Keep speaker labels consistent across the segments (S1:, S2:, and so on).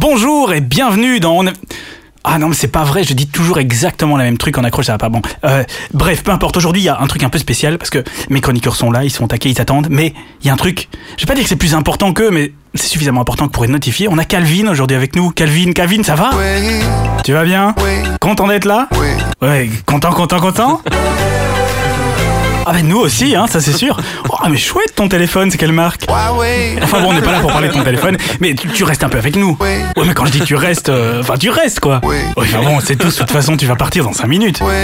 S1: Bonjour et bienvenue dans... On est- Ah non mais c'est pas vrai, je dis toujours exactement la même truc en accroche, ça va pas bon. Euh, bref, peu importe, aujourd'hui il y a un truc un peu spécial parce que mes chroniqueurs sont là, ils sont taqués, ils t'attendent, mais il y a un truc, je vais pas dire que c'est plus important qu'eux, mais c'est suffisamment important pour être notifié. On a Calvin aujourd'hui avec nous. Calvin, Calvin, ça va
S2: Oui,
S1: Tu vas bien
S2: oui,
S1: Content d'être là
S2: oui.
S1: Ouais, content, content, content Ah ben nous aussi, hein, ça c'est sûr. Oh mais chouette ton téléphone, c'est quelle marque
S2: Huawei,
S1: Enfin bon, on n'est pas là pour parler de ton téléphone, mais tu, tu restes un peu avec nous.
S2: Oui.
S1: Ouais, mais quand je dis tu restes, euh, enfin tu restes quoi.
S2: Oui.
S1: enfin bon, c'est tout. De toute façon, tu vas partir dans 5 minutes.
S2: oui,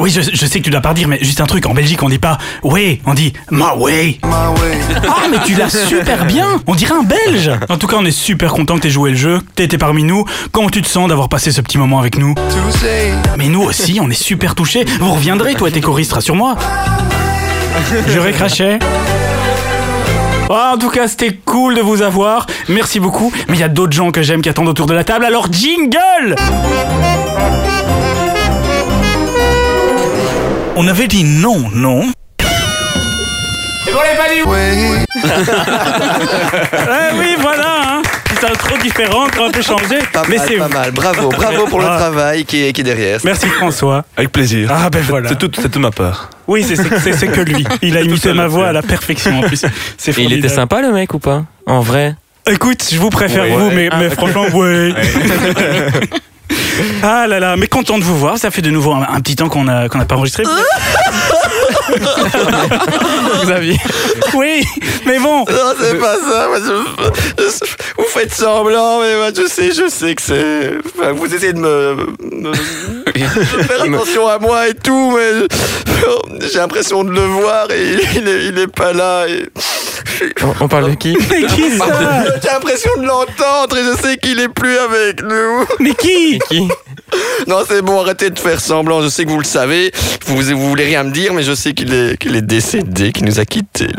S1: Oui, je, je sais que tu dois partir, mais juste un truc. En Belgique, on dit pas ouais, on dit ma way.
S2: ma way.
S1: Ah, mais tu l'as super bien. On dirait un Belge. En tout cas, on est super content que t'aies joué le jeu, que t'aies été parmi nous. Comment tu te sens d'avoir passé ce petit moment avec nous
S2: To say,
S1: Mais nous aussi, on est super touchés. Vous reviendrez, toi, et tes choristes, rassure-moi. Je récrachais. Ah, en tout cas, c'était cool de vous avoir. Merci beaucoup. Mais il y a d'autres gens que j'aime qui attendent autour de la table. Alors, jingle On avait dit non, non.
S2: oui,
S1: Eh oui, voilà, hein. C'est un trop différent, un peu changé.
S3: Pas
S1: Mais
S3: mal,
S1: c'est
S3: pas mal. Bravo, bravo pour le
S1: Ah.
S3: travail qui est, qui est derrière.
S1: Merci François.
S4: Avec plaisir.
S1: Ah, ben voilà.
S4: C'est tout, c'est de ma part.
S1: Oui, c'est- c'est c'est- c'est que lui. Il a imité
S4: seul,
S1: ma voix
S4: c'est-
S1: à la perfection en plus. C'est
S5: Et il était
S1: formidable.
S5: sympa le mec ou pas En vrai
S1: Écoute, je vous préfère
S4: Ouais.
S1: vous, mais,
S5: Ah,
S1: mais
S5: ok.
S1: franchement, ouais. ah là là, mais content de vous voir. Ça fait de nouveau un, un petit temps qu'on a- qu'on n'a pas enregistré.
S5: Xavier
S1: oui, mais bon.
S3: Non, c'est pas ça. moi, je- je- vous faites semblant, mais moi, je sais, je sais que c'est. enfin, vous essayez de me, me- de faire attention à moi et tout, mais je- j'ai l'impression de le voir et il, il est, il est pas là. et-
S5: on, on parle de qui
S1: Mais qui ça
S3: J'ai l'impression de l'entendre et je sais qu'il est plus avec nous.
S1: Mais qui
S5: Qui
S3: Non, c'est bon, arrêtez de faire semblant. Je sais que vous le savez. Vous, vous voulez rien me dire, mais je sais qu'il est, qu'il est décédé, qu'il nous a quittés.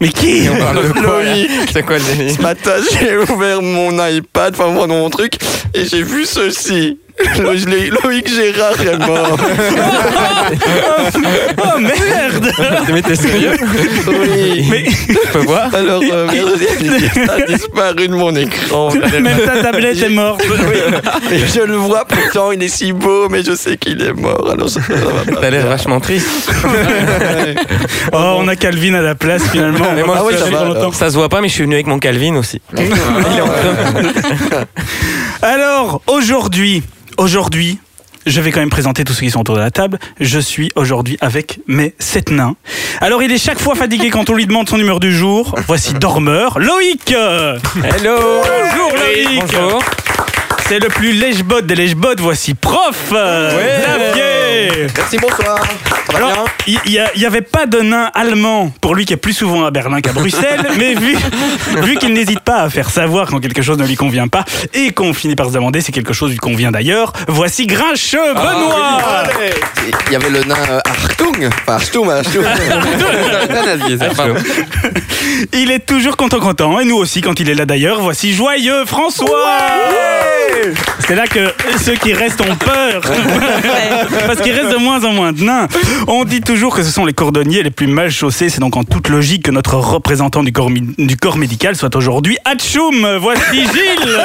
S1: Mais qui
S3: Loïc.
S5: C'est quoi le délire
S3: Ce matin, j'ai ouvert mon iPad, enfin mon, mon truc, et j'ai vu ceci. Lo- je l'ai- Loïc Gérard est mort.
S1: Oh merde
S5: Mais t'es sérieux
S3: Oui.
S1: Mais
S5: On peut voir
S3: Alors, euh, mercredi, ça a disparu de mon écran.
S1: même ta tablette est morte.
S3: Et je le vois pourtant, il est si beau, mais je sais qu'il est mort. Alors, ça, ça va pas.
S5: T'as l'air vachement triste.
S1: Oh, on a Calvin à la place finalement.
S5: Mais moi,
S3: Ah ouais,
S5: je-
S3: ça
S5: je-
S3: va,
S1: alors.
S5: ça se voit pas, mais je suis venu avec mon Calvin aussi.
S1: Alors, aujourd'hui, aujourd'hui, je vais quand même présenter tous ceux qui sont autour de la table. Je suis aujourd'hui avec mes sept nains. Alors, il est chaque fois fatigué quand on lui demande son humeur du jour. Voici dormeur, Loïc
S5: Hello
S1: Bonjour, Loïc.
S5: Bonjour
S1: C'est le plus lèche-botte des lèche-bottes. Voici prof euh,
S5: Ouais.
S1: Xavier
S3: Merci, bonsoir. Ça va bien
S1: alors, il n'y avait pas de nain allemand pour lui qui est plus souvent à Berlin qu'à Bruxelles, mais vu, vu qu'il n'hésite pas à faire savoir quand quelque chose ne lui convient pas et qu'on finit par se demander si quelque chose lui convient d'ailleurs, voici Grincheux Benoît
S3: Il y avait le nain euh, Hartung. Enfin, Hartung, Hartung.
S5: Ah,
S1: Il est toujours content content et nous aussi quand il est là d'ailleurs, voici Joyeux François C'est là que ceux qui restent ont peur Parce qu'il reste de moins en moins de nains On dit toujours que ce sont les cordonniers les plus mal chaussés, c'est donc en toute logique que notre représentant du corps, mi- du corps médical soit aujourd'hui Hatchoum Voici Gilles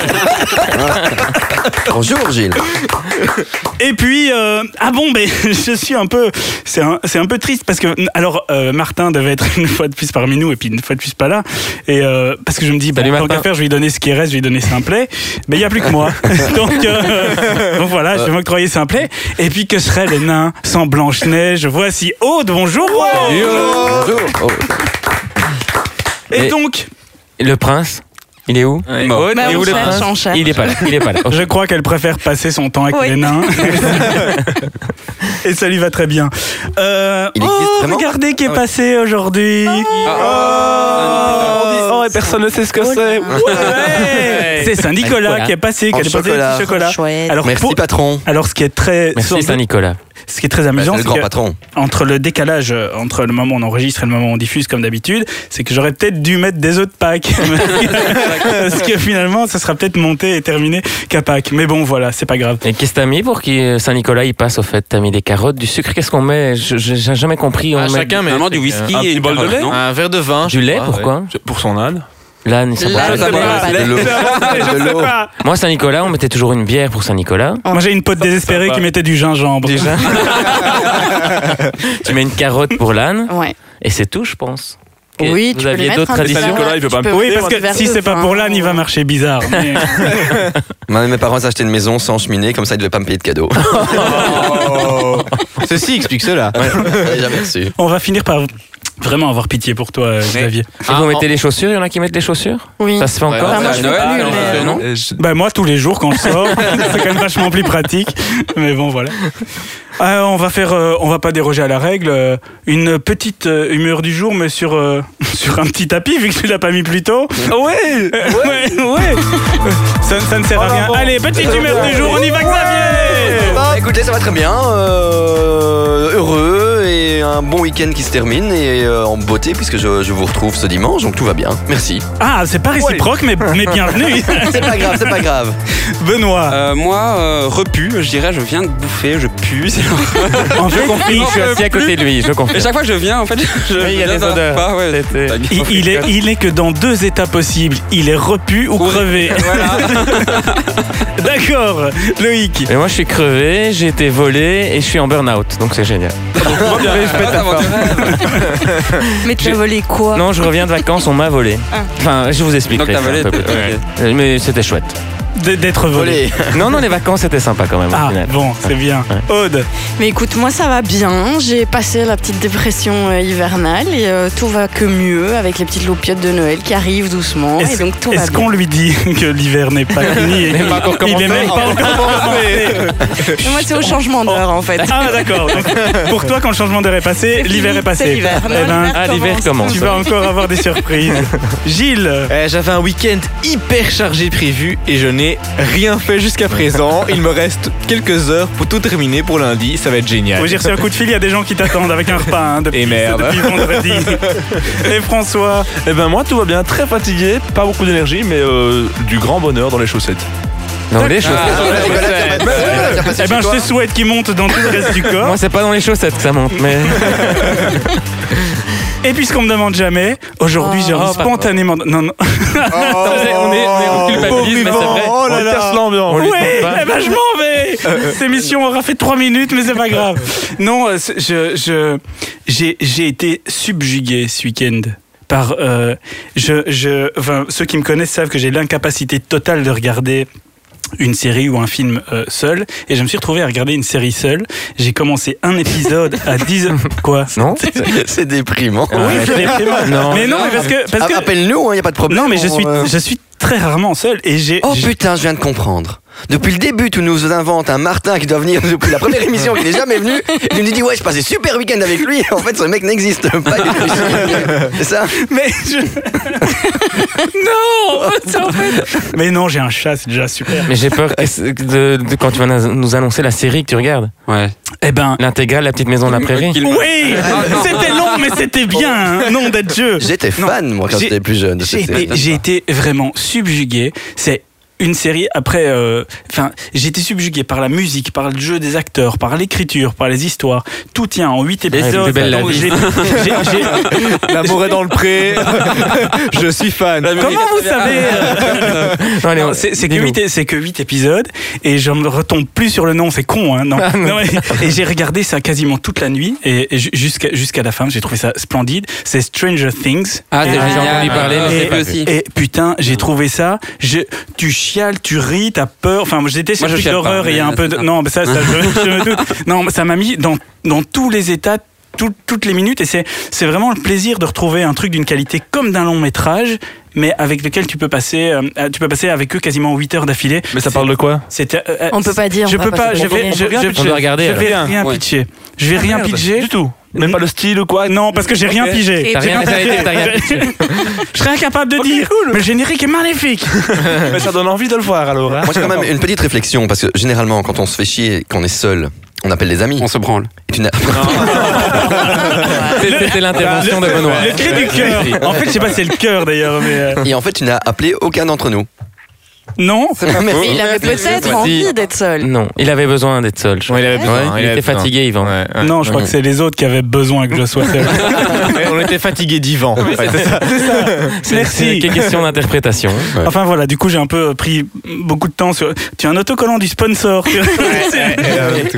S3: Bonjour, Gilles.
S1: Et puis, euh, ah bon, ben, je suis un peu, c'est un, c'est un peu triste parce que, alors, euh, Martin devait être une fois de plus parmi nous et puis une fois de plus pas là. Et euh, parce que je me dis, bon,
S5: Salut,
S1: tant
S5: Martin.
S1: qu'à faire, je vais lui donner ce qui reste, je vais lui donner Simplet. Mais il n'y a plus que moi. donc, euh, donc voilà, je vais m'octroyer Simplet. Et puis, que seraient les nains sans Blanche-Neige Voici Aude, bonjour.
S3: Bonjour. Oh.
S1: et
S5: Mais-
S1: donc,
S5: Le prince il est où Maud,
S6: Bah,
S5: il est
S6: on
S5: où le
S6: cherche,
S5: prince
S6: on cherche.
S5: Il est pas là, il est pas là.
S3: Oh.
S1: je crois qu'elle préfère passer son temps avec
S6: Oui.
S1: les nains. et ça lui va très bien. Euh,
S3: Il existe
S1: oh,
S3: vraiment Ah
S1: regardez qui est passé aujourd'hui.
S6: Ah.
S3: ah,
S5: Oh,
S1: et personne ne sait ce que c'est.
S5: Ouais.
S1: C'est Saint-Nicolas
S5: Saint-Nicolas.
S1: qui est passé, qui a
S3: En
S1: déposé le
S3: chocolat.
S1: petit chocolat.
S6: Chouette.
S1: Alors,
S3: Merci,
S1: pour-
S3: patron.
S1: alors, ce qui est très,
S5: Merci
S1: surtout-
S5: Saint-Nicolas.
S1: ce qui est très amusant,
S3: Bah, C'est le
S1: c'est
S3: grand
S1: que
S3: patron.
S1: entre le décalage euh, entre le moment où on enregistre et le moment où on diffuse, comme d'habitude, c'est que j'aurais peut-être dû mettre des œufs de Pâques. Parce que finalement, ça sera peut-être monté et terminé qu'à Pâques. Mais bon, voilà, c'est pas grave.
S5: Et qu'est-ce que t'as mis pour que Saint-Nicolas il passe au fait T'as mis des carottes, du sucre, qu'est-ce qu'on met Je- je- J'ai jamais compris. On
S7: Ah,
S5: met
S7: chacun met
S4: normalement, du
S7: euh,
S4: whisky
S7: un
S4: et
S7: petit
S4: une
S7: bol de
S4: carotte,
S7: lait,
S4: non
S7: un verre de vin. je
S5: du lait,
S7: crois, ouais.
S5: pourquoi
S4: Pour son âne.
S5: L'âne, ils sont
S2: L'âne,
S5: pas chauds.
S2: ça
S3: Bah,
S2: va.
S1: Je
S2: de l'eau.
S1: sais pas, je
S3: De
S1: sais
S3: l'eau.
S1: pas.
S5: Moi, Saint-Nicolas, on mettait toujours une bière pour Saint-Nicolas.
S1: Moi j'ai une pote désespérée qui mettait du gingembre.
S5: Déjà. tu mets une carotte pour l'âne
S2: Ouais.
S5: et c'est tout, je pense. Et
S2: Oui,
S5: vous
S2: tu peux
S5: aviez
S2: les mettre
S5: d'autres
S2: un peu
S5: traditions.
S2: dans la-
S4: Saint-Nicolas, il veut
S2: tu
S4: pas me
S2: peux
S1: Oui,
S2: mettre
S1: parce
S2: un hein.
S1: que
S2: verre
S1: si
S2: de
S1: c'est pas
S2: vin.
S1: pour l'âne, il va marcher bizarre. mais-
S3: Moi, Mes parents s'achetaient une maison sans cheminée, comme ça ils devaient pas me payer de cadeaux.
S6: Ceci explique cela.
S3: J'avais jamais reçu.
S1: On va finir par vraiment avoir pitié pour toi, euh, Xavier.
S5: Et vous
S4: Ah,
S5: mettez les chaussures, il y en a qui mettent les chaussures
S2: Oui.
S5: Ça se fait encore Ah,
S2: Enfin, moi,
S5: ça
S2: je fais plus,
S6: hein,
S2: mais-
S5: non
S1: Bah moi tous les jours quand je sors, c'est quand même vachement plus pratique. Mais bon voilà. Euh, on va faire, euh, on va pas déroger à la règle. euh, une petite euh, humeur du jour, mais sur euh, sur un petit tapis vu que tu l'as pas mis plus tôt. Ouais, ouais, Oh ouais. Ça, ça ne sert à rien. Allez petite humeur du jour, on y va Xavier.
S3: Bah, écoutez, ça va très bien. euh, heureux et un bon week-end qui se termine et euh, en beauté puisque je, je vous retrouve ce dimanche, donc tout va bien. Merci.
S1: Ah c'est pas réciproque, mais mais bienvenue.
S3: C'est pas grave, c'est pas grave.
S1: Benoît,
S4: Euh, moi, euh, repu, je dirais, je viens de bouffer, je pue. c'est l'horreur.
S1: en fait, il,
S5: Je suis assis à côté de lui, je
S4: Et
S5: confirme.
S4: chaque fois que je viens, en fait, je.
S5: Oui, il y a
S4: je
S5: les
S4: viens d'un
S5: odeurs.
S4: repas, ouais.
S5: C'était-
S4: T'as bien
S1: il- il est il est que dans deux états possibles. Il est repu ou
S4: Oui.
S1: crevé.
S4: Voilà.
S1: D'accord, Loïc.
S5: Mais moi, je suis crevé, j'ai été volé et je suis en burn-out, donc c'est génial. Mais je pète la forme.
S2: Mais tu as
S5: J'ai-
S2: volé quoi
S5: Non, je reviens de vacances, on m'a volé.
S2: Ah.
S5: Enfin, je vous expliquerai.
S4: Donc t'as volé,
S5: un peu plus tard.
S4: ok.
S5: Euh, Mais c'était chouette.
S1: D- d'être volé.
S3: Volé.
S5: Non, non, les vacances c'était sympa quand même. au
S1: Ah
S5: final.
S1: bon, c'est bien. Aude,
S2: Mais écoute, moi ça va bien. J'ai passé la petite dépression euh, hivernale et euh, tout va que mieux avec les petites loupiottes de Noël qui arrivent doucement. Et
S1: est-ce
S2: donc tout va
S1: est-ce qu'on
S2: bien.
S1: lui dit que l'hiver n'est pas fini et
S5: Il est pas encore
S1: qu'il- il est même pas encore commencé
S2: Mais Moi c'est au changement d'heure en fait.
S1: Ah d'accord. Donc, Pour toi, quand le changement d'heure est passé,
S2: C'est
S1: l'hiver
S2: fini,
S1: est passé.
S2: c'est l'hiver.
S1: Eh
S2: Non,
S1: ben,
S5: Ah, l'hiver commence.
S1: tu vas encore avoir des surprises. Gilles,
S6: Euh, J'avais un week-end hyper chargé prévu et je n'ai rien fait jusqu'à présent. Il me reste quelques heures pour tout terminer pour lundi. Ça va être génial.
S1: moi, j'ai reçu un coup de fil. Il y a des gens qui t'attendent avec un repas hein, depuis,
S6: Et merde.
S1: depuis vendredi. Et François,
S4: Eh ben moi, tout va bien, très fatigué, pas beaucoup d'énergie, mais euh, du grand bonheur dans les chaussettes.
S5: Dans les chaussettes.
S1: eh ben, je te souhaite qu'il monte dans tout le reste du
S4: Hein
S1: corps.
S5: Moi, c'est pas dans les chaussettes que ça monte, mais.
S1: Et puisqu'on me demande jamais, aujourd'hui, j'ai envie
S5: Oh, pardon.
S1: spontanément. Non, non.
S5: on est, on est on culpabilise, mais c'est vrai.
S6: Oh là là.
S5: On lui
S1: Ouais,
S5: tombe pas.
S1: eh ben je m'en vais. Cette émission aura fait trois minutes, mais c'est pas grave. Non, euh, c'est- je je- j'ai j'ai été subjugué ce week-end par euh, je je enfin, ceux qui me connaissent savent que j'ai l'incapacité totale de regarder une série ou un film euh, seul et je me suis retrouvé à regarder une série seule j'ai commencé un épisode à 10 quoi
S5: Non
S3: C'est déprimant.
S1: oui, c'est déprimant.
S5: Non. Ah,
S1: mais non mais parce que parce que
S3: Ah Appelle-nous, il y a pas de problème.
S1: non mais je suis
S3: Euh,
S1: je suis très rarement seul et j'ai
S3: Oh
S1: j'ai-
S3: putain, je viens de comprendre. Depuis le début, tu nous inventes un Martin qui doit venir depuis la première émission qui n'est jamais venu. Et tu nous dis ouais, je passais super week-end avec lui. En fait, ce mec n'existe pas. Il est juste- C'est ça
S1: Mais je... non c'est en fait- Mais non, j'ai un chat, c'est déjà super.
S5: Mais j'ai peur que c'est- de, de- quand tu vas nous annoncer la série que tu regardes.
S4: Ouais.
S1: Eh ben...
S5: L'intégrale, la petite maison de la prairie.
S4: Qu'il-
S1: Oui C'était long, mais c'était bien, hein, nom d'être Dieu.
S3: J'étais
S1: Non.
S3: fan moi quand
S1: J'ai-
S3: j'étais plus jeune. Oh. de
S1: J'ai
S3: cette
S1: été,
S3: série.
S1: j'ai été vraiment subjugué. C'est une série après. euh, Enfin, j'ai été subjugué par la musique, par le jeu des acteurs, par l'écriture, par les histoires. Tout tient en 8 épisodes.
S5: plus belle la
S1: Donc,
S5: vie.
S1: j'ai- j'ai- j'ai-
S6: L'amour est dans le pré. je suis fan.
S1: Comment vous savez euh,
S5: Non, allez,
S1: Non,
S5: on-
S1: c'est c'est que
S5: dis-nous.
S1: 8 c'est que huit épisodes et je me retombe plus sur le nom, c'est con hein. Non. Non, et et j'ai regardé ça quasiment toute la nuit et, et ju- jusqu'à jusqu'à la fin, j'ai trouvé ça splendide. C'est Stranger Things.
S4: Ah,
S1: Et-
S4: c'est
S5: Ah, j'ai
S4: génial.
S5: entendu parler, mais
S4: Et-
S5: c'est pas
S4: aussi.
S1: et putain, j'ai trouvé ça. Je, tu chiales, tu ris, t'as peur. Enfin, moi, j'étais sur
S4: Moi, je
S1: le truc
S4: chiale pas,
S1: d'horreur et il y a
S4: mais
S1: un peu de.
S4: c'est-
S1: Non, mais ça, ça, je, je me doute. Non, mais ça m'a mis dans, dans tous les états. tout- toutes les minutes et c'est c'est vraiment le plaisir de retrouver un truc d'une qualité comme d'un long métrage mais avec lequel tu peux passer euh, tu peux passer avec eux quasiment 8 heures d'affilée
S4: Mais ça
S1: C'est-
S4: parle de quoi
S1: c'était euh, euh,
S2: On peut pas dire.
S1: je
S2: on
S1: peux
S2: va
S1: pas
S2: se
S1: je vais
S2: tromper.
S1: je, je,
S5: On doit
S1: je,
S5: regarder,
S1: je vais
S6: alors.
S1: rien
S4: Ouais.
S1: pitcher je vais rien
S6: merde.
S1: piger
S6: Du tout.
S1: Même pas
S6: le style ou quoi
S1: non parce que j'ai rien
S4: Ok.
S1: pigé
S5: T'as rien, t'as été- t'as rien pitché.
S1: je serais incapable de dire mais le générique est magnifique
S6: Mais ça donne envie de le voir alors.
S3: Moi, j'ai quand même une petite réflexion parce que généralement, quand on se fait chier, qu'on est seul, on appelle des amis.
S4: On se branle.
S3: Et tu n'as-
S5: Ah, C'était l'intervention de Benoît.
S1: Le cri du cœur. En fait, je sais pas si c'est le cœur d'ailleurs, mais. euh,
S3: Et en fait, tu n'as appelé aucun d'entre nous.
S1: Non
S2: Mais il avait peut-être envie d'être seul.
S5: Non, il avait besoin d'être seul. je crois.
S6: il avait besoin,
S5: Ouais,
S6: il
S5: il
S6: avait
S5: était
S6: besoin.
S5: fatigué, Yvan.
S1: Non, je crois que c'est les autres qui avaient besoin que je sois seul.
S6: On était fatigué d'Ivan. en fait.
S5: C'est
S1: Merci.
S5: une question d'interprétation.
S1: Enfin voilà, du coup j'ai un peu euh, pris beaucoup de temps sur. Tu as un autocollant du sponsor. C'est-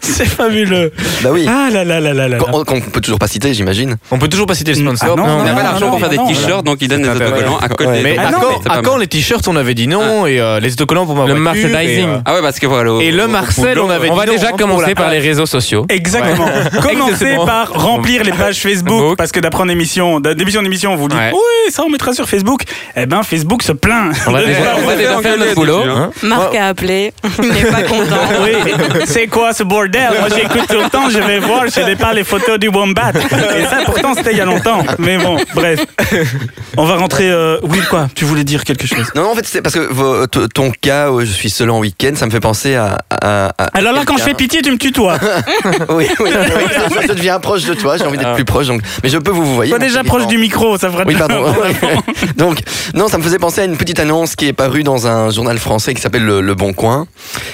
S1: C'est fabuleux.
S3: Bah oui.
S1: Ah là là là là là. là.
S3: Qu'on qu'on peut toujours pas citer, j'imagine.
S6: On peut toujours pas citer le
S1: Ah
S6: sponsor.
S1: non,
S7: On n'a pas l'argent
S1: non,
S7: pour faire des
S1: non,
S7: t-shirts, donc ils donnent des
S6: pas vrai.
S7: autocollants à
S3: Ouais.
S7: coller.
S6: Mais
S1: Ah
S6: à
S1: non, mais
S6: quand,
S7: c'est pas
S6: à quand
S7: mal.
S6: les t-shirts on avait dit non et euh, les autocollants pour ma
S5: Le
S6: voiture,
S5: merchandising.
S6: et, euh,
S7: Ah ouais, parce que voilà. au-
S6: Et le
S7: au- au
S6: Marcel,
S7: boulot,
S6: on avait
S5: On va
S6: dit non,
S5: déjà
S6: hein,
S5: commencer
S6: pour la-
S5: par les réseaux sociaux.
S1: Exactement. Commencez
S5: Exactement.
S1: par remplir les pages Facebook
S5: Facebook.
S1: parce que d'après en émission, d'émission en émission, on vous dit
S6: Ouais.
S1: oui, ça on mettra sur Facebook. Eh ben Facebook se plaint.
S5: On va
S1: de
S5: déjà,
S1: ça.
S5: on va déjà faire notre boulot. hein.
S2: Marc a appelé, il n'est pas content.
S1: Oui, c'est quoi ce bordel Moi j'écoute tout le temps, je vais voir, je n'ai pas les photos du Wombat. Et ça pourtant c'était il y a longtemps. Mais bon, bref. On va rentrer... Euh... Oui quoi Tu voulais dire quelque chose
S3: Non, non, en fait, c'est parce que vo- t- ton cas, où je suis seul en week-end, ça me fait penser à. à- à- à-
S1: alors là, quand je fais pitié, tu me tutois.
S3: Oui, oui, oui, je, je deviens proche de toi, j'ai envie
S4: Ah.
S3: d'être plus proche. Donc... Mais je peux vous, vous voyez.
S1: Sois
S3: mon
S1: déjà
S3: petit
S1: proche
S3: Yvan.
S1: du micro, ça fera
S3: Oui, pardon. Donc, non, ça me faisait penser à une petite annonce qui est parue dans un journal français qui s'appelle le, Le Bon Coin.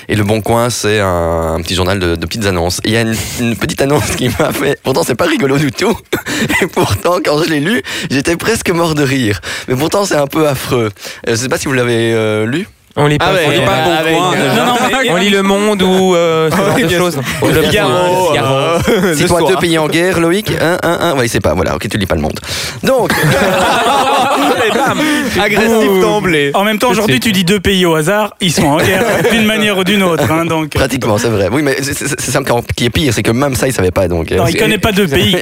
S3: Et Le Bon Coin, c'est un, un petit journal de, de petites annonces. Et il y a une, une petite annonce qui m'a fait. Pourtant, c'est pas rigolo du tout. Et pourtant, quand je l'ai lu, j'étais presque mort de rire. Mais pourtant, c'est un peu affreux. Euh, Je sais pas si vous l'avez euh, lu.
S5: On lit pas.
S6: ouais,
S5: on lit pas-
S7: Pas
S8: Ah,
S7: bon
S6: Eh ben, Avec-
S7: coin,
S6: Non,
S7: déjà.
S5: on lit le monde ou euh, ce genre de
S6: bien
S5: choses.
S6: Le
S5: Le
S6: Figaro,
S5: Point, le Figaro. Ah,
S6: euh, le
S3: C'est toi
S6: soir.
S3: deux pays en guerre, Loïc Un, un, un. Ouais, c'est pas. Voilà, ok, tu lis pas le monde. Donc,
S6: Allez, bam. Agressif d'emblée.
S1: En même temps, aujourd'hui, tu dis deux pays au hasard, ils sont en guerre d'une manière ou d'une autre. Hein, donc,
S3: pratiquement, c'est vrai. Oui, mais c'est- c'est c'est ça encore qui est pire, c'est que même ça, il savait pas. Donc, euh,
S1: non, il connaît pas deux pays.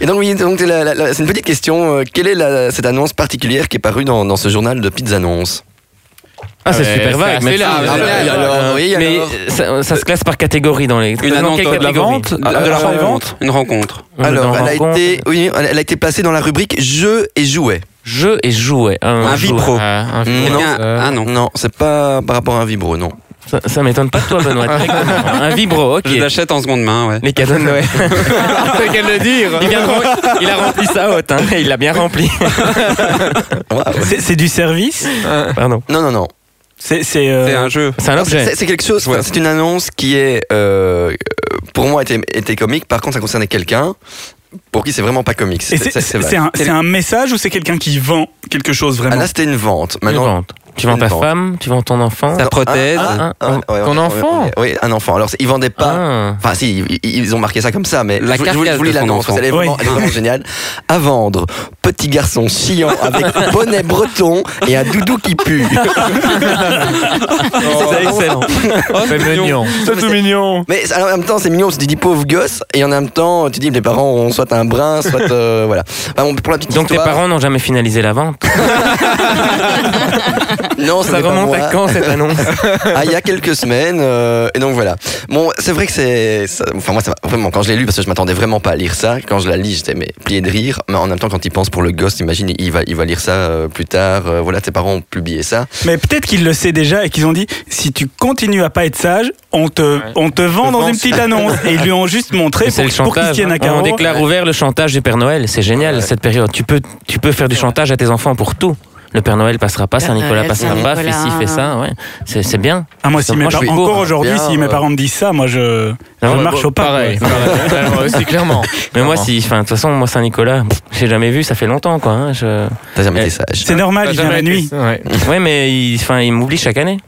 S3: Et donc, oui, donc la- la- la- c'est une petite question. euh, quelle est la- cette annonce particulière qui est parue dans, dans ce journal de petites annonces
S5: Ah, c'est
S6: Ouais,
S5: super
S6: c'est
S5: vague.
S6: assez
S5: merci.
S6: large.
S5: Ah,
S6: Ah,
S5: ouais.
S6: oui,
S3: alors, oui,
S5: Mais
S3: alors.
S5: ça, ça se classe par catégorie dans les.
S7: Une
S5: dans
S7: annonce
S5: quelle
S7: de la
S5: catégorie
S7: vente, de
S5: Ah,
S7: de la
S5: euh,
S7: revente, une rencontre.
S5: dans
S3: Alors, elle a,
S5: rencontre,
S3: été, oui, elle elle a été placée dans la rubrique jeux et jouets.
S5: Jeu et jouet. Un,
S7: Un
S5: jouet.
S7: Vipro.
S5: Ah, un Vipro.
S7: Quelqu'un-
S5: Euh,
S7: Ah non.
S3: Non, c'est pas par rapport à un vibro, non.
S5: Ça, ça m'étonne pas de toi, Benoît. Exactement. un vibro, ok.
S7: Je l'achète en seconde main, ouais.
S5: Les cadeaux de Noël.
S6: C'est qu'elle le dire.
S5: Il, vient de rem- il a rempli sa haute, hein. il l'a bien rempli.
S7: Ah.
S1: C'est c'est du service
S5: Pardon.
S3: Non, non, non.
S1: C'est c'est, euh,
S7: C'est un jeu.
S5: C'est un objet.
S3: ah, C'est c'est quelque chose.
S7: Ouais.
S3: enfin, C'est une annonce qui est, euh, euh, pour moi, était, était comique. Par contre, ça concernait quelqu'un pour qui c'est vraiment pas comique.
S1: Et
S3: C'est-
S1: c'est-
S3: c'est- c'est
S1: C'est
S3: vrai.
S1: un, c'est un message ou c'est quelqu'un qui vend quelque chose
S3: Ah,
S1: vraiment
S3: là, c'était une vente.
S5: Une
S3: Maintenant,
S5: vente. Tu vends ta
S3: Une vente.
S5: femme, tu vends ton enfant.
S7: Ta prothèse.
S5: ah, ah,
S3: ouais, ouais,
S5: ton
S3: ouais,
S5: enfant.
S3: ouais, ouais, Oui, un enfant. Alors, c'est- ils vendaient pas.
S5: Ah.
S3: Enfin, si, ils- ils ont marqué ça comme ça, mais
S7: La
S3: je, vous- je vous- je
S7: carcasse
S3: vous lis
S7: de son
S3: l'annonce,
S7: enfant.
S3: elle est vraiment,
S1: Oui.
S3: elle est vraiment géniale. À vendre, petit garçon chiant avec bonnet breton et un doudou qui pue.
S5: C'est excellent. Oh,
S6: C'est mignon.
S3: C'est tout
S6: mignon.
S3: Mais alors, en même temps, c'est mignon, tu te dis pauvre gosse, et en même temps, tu dis les parents ont soit un brin, soit. euh, voilà. Enfin, bon, pour la petite
S5: Donc tes
S3: histoire,
S5: parents n'ont jamais finalisé la vente.
S3: Non,
S5: Oh, Ça remonte à quand cette annonce
S3: Ah, il y a quelques semaines, euh, et donc voilà. Bon, c'est vrai que c'est. ça- Enfin, moi, ça m'a- vraiment, quand je l'ai lu, parce que je m'attendais vraiment pas à lire ça, quand je la lis, j'étais mais, plié de rire, mais en même temps, quand il pense pour le gosse, imagine, il va, il va lire ça euh, plus tard, euh, voilà, tes parents ont publié ça.
S1: Mais peut-être qu'il le sait déjà et qu'ils ont dit si tu continues à pas être sage, on te, on te vend dans une petite annonce. Et ils lui ont juste montré
S5: C'est
S1: pour,
S5: le
S1: pour qu'ils se
S5: chantage.
S1: tiennent à
S5: hein.
S1: carreau.
S5: On déclare ouvert le chantage du Père Noël. C'est génial cette période. Tu peux, tu peux faire du chantage à tes enfants pour tout. Le Père Noël passera pas,
S2: Père
S5: Saint Nicolas
S2: Noël,
S5: passera pas, fait
S2: Saint-Nicolas.
S5: ci, fait ça. Ouais. C'est c'est bien.
S1: Ah, moi, si
S5: Moi,
S1: mes
S5: je
S1: parents-
S5: suis pour,
S1: encore
S5: hein,
S1: aujourd'hui,
S3: bien,
S1: si mes
S3: euh,
S1: parents me disent ça, moi je, je
S5: Ah ouais,
S1: marche
S5: bon,
S1: au pas.
S6: Pareil. pareil. Ouais, C'est clairement.
S4: Ah,
S5: Mais moi, si, enfin, de toute façon, moi Saint Nicolas, j'ai jamais vu. Ça fait longtemps, quoi. hein, je...
S3: T'as jamais
S5: Eh,
S3: été sage.
S1: C'est normal, il vient la nuit.
S6: Ouais.
S5: Ouais, mais il, enfin, il m'oublie chaque année.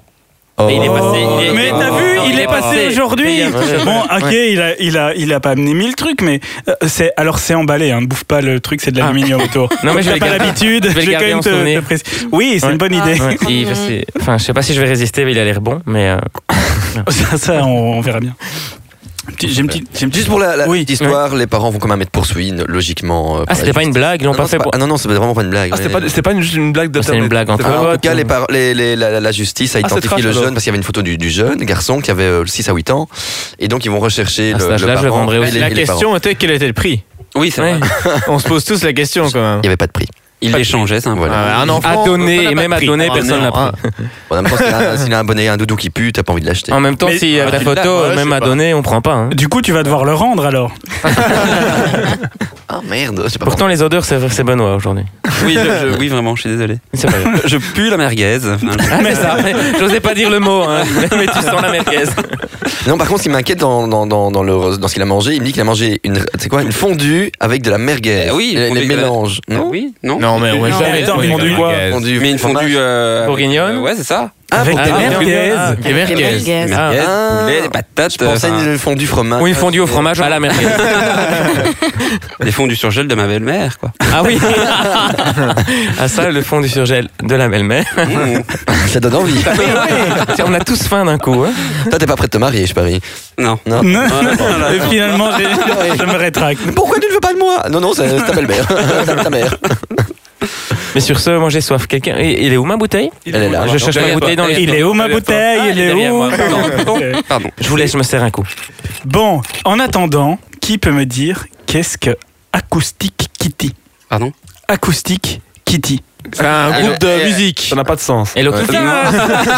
S3: Oh.
S5: Mais il est passé.
S1: Oh,
S5: il est-
S1: mais t'as
S5: Oh.
S1: vu,
S5: Non,
S1: il, est passé aujourd'hui.
S5: Ouais, ouais, ouais.
S1: Bon, ok, il a, il a, il a pas amené mille trucs, mais euh, c'est, alors c'est emballé. Hein, bouffe pas le truc, c'est de l'aluminium autour.
S5: Ah. Non, mais je
S1: T'as
S5: vais
S1: pas
S5: garder.
S1: l'habitude.
S5: Je vais le
S1: quand
S5: garder
S1: même
S5: en
S1: te- te
S5: souvenir.
S1: préciser. Oui, c'est
S5: Ouais. Ah.
S1: une bonne idée.
S5: Ouais, il-
S2: mignon.
S5: c'est- enfin, je sais pas si je vais résister, mais il a l'air bon. Mais euh,
S1: ça, ça, on, on verra bien. Petit- J'ai une petite, j'ai une petite-
S3: Juste pour la, la
S1: Oui.
S3: petite histoire, les parents vont quand même être poursuivis, logiquement. euh,
S5: ah,
S3: par
S5: c'était
S3: la
S5: pas une
S3: justice.
S5: blague. Ils l'ont
S3: Ah non,
S5: pas
S3: c'est
S5: fait pour. Ah,
S3: Ah non, non, c'était vraiment pas une blague.
S4: Ah,
S3: oui,
S4: c'était
S3: oui.
S4: pas, c'était pas une, juste une
S6: Ah,
S4: blague
S5: C'est
S4: d'internet.
S5: une blague
S4: C'était
S5: encore.
S4: pas-
S3: En tout cas, les par- les- les- la, la- la justice a
S4: Ah, c'est
S3: identifié
S4: trash,
S3: le
S4: alors.
S3: jeune parce qu'il y avait une photo du, du jeune garçon qui avait euh, 6 à 8 ans. Et donc, ils vont rechercher
S5: À
S3: le,
S5: cet
S3: le
S5: âge-là, je
S3: parent
S5: vendrais
S3: et
S5: aussi.
S3: les-
S6: La
S3: et les parents.
S6: question était quel était le prix
S7: Oui, c'est
S5: Ouais.
S7: vrai.
S6: On se pose tous la question quand même.
S3: Il n'y avait pas de prix.
S7: Il l'échangeait, c'est un
S3: Voilà.
S7: voilà.
S6: Ah, un
S5: À
S6: enfant.
S5: donner,
S6: on
S5: et
S6: n'a
S5: même
S6: pas
S5: à
S6: pris.
S5: donner,
S6: Ah,
S5: personne
S6: non,
S5: n'a pris.
S6: hein.
S3: Bon, en même temps, s'il a, s'il a un bonnet, un doudou qui pue, t'as pas envie de l'acheter.
S5: En même temps,
S1: Mais-
S5: s'il y a
S4: Ah,
S5: la
S4: tu l'as,
S5: photo,
S4: ouais, je
S5: même
S4: sais
S5: à
S4: pas.
S5: donner, on prend pas. hein.
S1: Du coup, tu vas devoir le rendre alors.
S3: Ah merde, c'est pas
S5: Pourtant, les odeurs, c'est c'est Benoît aujourd'hui.
S7: Oui, je- je- oui, vraiment, je suis désolé.
S5: C'est pas grave.
S7: Je pue la merguez. finalement.
S5: Ah, mais ça, mais j'osais pas dire le mot, hein, mais tu sens la merguez.
S3: Non, par contre, ce qui m'inquiète dans, dans, dans, dans, le, dans ce qu'il a mangé, il me dit qu'il a mangé une, tu sais quoi, une fondue avec de la merguez.
S7: Eh oui,
S3: le,
S7: fondue
S3: le
S7: avec de la-
S3: mélange.
S7: Ah
S3: Non
S7: oui, non.
S6: Non, mais ouais,
S1: Non,
S6: jamais.
S1: attends,
S6: de
S1: mais
S6: merguez.
S1: on dit quoi
S3: Fondue,
S7: Eh, Mais une fondue. euh,
S5: Bourguignonne.
S7: euh, Ouais, c'est ça.
S3: Ah,
S1: Avec
S3: bon,
S1: des
S3: ah,
S1: merguez.
S5: Ah,
S6: Des merguez.
S2: merguez.
S5: Ah.
S7: Merguez,
S3: Ah.
S7: poulet, des patates.
S3: Je pensais
S7: euh,
S3: à une fondue fromage.
S5: Ou une fondue au fromage à la merguez.
S7: Des fondues sur gel de ma belle-mère, quoi.
S5: Ah oui Ah ça, le fond du surgel de la belle-mère.
S7: Mmh.
S3: Ça donne envie.
S5: Tiens, On a tous faim d'un coup. Hein.
S3: Toi, t'es pas prêt de te marier, je parie.
S7: Non.
S3: Non.
S1: Non, Et finalement, j'ai- je me rétracte.
S3: Mais Pourquoi tu ne veux pas de moi Non, non, c'est c'est ta belle-mère. ta, ta mère.
S5: Mais sur ce, moi j'ai soif. Quelqu'un, il il est où ma bouteille
S3: Elle est là.
S5: Je cherche ma bouteille dans les...
S1: Il est où ma bouteille Il est
S5: Ah, derrière
S1: où Euh,
S5: moi.
S7: Pardon.
S5: Je vous laisse, je me sers un coup.
S1: Bon, en attendant, qui peut me dire qu'est-ce que Acoustic Kitty
S7: Pardon
S1: Acoustic Kitty.
S6: C'est un groupe de musique.
S4: Ça n'a pas de sens.
S5: Et euh, l'autre,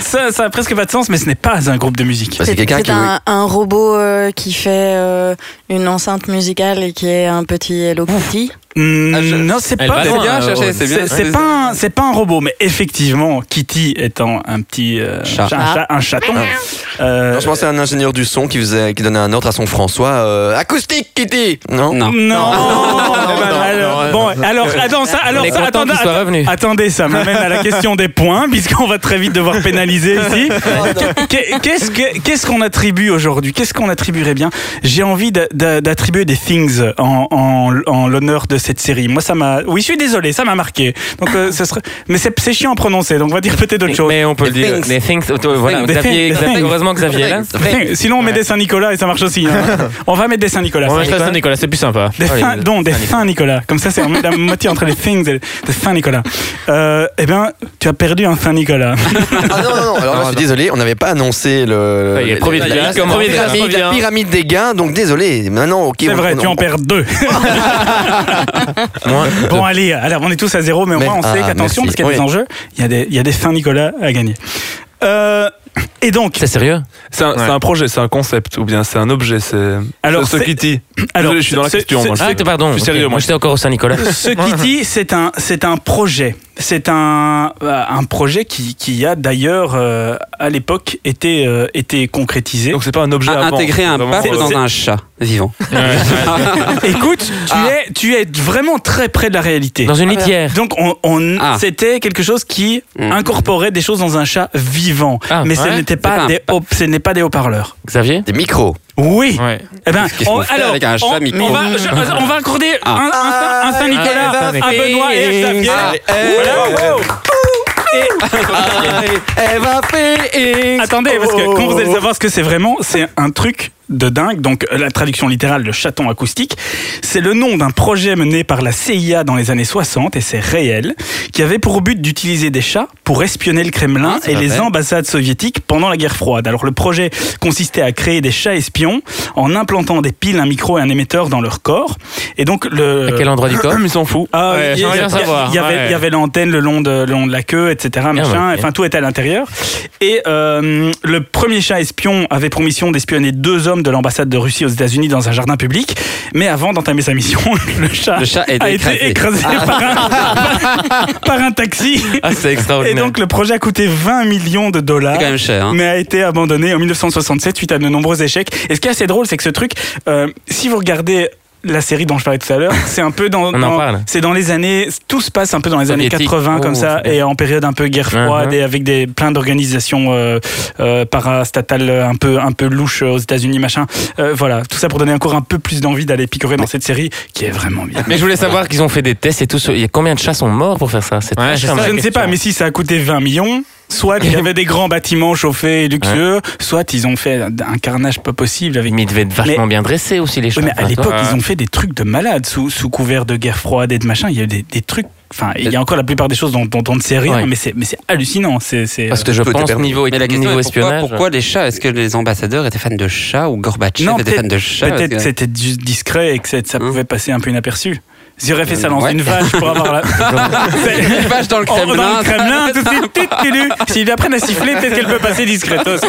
S1: Ça, ça a presque pas de sens, mais ce n'est pas un groupe de musique.
S3: Bah, c'est quelqu'un qui.
S2: un, un robot euh, qui fait euh, une enceinte musicale et qui est un petit Hello Kitty.
S1: Hmm,
S7: Ah, je-
S1: non, c'est
S5: Elle
S1: pas.
S5: va
S7: C'est
S5: loin,
S7: bien
S5: euh,
S7: cherché,
S5: Aude.
S7: c'est bien.
S1: C'est c'est pas un, c'est pas un robot, mais effectivement, Kitty étant un petit euh,
S7: Chat.
S1: Un, un chaton. euh,
S3: Non, je pense que c'est un ingénieur du son qui, faisait, qui donnait un ordre à son François. euh, acoustique, Kitty Non,
S1: Non.
S7: Non.
S6: non,
S1: Eh ben,
S6: non,
S1: alors,
S6: non,
S1: bon, alors, attends, ça,
S5: on
S1: alors,
S5: est
S1: ça,
S5: content
S1: attendez,
S5: qu'il soit revenu.
S1: Attendez, ça m'amène à la question des points, puisqu'on va très vite devoir pénaliser ici. Qu'est- Qu'est-ce que- qu'est-ce qu'on attribue aujourd'hui Qu'est-ce qu'on attribuerait bien J'ai envie d'a- d'a- d'attribuer des things en, en- en l'honneur de cette série. Moi, ça m'a. Oui, je suis désolé, ça m'a marqué. Donc, euh, ce serait. Mais c'est c'est chiant à prononcer, donc on va dire peut-être d'autres choses.
S5: Mais on peut le dire.
S3: things.
S5: Les things. auto- Voilà,
S1: Things.
S5: Xavier,
S1: Things.
S5: Xavier- heureusement que Xavier est là.
S1: Things. Sinon, on met des Saint-Nicolas et ça marche aussi. hein. on va mettre des Saint-Nicolas.
S6: On
S1: ça
S6: va
S1: marche
S6: mettre
S1: quand
S6: ça,
S1: même.
S6: Nicolas, Ah c'est plus sympa.
S1: Des
S5: Allez,
S1: fins,
S5: le
S1: non, des
S5: fin
S1: fins Nicolas. Comme ça, c'est on met la moitié entre les things et des fins Nicolas. Euh, eh bien, tu as perdu un fin Nicolas.
S3: Ah, non, non, non. Alors, je suis désolé, on n'avait pas annoncé le.
S5: Ah, il est
S3: le-
S5: premier de
S3: la-
S5: classe,
S3: la- la-
S5: premier de classe,
S3: pyramide- la
S5: revient.
S3: pyramide des gains, donc désolé. Maintenant, ok.
S1: C'est
S3: on-
S1: vrai,
S3: on-
S1: tu en
S3: on-
S1: perds deux.
S5: Moins.
S1: Bon, allez, alors on est tous à zéro, mais au
S3: Mais-
S1: moins on sait
S3: ah,
S1: qu'attention, parce
S3: merci.
S1: qu'il y a des
S3: Oui.
S1: enjeux, il y a des, il y a des fins Nicolas à gagner. Euh, et donc,
S5: C'est sérieux
S4: C'est un,
S6: Ouais.
S4: c'est un projet, c'est un concept, ou bien c'est un objet, c'est.
S1: alors,
S4: c'est ce
S1: c'est-
S4: Kitty.
S1: alors,
S4: Désolé, je suis dans la
S1: ce-
S4: question,
S1: ce-
S4: moi,
S5: Ah,
S4: c'est-
S5: pardon.
S4: je suis sérieux,
S5: ok.
S4: moi.
S5: j'étais encore au Saint-Nicolas.
S1: Ce Kitty, c'est un, c'est un projet. C'est un, euh, un projet qui, qui a d'ailleurs, euh, à l'époque, été, euh, été concrétisé.
S4: Donc c'est pas un objet
S7: Ah,
S4: à vendre,
S7: Intégrer un
S4: c'est vraiment,
S7: pape
S4: euh,
S7: dans un chat vivant.
S1: Écoute, tu,
S4: Ah.
S1: es, tu es vraiment très près de la réalité.
S5: Dans une litière.
S1: Donc, on, on-
S7: Ah.
S1: c'était quelque chose qui
S7: Mm.
S1: incorporait des choses dans un chat vivant.
S5: Ah,
S1: mais ce
S5: ouais
S1: n'était
S7: pas
S1: pas,
S7: un
S1: des haut- ce n'est pas des haut-parleurs.
S5: Xavier
S3: Des micros.
S1: Oui.
S6: Ouais.
S1: Eh ben,
S7: Qu'est-ce qu'on
S1: on-
S7: fait avec un chat Ah.
S1: on,
S7: micro
S1: on va, je- on va accorder un- un, Saint- un Saint Nicolas
S5: Ah,
S1: à
S5: eh,
S1: Benoît et à
S5: eh,
S1: Xavier.
S5: ah,
S1: Voilà. Et- Attendez, parce que quand vous allez savoir ce que c'est vraiment, c'est un truc de dingue. Donc euh, la traduction littérale de chaton acoustique, c'est le nom d'un projet mené par la CIA dans les années 60 et c'est réel, qui avait pour but d'utiliser des chats pour espionner le Kremlin
S7: Ah, c'est
S1: et
S7: pas
S1: les
S7: vrai.
S1: ambassades soviétiques pendant la guerre froide. Alors le projet consistait à créer des chats espions en implantant des piles, un micro et un émetteur dans leur corps. Et donc le
S5: À quel endroit du corps
S4: Ils s'en foutent.
S1: ah,
S6: Ouais,
S1: il y, il
S6: j'aimerais
S1: y-
S6: bien savoir.
S1: il y avait,
S6: Ouais.
S1: il y avait l'antenne le long de, le long de la queue, etc. machin.
S5: ouais, ok.
S1: Enfin, tout était à l'intérieur. Et euh, le premier chat espion avait pour mission d'espionner deux hommes de l'ambassade de Russie aux États-Unis dans un jardin public. Mais avant d'entamer sa mission, le chat,
S7: Le chat a été
S1: a été
S7: écrasé.
S1: écrasé par, un, par- par un taxi.
S5: Ah, c'est
S1: Et
S5: extraordinaire.
S1: donc le projet a coûté 20 millions de dollars
S7: C'est quand même cher. hein.
S1: mais a été abandonné en 1967 suite à de nombreux échecs. Et ce qui est assez drôle, c'est que ce truc, euh, si vous regardez la série dont je parlais tout à l'heure, c'est un peu dans,
S5: On en
S1: dans-
S5: parle.
S1: c'est dans les années, tout se passe un peu dans les années
S5: Soviétique.
S1: 80 comme
S5: Oh,
S1: ça,
S5: c'est bien.
S1: et en période un peu guerre froide
S5: Mhm.
S1: et avec des plein d'organisations euh, euh, parastatales un peu un peu louches aux États-Unis machin. Euh, voilà, tout ça pour donner encore un peu plus d'envie d'aller picorer dans cette série qui est vraiment bien.
S5: Mais je voulais savoir qu'ils ont fait des tests et tout. Il y a combien de chats sont morts pour faire ça C'est
S6: Ouais,
S5: très
S6: c'est
S5: cher,
S6: ça,
S5: la
S1: Je ne sais
S5: question.
S1: pas, mais si ça a coûté 20 millions, soit il y avait des grands bâtiments chauffés et luxueux, soit ils ont fait un carnage pas possible avec
S5: Mais ils devaient être vachement
S1: Mais-
S5: bien dressés aussi, les chats.
S1: Oui, mais à
S5: Enfin,
S1: l'époque,
S5: toi,
S1: ils ont fait des trucs de malades sous, sous couvert de guerre froide et de machin. Il y a eu des, des trucs. Enfin, il y a encore la plupart des choses dont, dont on ne sait rien,
S5: Ouais.
S1: mais c'est mais c'est hallucinant. C'est c'est-
S5: Parce que je
S3: Tout était
S5: pense
S3: permis.
S5: niveau,
S7: Mais la question
S5: niveau
S7: est pourquoi,
S5: espionnage.
S7: pourquoi les chats Est-ce que les ambassadeurs étaient fans de chats ou Gorbatchev
S1: Non,
S7: était fan de chats
S1: euh, peut-être
S7: Parce que-
S1: c'était juste discret et que c'est- ça
S7: Hein
S1: pouvait passer un peu inaperçu. J'aurais fait ça dans
S7: Ouais.
S1: une vache pour avoir la. C'est-
S7: Une vache dans le
S1: Oh, dans
S7: Kremlin.
S1: le Kremlin, tout de suite. tut, tut, tut. S'ils apprennent à siffler, peut-être qu'elle peut passer discretos.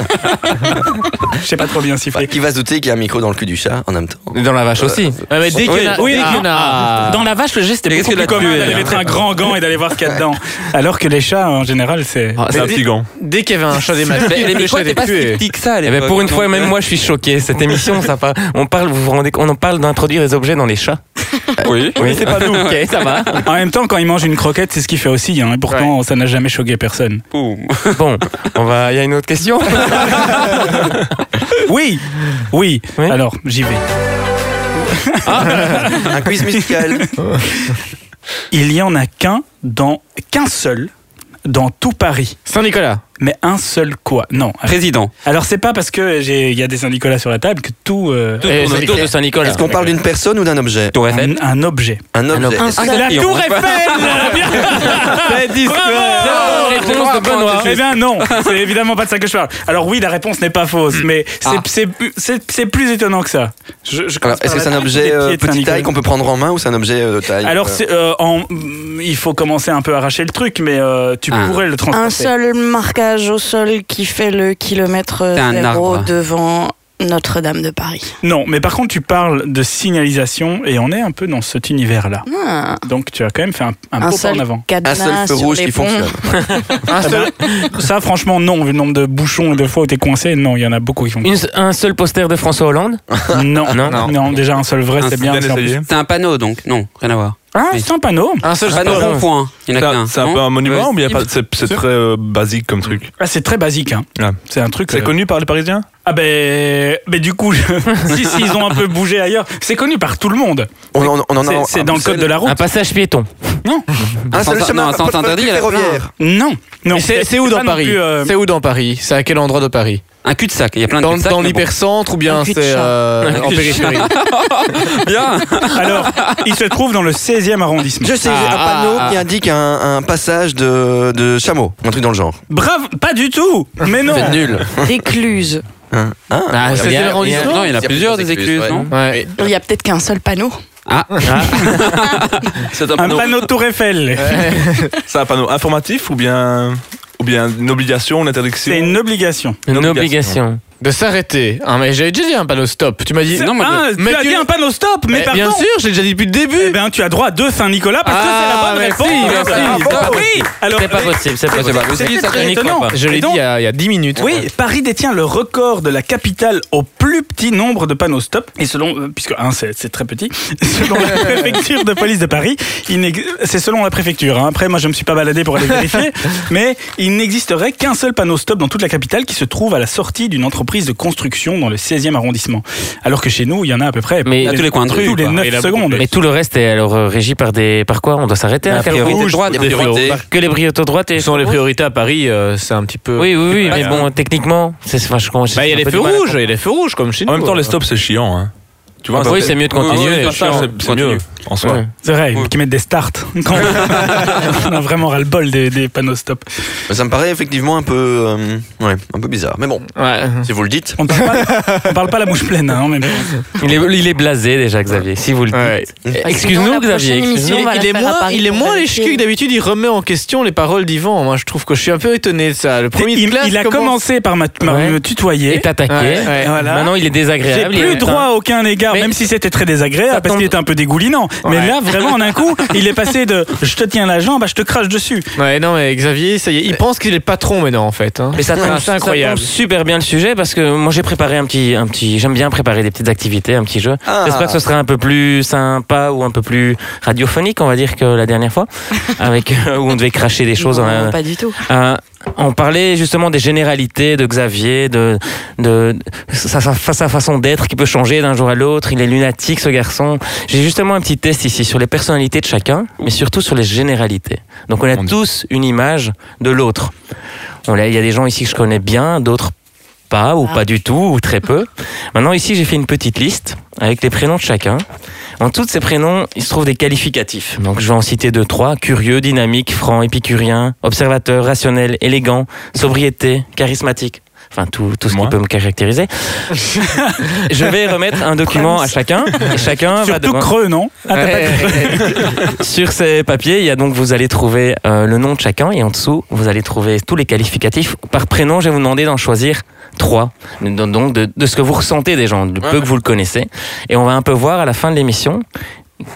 S1: Je sais pas trop bien siffler.
S3: Qui va se douter qu'il y a un micro dans le cul du chat en même temps
S5: Dans la vache aussi. Euh, mais dès qu'il y en a-
S1: Oui,
S5: dès
S1: ah,
S5: qu'il y en a- Dans la vache, le geste est
S7: Qu'est-ce
S5: beaucoup
S7: que
S5: plus
S7: la
S1: Commun
S5: commun.
S1: d'aller mettre un grand gant et d'aller voir ce qu'il y a dedans. Alors que les chats, en général, c'est.
S5: Ah,
S4: C'est
S5: ça-
S4: un petit gant.
S5: Dès qu'il y avait un chat des
S7: Mais les micros étaient pas si petits que ça à
S5: Eh ben,
S7: l'époque,
S5: pour une fois,
S7: donc,
S5: même
S7: euh,
S5: moi, je suis choqué. Cette émission, ça va. On parle, vous vous rendez compte, on en parle d'introduire les objets dans les chats.
S7: Oui.
S5: Oui, c'est pas nous. Ok, ça va.
S1: En même temps, quand ils mangent une croquette, c'est ce qu'il fait aussi. Hein, et pourtant, ça n'a jamais choqué personne.
S7: Boum.
S5: Bon, on va. Il y a une autre question.
S1: Oui, oui.
S5: Oui.
S1: Alors, j'y vais.
S3: Un quiz musical.
S1: Il y en a qu'un dans qu'un seul dans tout Paris.
S5: Saint-Nicolas.
S1: Mais un seul quoi Non.
S7: Président.
S1: Alors c'est pas parce que j'ai il y a des Saint-Nicolas sur la table que tout euh,
S7: Tout tourne autour de
S5: Eh, Saint-Nicolas.
S3: Est-ce qu'on parle d'une personne ou d'un objet
S7: Tour Eiffel.
S1: un, un objet.
S3: Un objet.
S5: objet.
S3: Est-ce que-
S1: La
S7: Crayon.
S1: Tour Eiffel. Bien. Bravo
S5: Réponse de Benoît.
S1: Eh bien non, c'est évidemment pas de ça que je parle. Alors oui, la réponse n'est pas fausse,
S3: Mm.
S1: mais c'est- c'est c'est- c'est plus étonnant que ça. Je, je
S3: Ah. Alors,
S1: commence
S3: est-ce
S1: par
S3: que
S1: la
S3: c'est un
S1: partie des
S3: objet
S1: pieds
S3: euh,
S1: de
S3: petite
S1: Saint-Nicolas.
S3: taille qu'on peut prendre en main ou c'est un objet euh, de taille
S1: Alors
S3: euh,
S1: c'est, euh, en- mm, il faut commencer un peu à arracher le truc, mais euh, tu
S7: Ah.
S1: pourrais le transporter.
S2: Un seul marquage au sol qui fait le kilomètre
S7: T'as un
S2: zéro
S7: arbre. devant
S2: devant Notre-Dame de Paris.
S1: Non, mais par contre tu parles de signalisation et on est un peu dans cet univers-là. Donc tu as quand même fait un, un
S2: Ah, un
S1: beau pas
S2: seul
S1: en avant.
S2: cadenas
S3: un seul feu
S2: sur
S3: rouge
S2: les
S3: qui
S2: ponts.
S3: fonctionne.
S1: Ça franchement non, vu le nombre de bouchons et de fois où t'es coincé, non, il y en a beaucoup qui font.
S5: Une- un seul poster de François Hollande
S1: Non, non,
S5: Non.
S1: déjà un seul vrai,
S7: Un
S1: c'est
S7: seul
S1: bien.
S4: bien
S1: c'est en
S4: essayé.
S1: plus-
S7: C'est un panneau donc. Non, rien à voir.
S1: Ah,
S7: Oui.
S1: c'est un panneau.
S5: Un seul
S7: Panneau rond-point. Il y en a
S4: C'est
S7: qu'un.
S4: un- c'est un
S7: non
S4: peu un monument ou bien
S5: Il-
S4: pas- c'est c'est très euh, basique comme truc
S1: Ah, c'est très basique. Hein.
S4: Ouais.
S1: C'est un truc.
S4: C'est
S1: euh,
S4: connu par les Parisiens
S1: Ah ben, ben du coup, je- si, si, ils ont un peu bougé ailleurs. C'est connu par tout le monde.
S3: On en- on en a
S1: C'est-
S3: un-
S1: C'est
S3: ah, un
S1: dans le code de la route.
S5: Un passage piéton.
S3: Un seul
S7: sens-
S3: chemin.
S7: non, un
S3: pas
S7: sens
S3: de- pas de
S7: interdit, il y en a plein.
S3: ferroviaire.
S1: Non, non.
S8: Mais c'est c'est où
S1: pas
S8: dans
S1: non
S8: Paris
S1: plus, euh,
S8: C'est où dans Paris C'est à quel endroit de Paris
S7: Un cul-de-sac. Il y a plein de
S8: Dans,
S7: cul-de-sac.
S8: dans
S7: mais bon.
S8: l'hypercentre ou bien
S2: Un cul de
S8: c'est
S2: chat.
S8: euh,
S7: Un
S8: en
S7: cul de chat.
S8: périphérie
S7: Bien.
S1: Alors, il se trouve dans le 16e arrondissement.
S3: Je sais, j'ai un panneau qui indique un, un passage de, de chameau, un truc dans le genre.
S1: Brave, pas du tout. Mais non.
S8: C'est nul.
S7: Ah,
S2: D'écluse.
S3: Hein Hein
S8: Ah,
S5: Ah, il y
S8: c'est
S5: a-
S8: l'arrondissement
S7: Non, il y en a
S3: Il y a
S7: plusieurs des
S3: plusieurs
S7: écluses,
S3: écluses,
S7: non
S8: Ouais.
S2: Il y a peut-être qu'un seul panneau.
S7: Ah. C'est un
S1: Un
S7: panneau.
S1: panneau Tour Eiffel.
S4: C'est un panneau informatif ou bien, ou bien une obligation, une interdiction
S1: C'est une obligation.
S5: Une
S4: Une
S5: obligation.
S8: De s'arrêter. Ah, mais j'avais déjà dit un panneau stop. Tu m'as dit.
S7: Non, moi,
S1: Ah,
S7: je-
S1: tu
S8: mais
S1: as
S8: tu-
S1: dit un panneau stop, mais
S8: Eh,
S1: pardon.
S8: Bien sûr, j'ai déjà dit depuis le début.
S1: Eh ben, tu as droit à deux Saint-Nicolas parce
S8: Ah,
S1: que
S8: merci,
S1: c'est la bonne réponse.
S8: merci.
S1: Ah, oui. Alors,
S5: C'est pas possible, c'est pas
S7: c'est pas
S5: possible.
S7: possible,
S1: ça,
S5: Je
S1: c'est
S5: n'y crois
S1: étonnant.
S5: pas.
S8: Je
S1: Et
S8: l'ai dit
S1: donc-
S8: il y, a, il y a 10 minutes.
S1: Oui, Paris détient le record de la capitale au plus petit nombre de panneaux stop. Et selon, euh, puisque un c'est c'est très petit, selon la préfecture de police de Paris, il n'ex- c'est selon la préfecture. hein. Après, moi, je me suis pas baladé pour aller vérifier, mais il n'existerait qu'un seul panneau stop dans toute la capitale qui se trouve à la sortie d'une entreprise de construction dans le 16e arrondissement. Alors que chez nous, il y en a à peu près
S5: Mais-
S1: tous
S5: À
S7: tous les coins de rue,
S1: tous les
S7: quoi.
S1: 9 secondes.
S5: Mais tout le Bah, reste est alors euh, régi par des. Par quoi On doit s'arrêter à
S7: La
S5: quel
S7: priorité
S5: moment
S7: droite.
S3: des
S7: des
S3: priorités.
S7: priorités.
S5: Que les briques droite et.
S8: Quelles sont les priorités à Paris euh, C'est un petit peu.
S5: Oui, oui, oui,
S8: Bah,
S5: mais bon, techniquement, c'est. enfin, je commence-
S8: Bah, il y a
S5: j'ai
S8: les
S5: un peu
S8: feux
S5: du mal à
S8: rouges, il y a les feux rouges comme chez nous.
S4: En même temps, les stops, c'est chiant. hein. Tu vois,
S5: comprendre.
S4: un
S5: Oui,
S4: stop-
S5: c'est mieux de
S7: Oui, oui,
S5: continuer.
S7: oui,
S4: Ça, c'est- c'est
S7: Continue.
S4: mieux en soi.
S5: Ouais.
S1: C'est vrai, qui mettent des starts. Quand on a vraiment ras le bol des, des panneaux stop.
S3: Ça me paraît effectivement un peu, euh, ouais, un peu bizarre. Mais bon,
S8: Ouais.
S3: si vous le dites.
S1: On ne parle, pas- on parle pas la bouche pleine. Hein, mais...
S5: Il est, il est blasé déjà, Xavier, si vous le dites.
S8: Ouais.
S2: Dans
S5: Excuse-nous,
S2: la
S5: Xavier.
S2: prochaine
S5: excuse-nous.
S2: émission, on va
S8: il,
S2: la
S8: est
S2: faire à
S8: moins,
S2: Paris
S8: il est
S2: pour
S8: moins
S2: vérifier.
S8: HQ que d'habitude, il remet en question les paroles d'Yvan. Moi, je trouve que je suis un peu étonné de ça. Le premier de
S1: il,
S8: classe
S1: il a
S8: commence-
S1: commencé par ma- par
S5: Ouais.
S1: me tutoyer.
S5: Et t'attaquer.
S8: Ouais, ouais.
S1: Et voilà.
S5: Maintenant, il est
S1: J'ai
S5: désagréable. il
S1: plus
S5: est-
S1: droit à aucun égard,
S5: Mais-
S1: même si c'était très désagréable,
S5: Ça
S1: parce
S5: tombe-
S1: qu'il était un peu dégoulinant. Mais
S8: Ouais.
S1: là, vraiment, en un coup, il est passé de je te tiens la jambe à je te crache dessus.
S8: Ouais, non, mais Xavier, ça y est,
S1: Euh,
S8: il pense qu'il est le patron maintenant, en fait. hein.
S5: Mais ça tombe,
S8: c'est
S5: ça tombe
S8: incroyable.
S5: super bien le sujet parce que moi j'ai préparé un petit, un petit, j'aime bien préparer des petites activités, un petit jeu.
S3: Ah.
S5: J'espère que ce sera un peu plus sympa ou un peu plus radiophonique, on va dire que la dernière fois, avec euh, où on devait cracher des choses. dans la-
S2: Non, Pas du tout.
S5: Euh, on parlait justement des généralités de Xavier, de, de, sa, sa- sa façon d'être qui peut changer d'un jour à l'autre. Il est lunatique, ce garçon. J'ai justement un petit test ici sur les personnalités de chacun, mais surtout sur les généralités. Donc on a
S4: Mon Dieu.
S5: tous une image de l'autre. On l'a- Il y a des gens ici que je connais bien, d'autres pas, ou
S2: Ah.
S5: pas du tout, ou très peu. Maintenant, ici, j'ai fait une petite liste avec les prénoms de chacun. En tous ces prénoms, il se trouve des qualificatifs. Donc, je vais en citer deux, trois. Curieux, dynamique, franc, épicurien, observateur, rationnel, élégant, sobriété, charismatique. enfin tout, tout ce
S4: Moi.
S5: qui peut me caractériser. je vais remettre un document à chacun. Et chacun va
S1: Surtout
S5: devoir-
S1: creux, non Ah, t'as pas de-
S5: Hein, Sur ces papiers, il y a donc vous allez trouver euh, le nom de chacun et en dessous vous allez trouver tous les qualificatifs. Par prénom, je vais vous demander d'en choisir trois, donc donc de, de ce que vous ressentez des gens, du peu que vous le connaissez. Et on va un peu voir à la fin de l'émission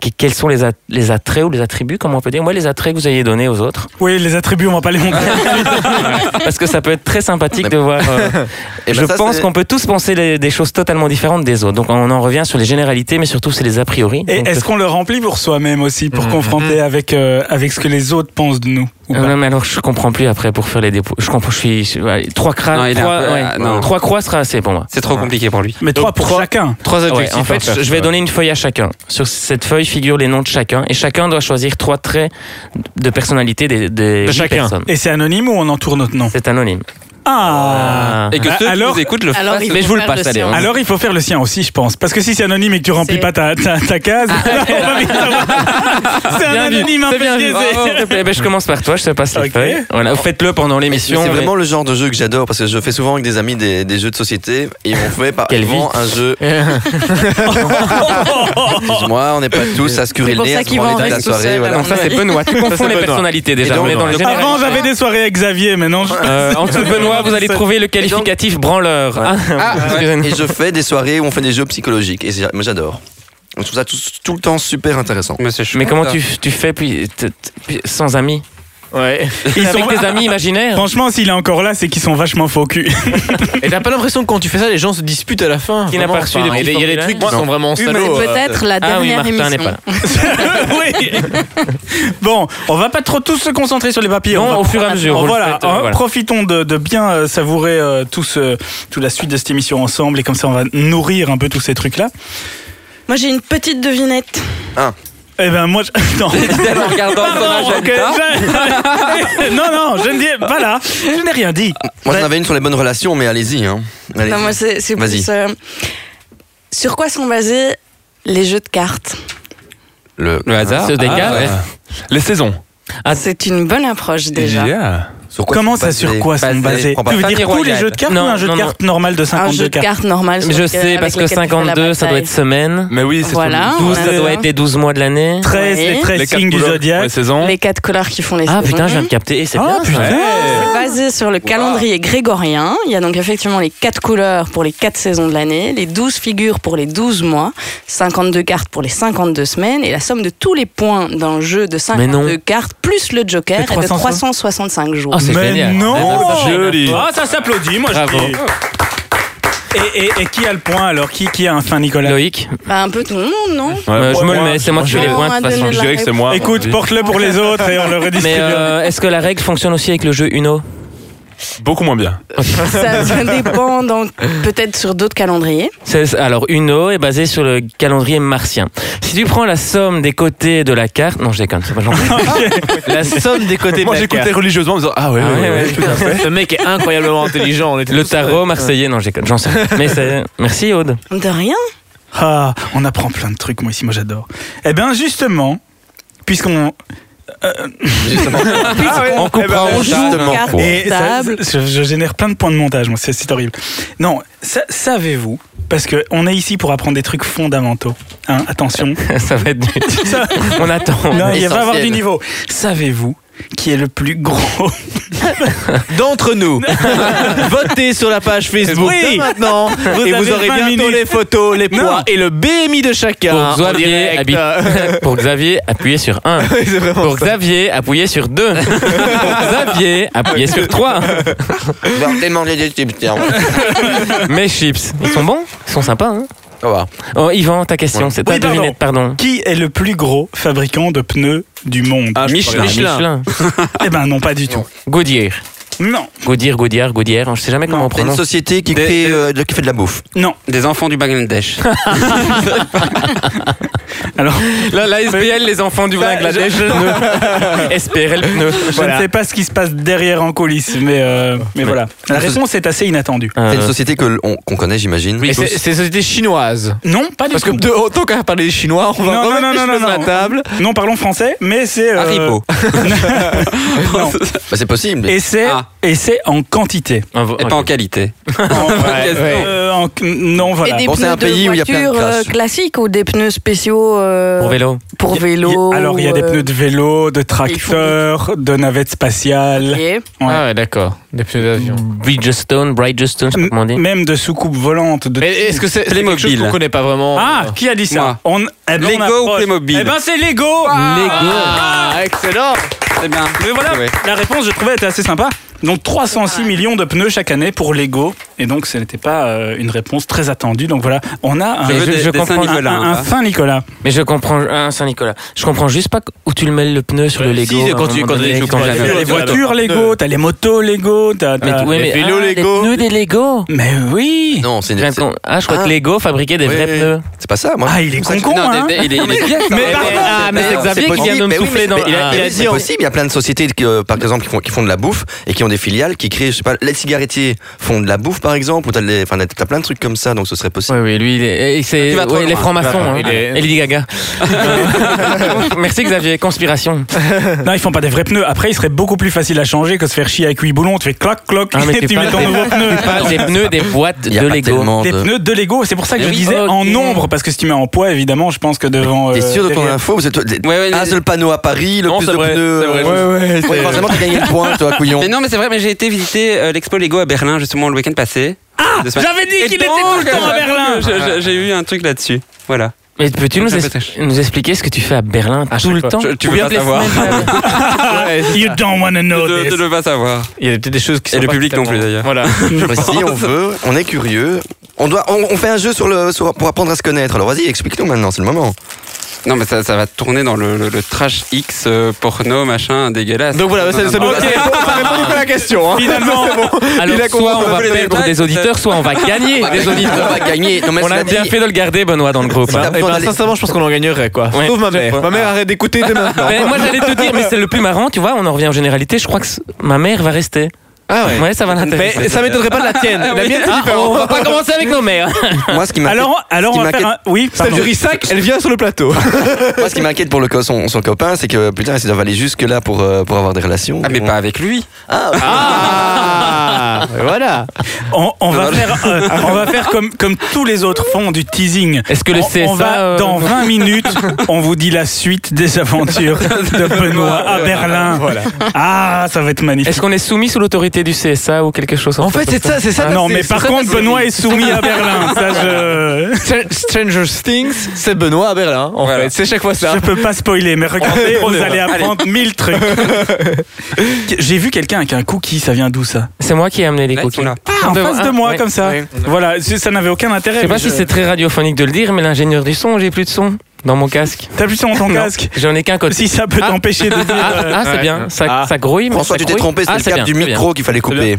S5: qui- quels sont les, at- les attraits ou les attributs, comment on peut dire, moi les attraits que vous ayez donnés aux autres,
S1: Oui, les attributs, on va pas les
S5: Ah,
S1: montrer.
S5: parce que ça peut être très sympathique de voir. euh,
S3: Ah. Eh ben,
S5: je
S3: ça,
S5: pense
S3: c'est-
S5: qu'on peut tous penser les- des choses totalement différentes des autres. Donc on en revient sur les généralités, mais surtout c'est les a priori.
S1: Et
S5: Donc,
S1: est-ce qu'on le remplit pour soi-même aussi,
S5: Mm,
S1: pour confronter avec, euh, avec ce que les autres pensent de nous ou
S5: Euh,
S1: pas
S5: non, mais alors je comprends plus après pour faire les dépôts. Je comprends, je suis. je- ouais, trois, cra-
S7: Non, il est un
S5: trois,
S7: peu-
S5: ouais,
S7: ah, non.
S5: trois croix sera assez pour moi.
S7: C'est trop compliqué pour lui.
S1: Mais trois pour chacun.
S8: Trois
S5: Ouais,
S8: adjectifs.
S5: en
S8: à
S5: fait,
S8: faire.
S5: je- je vais donner une feuille à chacun. Sur cette feuille figurent les noms de chacun et chacun doit choisir trois traits de personnalité des, des huit
S8: chacun.
S5: personnes.
S1: Et c'est anonyme ou on entoure notre nom
S5: C'est anonyme.
S1: Ah
S7: Et que
S1: Ah,
S7: ceux
S1: alors-
S7: qui nous écoutent le
S2: Alors,
S7: fassent.
S2: il
S5: mais
S2: faut
S5: je vous le
S2: faire
S5: passe, allez, hein.
S2: sien.
S5: on-
S1: Alors il faut faire le sien aussi, je pense. Parce que si c'est anonyme et que tu remplis
S2: C'est-
S1: pas ta, ta, ta case, on va vite savoir. c'est un
S5: Bien vu,
S1: anonyme un
S5: Ah. c'est
S1: peu
S5: bien vu.
S1: biaisé.
S5: Bravo. S'il te plaît, ben, je commence par toi, je te passe la
S1: Ok.
S5: feuille. Voilà, faites-le pendant
S3: Mais
S5: l'émission.
S3: c'est
S5: mais-
S3: vraiment le genre de jeu que j'adore parce que je fais souvent avec des amis des, des jeux de société et ils m'ont fait par
S5: Quelle vie.
S3: avant un jeu. Excuse-moi, on n'est pas tous à se curer
S2: C'est
S3: le
S2: pour
S3: nez,
S2: ça
S3: à se
S2: qu'il va
S3: branler
S2: en
S3: de la
S2: rester
S3: soirée.
S2: seul,
S3: voilà.
S5: Non, ça c'est Benoît. Tu confonds les
S8: Benoît.
S5: personnalités déjà.
S3: donc,
S5: on est dans les
S1: Avant
S5: généralités.
S1: j'avais des soirées avec Xavier, maintenant je...
S5: Euh, en dessous de Benoît, vous allez trouver le qualificatif branleur. Ah, excusez-nous.
S3: Et je fais des soirées où on fait des jeux psychologiques et c'est- moi j'adore. Je trouve ça tout, tout le temps super intéressant.
S7: Monsieur Schmitt,
S5: Mais
S7: euh,
S5: comment
S7: là.
S5: tu, tu fais puis, t- t- puis sans amis
S8: Ouais.
S5: Ils
S1: sont-
S5: Avec tes amis imaginaires
S1: Franchement, s'il est encore là, c'est qu'ils sont vachement faux au cul.
S8: Et t'as pas l'impression que quand tu fais ça, les gens se disputent à la fin
S5: Qui n'a
S8: vraiment,
S5: pas reçu
S8: enfin,
S5: les petits
S8: Il y a- il y a des
S5: formulaires
S8: trucs qui sont vraiment
S2: C'est
S8: salauds. euh.
S2: peut-être la
S5: Ah oui,
S2: dernière
S5: Martin n'est
S2: émission.
S5: pas là.
S1: oui. Bon, on va pas trop tous se concentrer sur les papiers.
S5: Non,
S1: on va-
S5: au fur et à mesure,
S1: Oh,
S5: vous le
S1: voilà,
S5: faites, euh,
S1: hein,
S5: voilà.
S1: profitons de, de bien euh, savourer euh, tout ce, toute la suite de cette émission ensemble et comme ça on va nourrir un peu tous ces trucs-là.
S2: Moi, j'ai une petite devinette.
S1: Eh ben moi, je... non.
S7: En regardant son
S1: Pardon, ok,
S7: agenda.
S1: je- non, non, je ne dis pas là. Je n'ai rien dit.
S3: Moi j'en
S1: Ouais.
S3: avais une sur les bonnes relations, mais allez-y. Hein. Allez-y.
S2: Non, Bah, moi, c'est c'est
S3: Vas-y.
S2: plus. euh, sur quoi sont basés les jeux de cartes
S3: Le-
S7: Le hasard.
S5: Ce dégât, ouais.
S4: Les saisons.
S5: Ah.
S2: C'est une bonne approche déjà.
S4: Yeah.
S3: sur quoi
S1: Comment
S3: sont
S1: ça,
S3: basés-
S1: sur quoi sont
S3: basés-
S1: basés
S3: prends pas-
S1: Tu veux
S5: Famille
S1: dire tous les
S5: royale.
S1: jeux de cartes
S5: Non,
S1: ou un jeu
S5: non,
S1: de
S5: non.
S1: cartes normal de
S2: Un
S1: 52
S2: jeu de
S1: cartes
S2: cartes normal. sur
S5: Je
S2: lequel-
S5: sais, parce que
S2: avec lequel tu fais la
S5: 52, ça doit
S2: bataille. Ah,
S5: être semaine.
S4: Mais oui, c'est
S2: Voilà.
S4: sur
S5: Douze,
S2: on
S5: ça
S2: a-
S5: doit être les 12 mois de l'année.
S1: 13, les
S2: Ouais.
S1: 13
S4: les quatre
S1: signes du
S4: couleurs, Les
S1: zodiaque.
S4: saisons.
S2: Les quatre couleurs qui font les
S5: Ah
S2: saisons.
S5: putain, je viens de capter. C'est
S1: Ah
S5: bien. ça.
S1: putain.
S2: C'est basé sur le calendrier grégorien. Il y a donc effectivement les quatre couleurs pour les quatre saisons de l'année, les 12 figures pour les 12 mois, 52 cartes pour les 52 semaines et la somme de tous les points d'un jeu de
S5: Mais non.
S2: 52 cartes plus le joker
S1: C'est
S2: est de
S1: 360.
S2: 365 jours.
S5: Ah, c'est
S1: Mais
S5: génial.
S1: non.
S4: Joli.
S1: Ah, ça s'applaudit, moi
S5: Bravo.
S1: je dis. Et, et- et qui a le point alors qui, qui a un fin, Nicolas
S5: Loïc,
S2: Bah, un peu tout le monde, non
S5: euh, je
S4: moi,
S5: me le mets. C'est moi qui fais les points
S2: moi,
S5: de
S2: moi,
S5: toute façon.
S2: donne-le.
S4: Je dirais que c'est moi.
S1: Écoute, porte-le pour les autres et on le redistribue.
S5: Mais euh, est-ce que la règle fonctionne aussi avec le jeu Uno
S4: Beaucoup moins bien.
S2: ça, ça dépend donc peut-être sur d'autres calendriers.
S5: C'est- Alors Uno est basé sur le calendrier martien. Si tu prends la somme des côtés de la carte, non je déconne, c'est pas gentil.
S8: La somme des côtés
S4: Moi,
S8: de la
S4: j'écoutais
S8: carte.
S4: religieusement en disant Ah ouais,
S5: Ah
S4: ouais,
S5: ouais,
S4: ouais.
S5: ouais.
S8: Ce mec est incroyablement intelligent. on était
S5: Le
S8: tous heureux.
S5: tarot marseillais, non je déconne, j'en sais. rien. Mais c'est- merci Aude.
S2: De rien.
S1: Ah, on apprend plein de trucs, moi ici, moi j'adore. Eh bien, justement, puisqu'on.
S5: On comprend.
S2: On joue aux cartes
S1: Et ça-
S2: tables.
S1: je, je génère plein de points de montage, moi, c'est- c'est horrible. Non, sa- savez-vous, parce qu'on est ici pour apprendre des trucs fondamentaux, hein, attention,
S5: Ça va être dur. On attend.
S1: non, il va y
S3: Essentiel.
S1: avoir du niveau. Savez-vous qui est le plus gros
S8: d'entre nous. Votez sur la page Facebook
S1: Oui.
S8: dès maintenant et
S1: avez
S8: vous aurez
S1: 20
S8: bientôt
S1: minutes.
S8: les photos, les
S1: Non.
S8: poids et le BMI de chacun.
S5: Pour
S8: en
S5: Xavier,
S8: direct.
S5: habite- pour Xavier, appuyez sur 1.
S8: C'est vraiment
S5: Pour
S8: ça.
S5: Xavier, appuyez sur 2. Xavier, appuyez sur 3.
S3: On va tellement les détecter, tiens.
S5: Mes chips, ils sont bons Ils sont sympas, hein
S3: Au revoir.
S5: Oh, Yvan, ta question, c'est ta
S1: Oui, pardon.
S5: devinette, pardon.
S1: Qui est le plus gros fabricant de pneus du monde
S8: Ah, je
S5: Michelin.
S8: parlais.
S5: Michelin.
S1: Eh ben, non, pas du tout.
S5: Goodyear.
S1: Non,
S5: Goodyear, Goodyear, Goodyear. Je sais jamais comment on
S3: C'est une
S5: prononce.
S3: société qui,
S7: Des-
S3: crée, euh, de- qui fait de la bouffe.
S1: non.
S7: Des enfants du Bangladesh.
S1: Alors,
S5: Là, la SBL, les enfants du Bangladesh. SPRL pneu.
S1: Bah, je ne sais pas ce qui se passe derrière en coulisses, mais, euh, mais voilà. La réponse est assez inattendue.
S3: C'est
S5: Euh,
S3: une société que l- on- qu'on connaît, j'imagine.
S8: Et c'est c'est une société chinoise.
S1: Non, pas du
S8: Parce que
S1: tout.
S8: de, autant qu'à parler des chinois, on va
S1: Non,
S8: remettre
S1: non, non,
S8: les
S1: non,
S8: cheveux
S1: non,
S8: sur la
S1: non.
S8: table.
S1: Non, parlons français, mais c'est. euh,
S7: Haribo.
S1: non.
S3: Bah, c'est possible.
S1: Et c'est
S7: Ah.
S1: Et c'est en quantité.
S7: Et pas en qualité.
S1: Euh, en- non, voilà.
S2: Et des
S3: Bon, c'est
S2: pneus
S3: un
S2: de
S3: pays où il y a plein de
S2: voiture euh,
S3: classes.
S2: classiques ou des pneus spéciaux euh,
S5: Pour vélo.
S2: pour
S1: Il-
S2: vélo euh,
S1: Alors, il y a des pneus de vélo, de tracteur, de navettes spatiales.
S2: de...
S8: Ah ouais, d'accord. Des pneus d'avion.
S5: Bridgestone, Bridgestone, je
S7: Mm.
S5: sais pas comment on dit.
S1: même de soucoupes volantes. De...
S8: Mais est-ce que c'est c'est quelque
S7: Playmobil.
S8: chose qu'on connaît pas vraiment Euh,
S1: Ah, qui a dit ça
S7: Moi.
S1: on, eh ben, on
S7: Lego ou
S1: approche.
S7: Playmobil
S1: Eh ben, c'est Lego
S8: Ah, excellent
S7: C'est bien.
S1: Mais voilà, la réponse, je trouvais, était assez sympa. Donc 306 millions de pneus chaque année pour Lego. Et donc, ce n'était pas euh, une réponse très attendue. Donc voilà, on a un,
S7: Je
S5: Mais
S7: veux
S5: je-
S7: des,
S5: je
S7: des
S5: comprends.
S1: un,
S7: Saint-Nicolas.
S1: un-
S7: hein,
S1: un
S7: ça.
S1: fin Nicolas.
S5: Mais je comprends, ah, Saint-Nicolas, je comprends juste pas où tu le mêles le pneu sur le Lego.
S8: si,
S5: à un
S8: quand tu-
S5: moment
S8: quand
S5: donné, quand
S8: tu- quand
S5: tu
S8: tu-
S5: l'as-
S1: T'as les
S8: les
S1: voitures
S8: voitures
S1: Lego, t'as les motos Lego, t'as...
S5: Mais,
S1: t'as-
S5: ouais, mais,
S8: vélos
S5: ah,
S8: Lego.
S5: Les pneus des Lego.
S1: Mais euh, oui
S3: Non, c'est
S5: Je viens de con- Ah, je crois
S3: Ah.
S5: que Lego fabriquait des
S3: Oui,
S5: vrais
S3: oui.
S5: pneus.
S3: c'est pas ça, moi.
S1: Ah, il est
S3: C'est
S1: con-con,
S7: Non,
S1: hein
S7: des- des- il est, il est bien, ça.
S1: Mais pardon
S5: Ah, mais c'est Xavier
S3: possible.
S5: qui vient de me
S3: Mais oui,
S5: souffler
S3: mais-
S5: dans Ah,
S3: mais-
S5: il a-
S3: mais
S5: il a
S3: c'est
S5: dit en-
S3: possible, il y a plein de sociétés, qui, euh, par exemple, qui font, qui font de la bouffe et qui ont des filiales qui créent, je sais pas, les cigarettiers font de la bouffe, par exemple, ou t'as les- enfin, t'as plein de trucs comme ça, donc ce serait possible.
S5: Oui, oui, lui, il est, et c'est
S7: Tu vas trop
S5: ouais, les
S7: loin.
S5: francs-maçons.
S8: Tu vas
S5: Hein.
S8: trop- il est-
S5: Et Lady Gaga. Merci Xavier, conspiration.
S1: Non, ils font pas des vrais pneus. Après, il serait beaucoup plus facile à changer que se faire chier avec 8 boulons. Tu fais cloc, cloc,
S5: Ah, mais
S1: et
S5: tu
S1: tu mets
S5: parles
S1: ton
S5: des-
S1: nouveau pneu.
S5: Pas des pneus, des boîtes
S3: Il y a
S5: de
S3: pas
S5: Lego.
S3: tellement
S1: Des
S3: de-
S1: peux de Lego, c'est pour ça que je
S5: Oui,
S1: disais en
S5: ok.
S1: nombre, parce que si tu mets en poids, évidemment, je pense que devant.
S3: T'es
S1: euh,
S3: sûr de ton
S1: derrière-
S3: info Vous êtes t'es-
S7: Ouais, ouais,
S3: un
S7: mais-
S3: seul panneau à Paris, le
S7: Non,
S3: plus
S7: c'est
S3: de
S7: vrai,
S3: pneus. euh,
S7: c'est vrai, je-
S3: ouais, ouais, Forcément, t'as gagné le point, toi, couillon.
S7: Mais non, mais c'est vrai, mais j'ai été visiter euh, l'expo Lego à Berlin justement le week-end passé. Ah
S1: j'avais dit qu'il était tout le temps
S3: euh,
S1: à Berlin.
S7: euh, J'ai eu un truc là-dessus. Voilà.
S5: Mais peux-tu nous,
S7: Je
S5: es-
S7: m'attache.
S5: nous expliquer ce que tu fais à Berlin tout
S8: chaque
S5: le
S8: fois.
S5: temps
S7: Je- tu
S5: Oh, Ou
S7: veux
S5: bien
S7: pas
S5: les
S7: savoir.
S5: semaines
S1: Ah, You don't wanna know
S7: Tu ne
S1: this.
S7: veux pas savoir.
S8: Il y a peut-être des choses qui
S7: Et
S8: sont
S7: le
S8: pas
S7: public non
S8: totalement-
S7: plus, d'ailleurs.
S8: Voilà.
S3: Si on veut, on est curieux. On, doit, on, on fait un jeu sur le, sur- pour apprendre à se connaître. Alors vas-y, explique-nous maintenant, c'est le moment.
S7: Non, mais ça, ça va tourner dans le, le- le trash X euh, porno machin dégueulasse.
S8: Donc voilà, ça, ça nous ça répond- ça répond beaucoup à la question. Hein.
S1: Finalement,
S5: Alors
S8: Il a compris,
S5: soit on
S8: on
S5: va
S7: voulait des
S5: perdre
S7: blagues,
S5: des auditeurs, soit on va gagner des auditeurs.
S3: gagner. Non, mais
S5: On a
S3: cela
S5: bien
S3: dit,
S5: fait de le garder, Benoît, dans le groupe. hein.
S3: C'est
S8: Eh
S3: Faut en
S8: ben,
S3: aller.
S8: sincèrement, je pense qu'on en gagnerait quoi.
S5: Ouais.
S8: Sauf ma mère. Ma mère arrête d'écouter dès maintenant.
S5: Mais moi j'allais te dire, mais c'est le plus marrant, tu vois, on en revient aux généralités, je crois que c- ma mère va rester.
S8: Ah ouais.
S5: Ouais, ça va l'intéresser.
S8: Mais ça m'étonnerait pas de la tienne. La mienne, c'est
S5: Ah,
S8: différent.
S5: on va pas commencer avec nos mères.
S3: Moi, ce qui m'inquiète-
S1: alors, alors
S3: Ce qui
S1: on va faire un.
S3: m'inquiète-
S1: Oui,
S8: Celle
S1: pardon.
S8: du Rissac, elle vient sur le plateau.
S3: moi, ce qui m'inquiète pour le co- son, son copain, c'est que putain, il doit aller jusque-là pour, euh, pour avoir des relations.
S7: Ah, mais pas avec lui.
S8: Ah Voilà.
S1: On, on va faire, euh, on va faire comme, comme tous les autres font du teasing.
S5: Est-ce que le
S1: On- on,
S5: CSA,
S1: va,
S5: euh,
S1: dans 20 minutes, on vous dit la suite des aventures de Benoît à Berlin. Ah, ça va être magnifique.
S5: Est-ce qu'on est soumis sous l'autorité du CSA ou quelque chose
S8: En fait, c'est ça, c'est ça.
S1: non, mais
S8: c'est
S1: par
S8: ça,
S1: contre,
S8: c'est-
S1: Benoît est soumis à Berlin. Ça, je.
S8: Str- Stranger Things, c'est Benoît à Berlin, en
S7: Voilà.
S8: fait. C'est chaque fois ça.
S1: Je peux pas spoiler, mais regardez, vous allez apprendre mille trucs. J'ai vu quelqu'un avec un cookie, ça vient d'où ça
S5: C'est moi qui ai amené les
S7: Là, ils sont
S5: cookies.
S7: là.
S1: En
S5: De-
S1: face de
S5: ah,
S1: moi,
S5: ouais,
S1: comme ça.
S5: ouais.
S1: Voilà, c'est- ça n'avait aucun intérêt.
S5: Je sais pas
S1: mais
S5: si c'est très radiophonique de le dire, mais l'ingénieur du son, j'ai plus de son dans mon casque.
S1: T'as plus sur ton casque
S5: J'en ai qu'un côté.
S1: Si ça peut
S5: Ah.
S1: t'empêcher de dire.
S5: Ah, ah, c'est
S8: Ouais.
S5: bien, ça,
S8: Ah.
S5: ça grouille. mais
S3: François,
S5: ça
S3: tu t'es
S5: grouille.
S3: trompé,
S5: Ah,
S3: c'était
S5: c'est
S3: le
S5: bien,
S3: cap du
S5: c'est bien.
S3: micro qu'il fallait couper.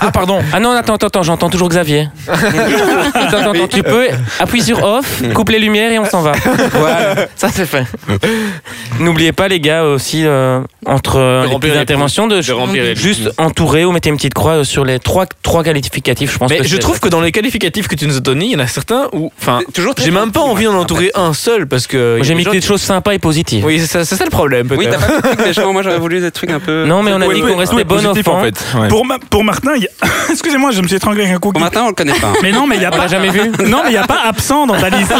S5: Ah pardon. Ah non, attends, attends, attends, j'entends toujours Xavier. attends, attends, tu peux appuyer sur off, coupe les lumières et on s'en va. Voilà, ça c'est fait. N'oubliez pas les gars aussi euh, entre euh,
S8: De
S5: les
S8: remplir
S5: petites
S8: les
S5: interventions de,
S8: remplir les
S5: juste entourer ou mettez une petite croix euh, sur les trois trois qualificatifs, je pense.
S8: Mais
S5: que
S8: je
S5: c'est-
S8: trouve que dans les qualificatifs que tu nous as donnés, il y en a certains où, enfin,
S7: C'est toujours très
S8: j'ai même pas
S7: gentil,
S8: envie d'en
S7: ouais,
S8: entourer un seul parce que.
S5: Moi, j'ai mis
S8: gens-
S5: des choses sympas et positives.
S8: Oui, c'est ça, c'est ça le problème
S7: Oui,
S8: peut-être.
S7: t'as pas compris, mais je pense, moi j'aurais voulu des trucs un peu.
S5: Non, mais on a
S1: Oui,
S5: dit
S1: oui,
S5: qu'on restait bon enfant.
S1: Pour, ma- pour Martin, il y a- excusez-moi, je me suis étranglé avec un
S7: Bon,
S1: cookie.
S7: maintenant, on le connaît pas. hein.
S1: Mais non, mais il n'y a
S5: On
S1: pas.
S5: l'a jamais vu.
S1: Non, mais il n'y a pas absent dans ta liste.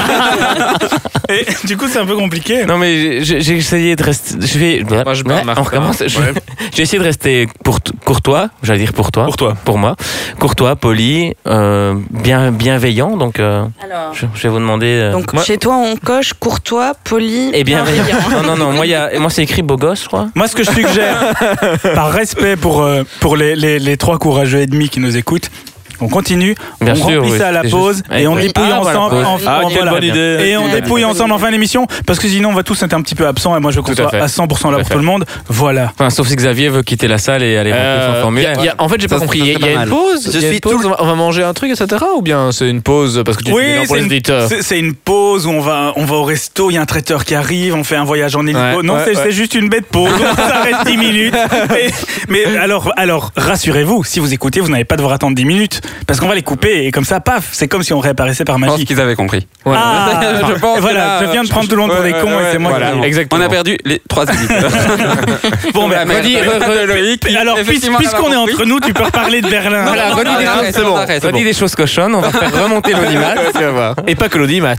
S1: Et du coup, c'est un peu compliqué.
S5: Non mais j'ai j'ai essayé de rester. Je vais.
S8: Moi, je me
S5: Ouais,
S8: remarque,
S5: on recommence.
S8: hein.
S5: Je-
S8: Ouais.
S5: J'ai essayé de rester pour courtois. J'allais dire pour toi. Pour toi. Pour moi. Courtois, poli, euh, bien bienveillant. Donc euh,
S2: Alors,
S5: je, je vais vous demander. euh,
S2: donc
S5: moi-
S2: chez toi, on coche courtois, poli
S5: et bienveillant. non non non. Moi il y a. Moi c'est écrit beau gosse, je crois.
S1: Moi, ce que je suggère, par respect pour, euh, pour les, les, les trois courageux et demi qui nous écoutent, on continue,
S5: Bien
S1: on
S5: sûr,
S1: remplit
S5: oui,
S1: ça à la
S5: c'est
S1: pause
S5: juste-
S1: et on
S5: Oui.
S1: dépouille
S5: Ah, voilà,
S1: ensemble. en-
S5: pause. Ah,
S1: en-
S5: quelle bonne idée.
S1: Et on
S2: Ouais.
S1: dépouille ensemble en fin d'émission parce que sinon on va tous être un petit peu absents et moi je conçois
S8: à fait.
S1: à 100% là
S8: Tout à
S1: pour
S8: fait.
S1: tout le monde. Voilà.
S5: Enfin sauf si Xavier veut quitter la salle et aller remplir son
S8: Euh, y
S5: formulaire.
S8: a- y a- en fait, j'ai pas
S7: Ça,
S8: compris.
S7: ça,
S8: Il y,
S7: c'est
S8: a- y a
S7: pas
S8: une
S7: mal.
S8: pause.
S3: Je
S8: il y a une
S3: suis
S8: pause, on va- on va manger un truc, etc. Ou bien c'est une pause parce que tu dis non pour
S1: c'est
S8: les
S1: une,
S8: auditeurs.
S1: c'est- c'est une pause où on va, on va au resto, il y a un traiteur qui arrive, on fait un voyage en hélico.
S8: Ouais,
S1: non,
S8: ouais,
S1: c'est
S8: ouais.
S1: c'est juste une bête pause, on s'arrête 10 minutes. Et- mais alors, alors rassurez-vous, si vous écoutez, vous n'allez pas devoir attendre 10 minutes. Parce qu'on va les couper et comme ça, paf, c'est comme si on réapparaissait par
S7: Je pense
S1: magie.
S7: qu'ils avaient compris.
S1: Ah,
S7: je pense que
S1: voilà,
S7: là,
S1: je viens de
S7: je-
S1: prendre tout le monde pour
S7: Ouais,
S1: des cons
S7: ouais,
S1: et c'est moi
S7: voilà.
S1: qui gagne.
S7: On a perdu les trois éditeurs.
S1: Bon, ben,
S5: redis,
S1: alors, puis-
S7: effectivement,
S1: puisqu'on est
S7: elle a compris.
S1: entre nous, tu peux reparler de Berlin.
S5: Voilà, redis des choses-
S7: c'est bon.
S5: redis des choses cochonnes, on va faire remonter l'audimat.
S8: Et pas que
S5: Ah,
S8: l'audimat.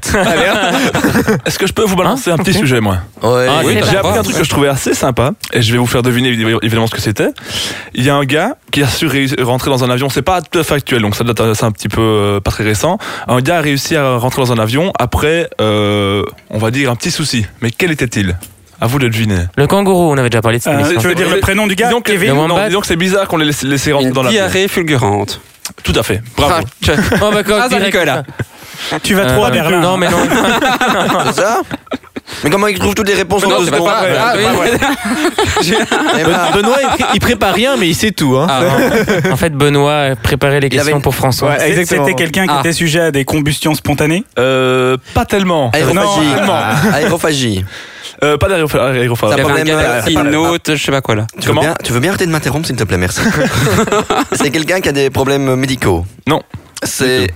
S4: Est-ce que je peux vous balancer un petit sujet, moi
S3: Ouais.
S4: Hein,
S5: oui,
S4: J'ai
S5: d'accord.
S4: appris un truc que je trouvais assez sympa et je vais vous faire deviner évidemment ce que c'était. Il y a un gars qui a su réu- rentrer dans un avion, c'est pas tout à fait actuel, donc ça date euh, c'est un petit peu euh, pas très récent. Un gars a réussi à rentrer dans un avion après, euh, on va dire, un petit souci. Mais quel était-il À vous de deviner.
S5: Le kangourou, on avait déjà parlé de cette
S1: Euh,
S5: émission.
S1: tu veux dire le prénom du gars
S4: Disons que,
S5: Kevin
S4: non,
S5: Wombat
S4: disons que c'est bizarre qu'on l'ait laissé, laissé rentrer
S7: Une
S4: dans l'avion.
S7: diarrhée fulgurante.
S4: Tout à fait, bravo.
S5: Oh, bah, quand
S7: Ah, ça,
S5: direct.
S7: Nicolas.
S1: Tu vas
S5: Euh,
S1: trop à Berlin.
S5: Non, mais non.
S3: C'est ça Mais comment il trouve toutes les réponses en
S7: Non,
S3: deux
S7: c'est pas
S3: secondes
S7: ça. Ah,
S5: bah
S7: oui.
S3: Eh ben,
S8: Benoît, il, pré- il prépare rien, mais il sait tout. Hein.
S7: Ah,
S5: En fait, Benoît préparait les
S3: Il avait
S5: questions
S3: une-
S5: pour François.
S1: C'est- C'était quelqu'un qui
S7: Ah.
S1: était sujet à des combustions spontanées
S4: Euh, pas tellement.
S3: Aérophagie.
S1: Non, non.
S3: Aérophagie.
S4: Euh, pas
S3: Ça
S4: d'aérophage.
S7: Il y avait un
S3: problème, euh, c'est pas le-
S7: garcinote, je sais pas quoi là.
S3: Tu veux, bien, tu veux bien arrêter de m'interrompre, s'il te plaît, merci. c'est quelqu'un qui a des problèmes médicaux
S4: Non.
S3: C'est.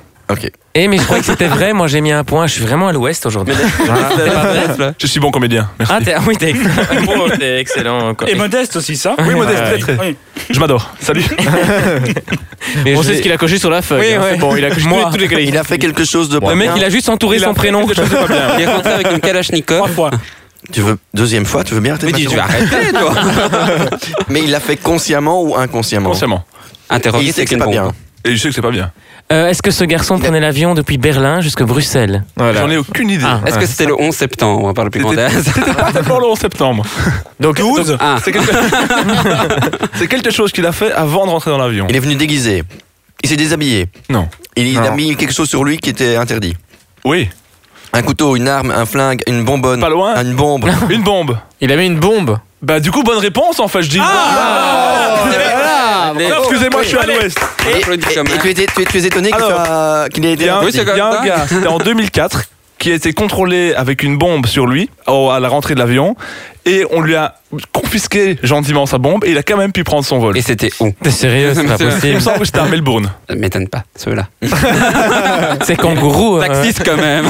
S5: Eh, mais je croyais que c'était vrai. Moi, j'ai mis un point. Je suis vraiment à l'ouest aujourd'hui. Ah, c'est pas vrai.
S4: Je suis bon comédien, merci.
S5: Ah, t'es- ah oui, t'es bon, t'es excellent. quoi.
S1: Et modeste aussi, ça
S4: Oui, modeste, très, très.
S1: Oui.
S4: Je m'adore. Salut.
S5: Mais
S8: On
S5: je
S8: sait
S5: l'ai-
S8: ce qu'il a coché sur la feuille.
S5: Oui,
S8: hein.
S5: ouais.
S8: C'est Bon, il a coché
S5: Moi.
S8: tous- tous les qualités.
S3: Il a fait quelque chose de. pas
S5: Le mec,
S3: bien.
S5: il a juste entouré son prénom.
S7: Il est rentré avec une Kalachnikov.
S1: Trois fois.
S3: Tu veux deuxième fois, tu veux bien arrêter
S7: Mais
S3: de
S7: tu tu vas
S3: m'interrompre
S7: arrêter, toi.
S3: Mais il l'a fait consciemment ou inconsciemment.
S4: Consciemment.
S7: Un
S3: Et Il
S7: terroriste,
S3: sait
S7: c'est
S3: que c'est
S7: qu'une
S3: pas
S7: bombe.
S3: bien.
S4: Et je sais que c'est pas bien.
S5: Euh, Est-ce que ce garçon prenait l'avion depuis Berlin jusqu'à Bruxelles
S8: Voilà.
S4: J'en ai aucune idée.
S5: Ah.
S7: Est-ce que c'était le 11 septembre, par le plus grand
S4: C'était-
S7: hasard
S4: C'était pas tellement le 11 septembre.
S1: Donc 12
S7: Ah,
S4: C'est quelque... C'est quelque chose qu'il a fait avant de rentrer dans l'avion.
S3: Il est venu déguisé. Il s'est déshabillé.
S4: Non.
S3: Il, il a
S4: Non.
S3: mis quelque chose sur lui qui était interdit.
S4: Oui.
S3: Un couteau, une arme, un flingue, une bonbonne.
S4: Pas loin.
S3: Une bombe.
S4: Une bombe.
S8: Il a mis une bombe.
S4: Bah du coup bonne réponse en fait je dis.
S8: Voilà.
S4: Ah, Excusez-moi je suis à l'ouest.
S7: et,
S3: Et, et tu, étais, tu, tu es étonné que
S4: Alors,
S3: ça- qu'il ait
S4: Il y
S3: été.
S4: a un,
S7: Oui, c'est
S4: il y a
S7: comme
S4: un
S7: ça.
S4: gars c'était en 2004 qui a été contrôlé avec une bombe sur lui au- à la rentrée de l'avion et on lui a confisqué gentiment sa bombe et il a quand même pu prendre son vol.
S7: et c'était où
S5: T'es sérieux, c'est pas
S7: C'est-
S4: Il me
S5: possible.
S4: semble que c'était à Melbourne.
S7: Ça m'étonne pas, ceux-là.
S5: C'est kangourou. euh.
S7: Taxiste quand même.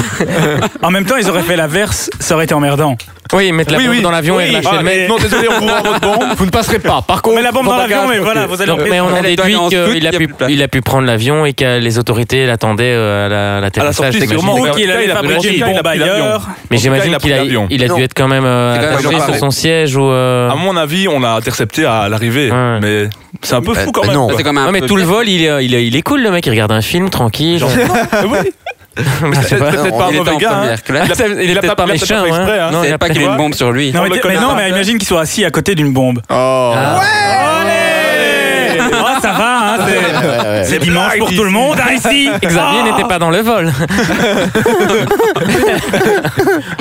S1: En même temps, ils auraient fait l'inverse, ça aurait été emmerdant.
S5: Oui, mettre la
S4: Oui,
S5: bombe
S4: oui.
S5: dans l'avion
S1: Oui.
S5: et lâcher
S1: Ah,
S5: le mec.
S4: Non désolé on vous rend votre bombe.
S8: Vous ne passerez pas. Par
S1: On
S8: contre,
S1: met la bombe
S8: vos
S1: dans l'avion,
S8: bagages,
S1: mais
S8: ok.
S1: voilà, vous allez
S5: Donc, mais on en
S7: Elle est allée
S5: déduit
S7: en scoot,
S5: qu'il a,
S7: il y a
S5: pu-
S7: plus de place.
S5: il a pu prendre l'avion et que les autorités l'attendaient euh, à la- à l'atterrissage.
S4: sortie,
S5: j'imagine.
S4: sûrement.
S1: Ou
S4: en
S1: qu'il
S4: tout cas,
S1: allait
S4: il a pris
S1: fabriquer une
S4: l'avion.
S1: bombe ailleurs.
S5: Mais
S4: En tout cas, il
S5: j'imagine
S4: a
S5: qu'il
S4: pris
S5: a,
S4: l'avion.
S5: il a
S3: Non.
S5: dû être quand même euh,
S7: C'est quand même
S5: attaché
S7: pas
S5: sur
S7: pareil.
S5: son siège ou. euh,
S4: À Ah, mon avis on l'a intercepté à l'arrivée
S5: Ouais.
S4: mais c'est un peu
S3: Euh,
S4: fou quand
S3: euh,
S4: même.
S3: non.
S4: quoi.
S7: C'est comme un
S5: Non, mais
S7: peu-
S5: tout le vol, il est, il, est, il est cool, le mec. Il regarde un film tranquille.
S4: Oui.
S5: Je sais
S4: C'est
S5: pas.
S4: peut-être
S3: Non,
S4: pas un
S7: Il était
S4: mauvais
S7: en
S4: gars. hein.
S7: première classe.
S5: Il est
S4: il a
S5: peut-être
S4: pas-
S5: pas
S4: il a peut-être
S5: méchant.
S4: pas fait exprès,
S5: hein.
S4: hein.
S5: Non, il
S7: C'est
S5: a
S7: pas qu'il ait une
S5: peut-être-
S7: bombe sur lui.
S1: Non,
S4: On
S1: mais,
S4: le
S1: t-
S4: connaît
S1: mais non,
S4: pas.
S1: mais imagine qu'ils soient assis à côté d'une bombe.
S6: Oh.
S5: Ah.
S1: Allez Oh, ça va, hein, c'est- c'est dimanche pour tout le monde, hein, ici
S5: Xavier
S1: Ah
S5: n'était pas dans le vol.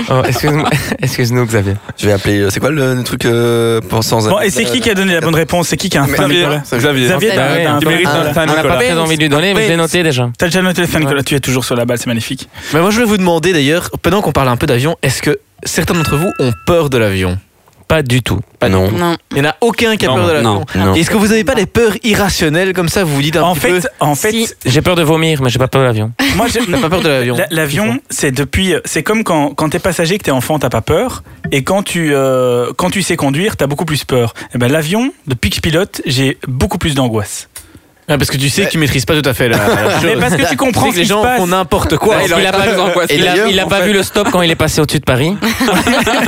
S5: Oh, excuse-moi, excuse-nous, Xavier.
S3: Je vais appeler. euh, C'est quoi le, le truc euh, pour- sans.
S1: Bon, et c'est qui qui a donné la bonne réponse C'est qui qui a un
S3: Mais-
S1: fin,
S4: Xavier,
S1: Nicolas
S4: Xavier.
S1: Xavier,
S5: Bah
S1: t'as
S5: ouais,
S1: t'as un
S4: tu
S1: fin,
S4: mérites
S1: Nicolas.
S4: un
S7: Ah.
S4: fan,
S5: On n'a pas
S4: Nicolas.
S5: très envie de lui donner, mais je l'ai noté déjà.
S1: T'as déjà noté le fin, Nicolas, tu es toujours sur la balle, c'est magnifique.
S8: Mais moi, je vais vous demander d'ailleurs, pendant qu'on parle un peu d'avion, est-ce que certains d'entre vous ont peur de l'avion
S5: Pas du tout.
S3: Ah non.
S2: Non.
S8: Il n'y en a aucun qui a
S4: Non,
S8: peur de l'avion.
S3: non, non.
S8: Et Est-ce que vous n'avez pas des peurs irrationnelles comme ça Vous vous dites un
S1: En
S8: petit
S1: fait,
S8: peu,
S1: en fait,
S2: Si.
S5: J'ai peur de vomir, mais j'ai pas peur de l'avion.
S1: moi j'ai
S8: t'as pas peur de l'avion
S1: La- L'avion, c'est depuis, c'est comme quand, quand t'es passager, que t'es enfant, t'as pas peur, et quand tu, euh, quand tu sais conduire, t'as beaucoup plus peur. Et ben l'avion, depuis que je pilote, j'ai beaucoup plus d'angoisse.
S8: Ah, Parce que tu sais que tu maîtrises pas tout à fait la, la
S1: Mais
S8: chose.
S1: parce que tu comprends
S8: Tu sais
S1: ce qui
S8: que les
S1: se
S8: gens
S1: passe.
S8: font n'importe quoi.
S7: Ouais, il
S5: Il a
S7: aurait
S5: pas-
S7: pas nous angoisser.
S3: Et
S5: Il a,
S3: d'ailleurs,
S5: il a
S3: en
S5: pas
S3: fait-
S5: vu le stop quand il est passé au-dessus de Paris.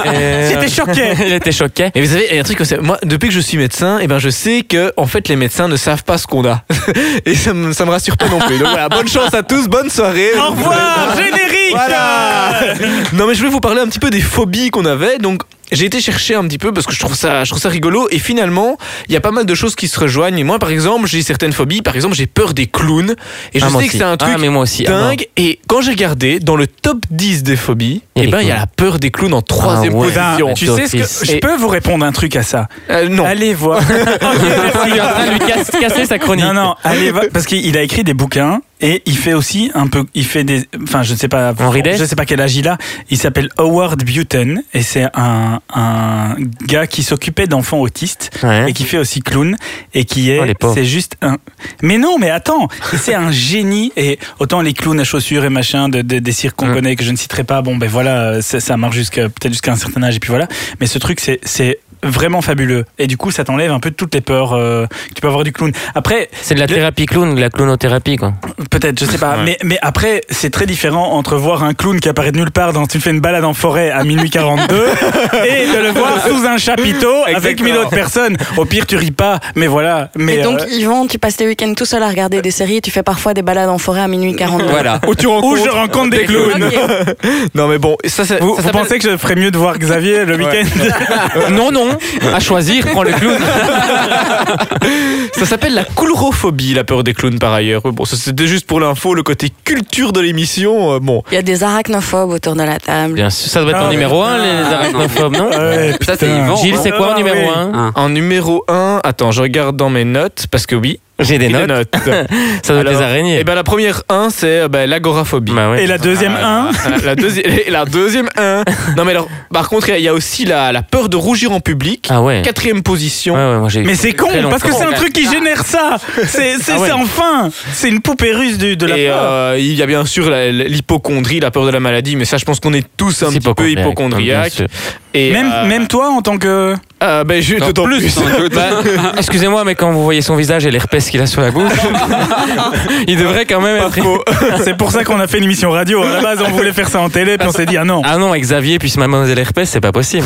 S5: Euh,
S1: J'étais choqué.
S5: Il était choqué.
S8: Et vous savez, il y a un truc comme ça. Moi, depuis que je suis médecin, et ben, je sais que, en fait, les médecins ne savent pas ce qu'on a. Et ça me, ça me rassure pas non plus. Donc voilà, bonne chance à tous, bonne soirée.
S1: Au revoir, générique.
S8: Voilà. Non, mais je vais vous parler un petit peu des phobies qu'on avait. Donc, j'ai été chercher un petit peu parce que je trouve ça, je trouve ça rigolo. Et finalement, il y a pas mal de choses qui se rejoignent. Et moi, par exemple, j'ai certaines phobies. Par exemple, j'ai peur des clowns. Et je
S5: Ah, moi
S8: sais que
S5: aussi.
S8: c'est un truc
S5: Ah, mais moi aussi. Ah, non.
S8: dingue. Et quand j'ai regardé dans le top 10 des phobies,
S5: Il y a
S8: et
S5: les
S8: ben, il y a
S5: clowns. Ah
S8: la peur des clowns en troisième
S5: ouais.
S1: Putain,
S8: position.
S1: tu sais ce que je
S5: Et-
S1: peux vous répondre un truc à ça.
S8: Euh, non.
S1: Allez voir. Ok, merci.
S5: Il est en train de lui casse- casser sa chronique.
S1: Non non, allez voir parce qu'il a écrit des bouquins et il fait aussi un peu, il fait des, enfin je ne sais pas,
S5: Henri Day
S1: je ne sais pas quel âge il a. Il s'appelle Howard Buten et c'est un, un, un gars qui s'occupait d'enfants autistes
S5: Ouais.
S1: et qui fait aussi clown et qui est
S5: Oh, les pauvres.
S1: c'est juste un mais non mais attends c'est un génie et autant les clowns à chaussures et machin de, de- des cirques qu'on
S5: Mm.
S1: connaît que je ne citerai pas bon ben voilà euh, ça, ça marche jusqu'à peut-être jusqu'à un certain âge et puis voilà mais ce truc c'est c'est vraiment fabuleux et du coup ça t'enlève un peu de toutes les peurs euh, que tu peux avoir du clown après
S5: C'est de la
S1: Le-
S5: thérapie clown, de la clownothérapie, quoi.
S1: peut-être je sais pas mais mais après c'est très différent entre voir un clown qui apparaît de nulle part dans tu fais une balade en forêt à minuit 42 et de le voir sous un chapiteau avec
S8: Exactement.
S1: mille autres personnes au pire tu ris pas mais voilà mais
S2: Et donc,
S1: euh,
S2: Yvan, tu passes tes week-ends tout seul à regarder des séries, tu fais parfois des balades en forêt à minuit 42.
S7: Voilà.
S8: Où tu
S1: Ou
S8: rencontres.
S1: je rencontre des clowns.
S2: Ok.
S8: Non, mais bon, ça, c'est.
S1: Vous,
S8: ça
S1: vous
S8: s'appelle-
S1: pensez que je ferais mieux de voir Xavier le week-end
S5: Non, non, à choisir, prends le clown.
S8: Ça s'appelle la coulrophobie, la peur des clowns par ailleurs. Bon, ça c'était juste pour l'info, le côté culture de l'émission. euh, bon,
S2: Il y a des arachnophobes autour de la table.
S5: Bien sûr, ça doit être en
S1: Ah,
S5: numéro 1, les
S7: putain.
S5: arachnophobes, non
S1: Ouais,
S5: Euh,
S7: Ça, c'est
S1: putain.
S7: Yvan.
S5: Gilles,
S7: hein.
S5: c'est quoi en
S1: Ah,
S5: numéro
S1: oui.
S5: 1
S7: Hein.
S8: en numéro 1, attends, je regarde dans mes notes parce que oui,
S5: J'ai des
S8: il y a
S5: notes,
S8: des notes.
S5: ça doit être les
S8: Alors,
S5: araignées.
S8: Et ben la première 1, c'est euh, ben, l'agoraphobie.
S5: Bah ouais.
S1: Et la deuxième 1
S8: Voilà, la, deuxi- et la deuxième 1. Non, mais alors, par contre, il y a- il y a aussi la, la peur de rougir en public.
S5: Ah ouais. Ah
S8: Quatrième position.
S5: Ouais, ouais, moi j'ai eu-
S1: Mais c'est con,
S5: Très long.
S1: parce que c'est un truc qui génère ça C'est c'est-
S5: Ah ouais.
S1: c'est enfin C'est une poupée russe du- de la
S8: Et
S1: peur
S8: euh, il y a bien sûr la- l'hypochondrie, la peur de la maladie, mais ça, je pense qu'on est tous un
S5: C'est
S8: petit peu
S5: hypochondriaque,
S8: hypochondriaques.
S5: bien
S8: Et,
S1: même,
S8: euh,
S1: même hein, toi en tant que...
S8: ah, ben, je, d'autant plus.
S5: Bah, Excusez-moi, mais quand vous voyez son visage et l'herpès qu'il a sur la bouche, il devrait quand même être.
S1: C'est pour ça qu'on a fait une émission radio. À la base, on voulait faire ça en télé, puis on s'est dit, ah non.
S5: Ah non, avec Xavier puis mademoiselle herpès, c'est pas possible.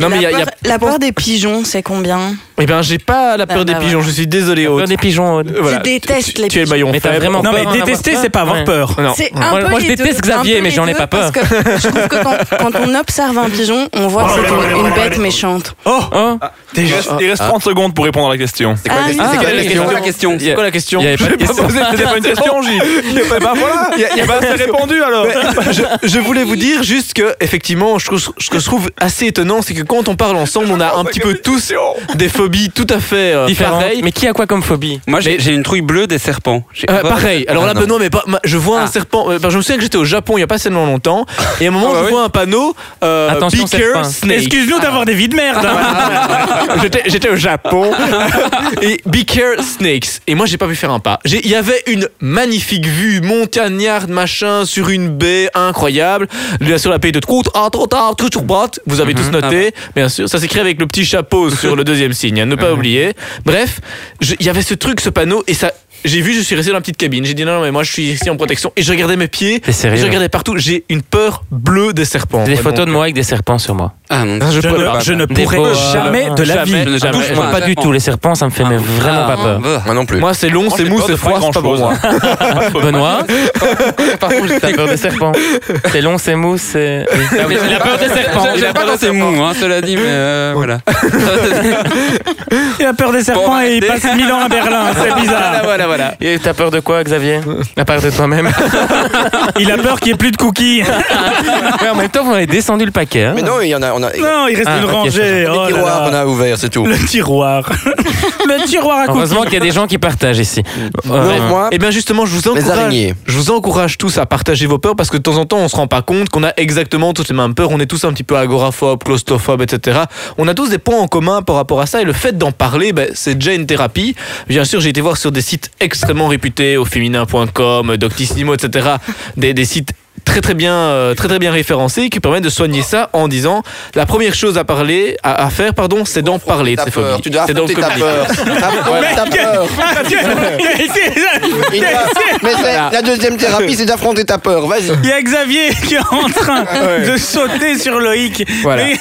S8: Non, mais il y a- il y a.
S2: La peur- La peur des pigeons, c'est combien
S8: Eh ben, j'ai pas la peur
S2: Ah,
S8: des
S2: bah,
S8: pigeons, je suis désolé,
S5: Peur
S8: Aude.
S5: des pigeons. Aude.
S8: Euh, voilà.
S2: Tu détestes
S8: Tu-
S2: les
S8: Tu es le
S2: pigeons.
S8: maillon
S5: Mais t'as
S8: faible.
S5: vraiment
S1: Non, mais
S5: peur d'en avoir
S1: détester,
S5: peur.
S1: c'est pas avoir
S5: Ouais.
S1: peur.
S8: Non.
S2: C'est
S5: Moi-
S2: un peu
S5: moi,
S2: les
S5: je déteste
S2: deux, un
S5: Xavier,
S2: peu
S5: mais
S2: les
S5: j'en ai
S2: deux,
S5: pas peur.
S2: Parce que je trouve que quand, quand on observe un pigeon, on voit que c'est une, une bête méchante.
S1: Oh
S5: Oh,
S4: Il reste, il reste 30 secondes pour répondre à la question.
S7: C'est quoi,
S2: Ah,
S7: la- c'est
S2: oui.
S7: quoi
S2: Ah,
S7: la
S5: oui,
S7: question,
S5: oui.
S7: la question
S5: Il y a-
S8: Quoi la question
S5: il y avait pas de question.
S8: C'était pas une question, Gilles. Eh ben voilà, il y a- il y a pas assez répondu alors. je, je voulais vous dire juste que effectivement, je trouve, ce que je trouve assez étonnant, c'est que quand on parle ensemble, on a un petit peu tous des phobies tout à fait euh,
S5: différent.
S8: pareilles.
S5: Mais qui a quoi comme phobie
S7: Moi, j'ai j'ai une trouille bleue des serpents. J'ai
S8: Euh,
S7: horreur
S8: pareil.
S7: des-
S8: Alors
S7: Ah,
S8: là,
S7: non.
S8: Benoît, mais pas, ma- je vois un
S7: Ah.
S8: serpent. euh, ben, je me souviens que j'étais au Japon il y a pas tellement longtemps, et à un moment,
S7: Ah bah
S8: je
S7: oui.
S8: vois un panneau. Euh,
S5: Attention,
S8: Be care
S5: serpent.
S8: snake.
S1: Excuse-nous d'avoir des vies de merde
S8: Ah,
S1: hein.
S8: J'étais- J'étais au Japon et Be Care Snakes. Et moi, j'ai pas pu faire un pas. J'ai- Il y avait une magnifique vue montagnarde, machin, sur une baie incroyable. Là, sur la paix de Trout, ah, Trout, ah, Trout, Trout, Trout. vous avez
S4: Mm-hmm.
S8: tous
S4: Ah
S8: noté, bien sûr. Ça s'écrit avec le petit chapeau sur le deuxième signe, à ne
S4: Mm-hmm.
S8: pas oublier. Bref, je- il y avait ce truc, ce panneau, et ça. J'ai vu, je suis resté dans la petite cabine. J'ai dit non, non, mais moi je suis ici en protection. Et je regardais mes pieds.
S5: T'es sérieux,
S8: Je
S5: là
S8: regardais partout. J'ai une peur bleue des serpents.
S5: J'ai des
S8: vraiment.
S5: photos de moi avec des serpents sur moi.
S7: Ah, mon-
S1: je, ne, je ne
S5: Des
S1: pourrai
S5: beaux, euh,
S1: jamais de la vie.
S8: jamais. Ah,
S7: ne touche
S5: Moi, pas du tout. Les serpents, ça me fait mais vraiment pas peur.
S7: peur.
S3: Moi non plus.
S8: Moi c'est long,
S4: Moi,
S8: c'est
S4: j'ai
S8: mou,
S4: peur
S8: c'est
S4: de pas
S8: froid, c'est pas hein. pour
S4: grand-chose.
S8: moi.
S5: Benoît, t'as peur des serpents. C'est long, c'est mou, c'est. Il a peur des serpents.
S7: J'aime pas quand c'est mou, hein, cela dit, mais euh, voilà.
S1: Il a peur des serpents
S7: Bon,
S1: et il passe mille ans à Berlin. C'est bizarre.
S8: Voilà, voilà.
S5: Et t'as peur de quoi, Xavier À part de toi-même.
S1: Il a peur qu'il n'y ait plus de cookies.
S5: Ouais, en même temps, vous avez descendu le paquet. hein.
S3: Mais non, il y en a. On a des
S1: Non, il reste
S5: Ah,
S1: une
S5: ok,
S1: rangée. Oh là
S3: tiroirs
S1: là.
S3: qu'on a ouverts, c'est tout.
S1: Le tiroir. le tiroir à cookies.
S5: Heureusement qu'il y a des gens qui partagent ici.
S3: Non,
S5: Euh,
S3: moi,
S8: Eh bien justement, je vous
S3: les
S8: encourage.
S3: araignées.
S8: Je vous encourage tous à partager vos peurs parce que de temps en temps, on se rend pas compte qu'on a exactement toutes les mêmes peurs. On est tous un petit peu agoraphobes, claustrophobes, etc. On a tous des points en commun par rapport à ça et le fait d'en parler, ben, c'est déjà une thérapie. Bien sûr, j'ai été voir sur des sites extrêmement réputés, au féminin.com, Doctissimo, etc. Des, des sites très très bien euh, très très bien référencés qui permettent de soigner ça en disant la première chose à parler à, à faire pardon c'est d'en parler de
S3: Ta
S8: ces
S3: peur.
S8: phobies
S3: Tu dois
S8: C'est d'en
S3: affronter ta
S8: communiquer.
S3: peur. Affronte ta peur. Il doit- Mais c'est- la deuxième thérapie, c'est d'affronter ta peur. Vas-y.
S1: Il y a Xavier qui est en train de sauter sur Loïc.
S5: Voilà.
S1: Mais-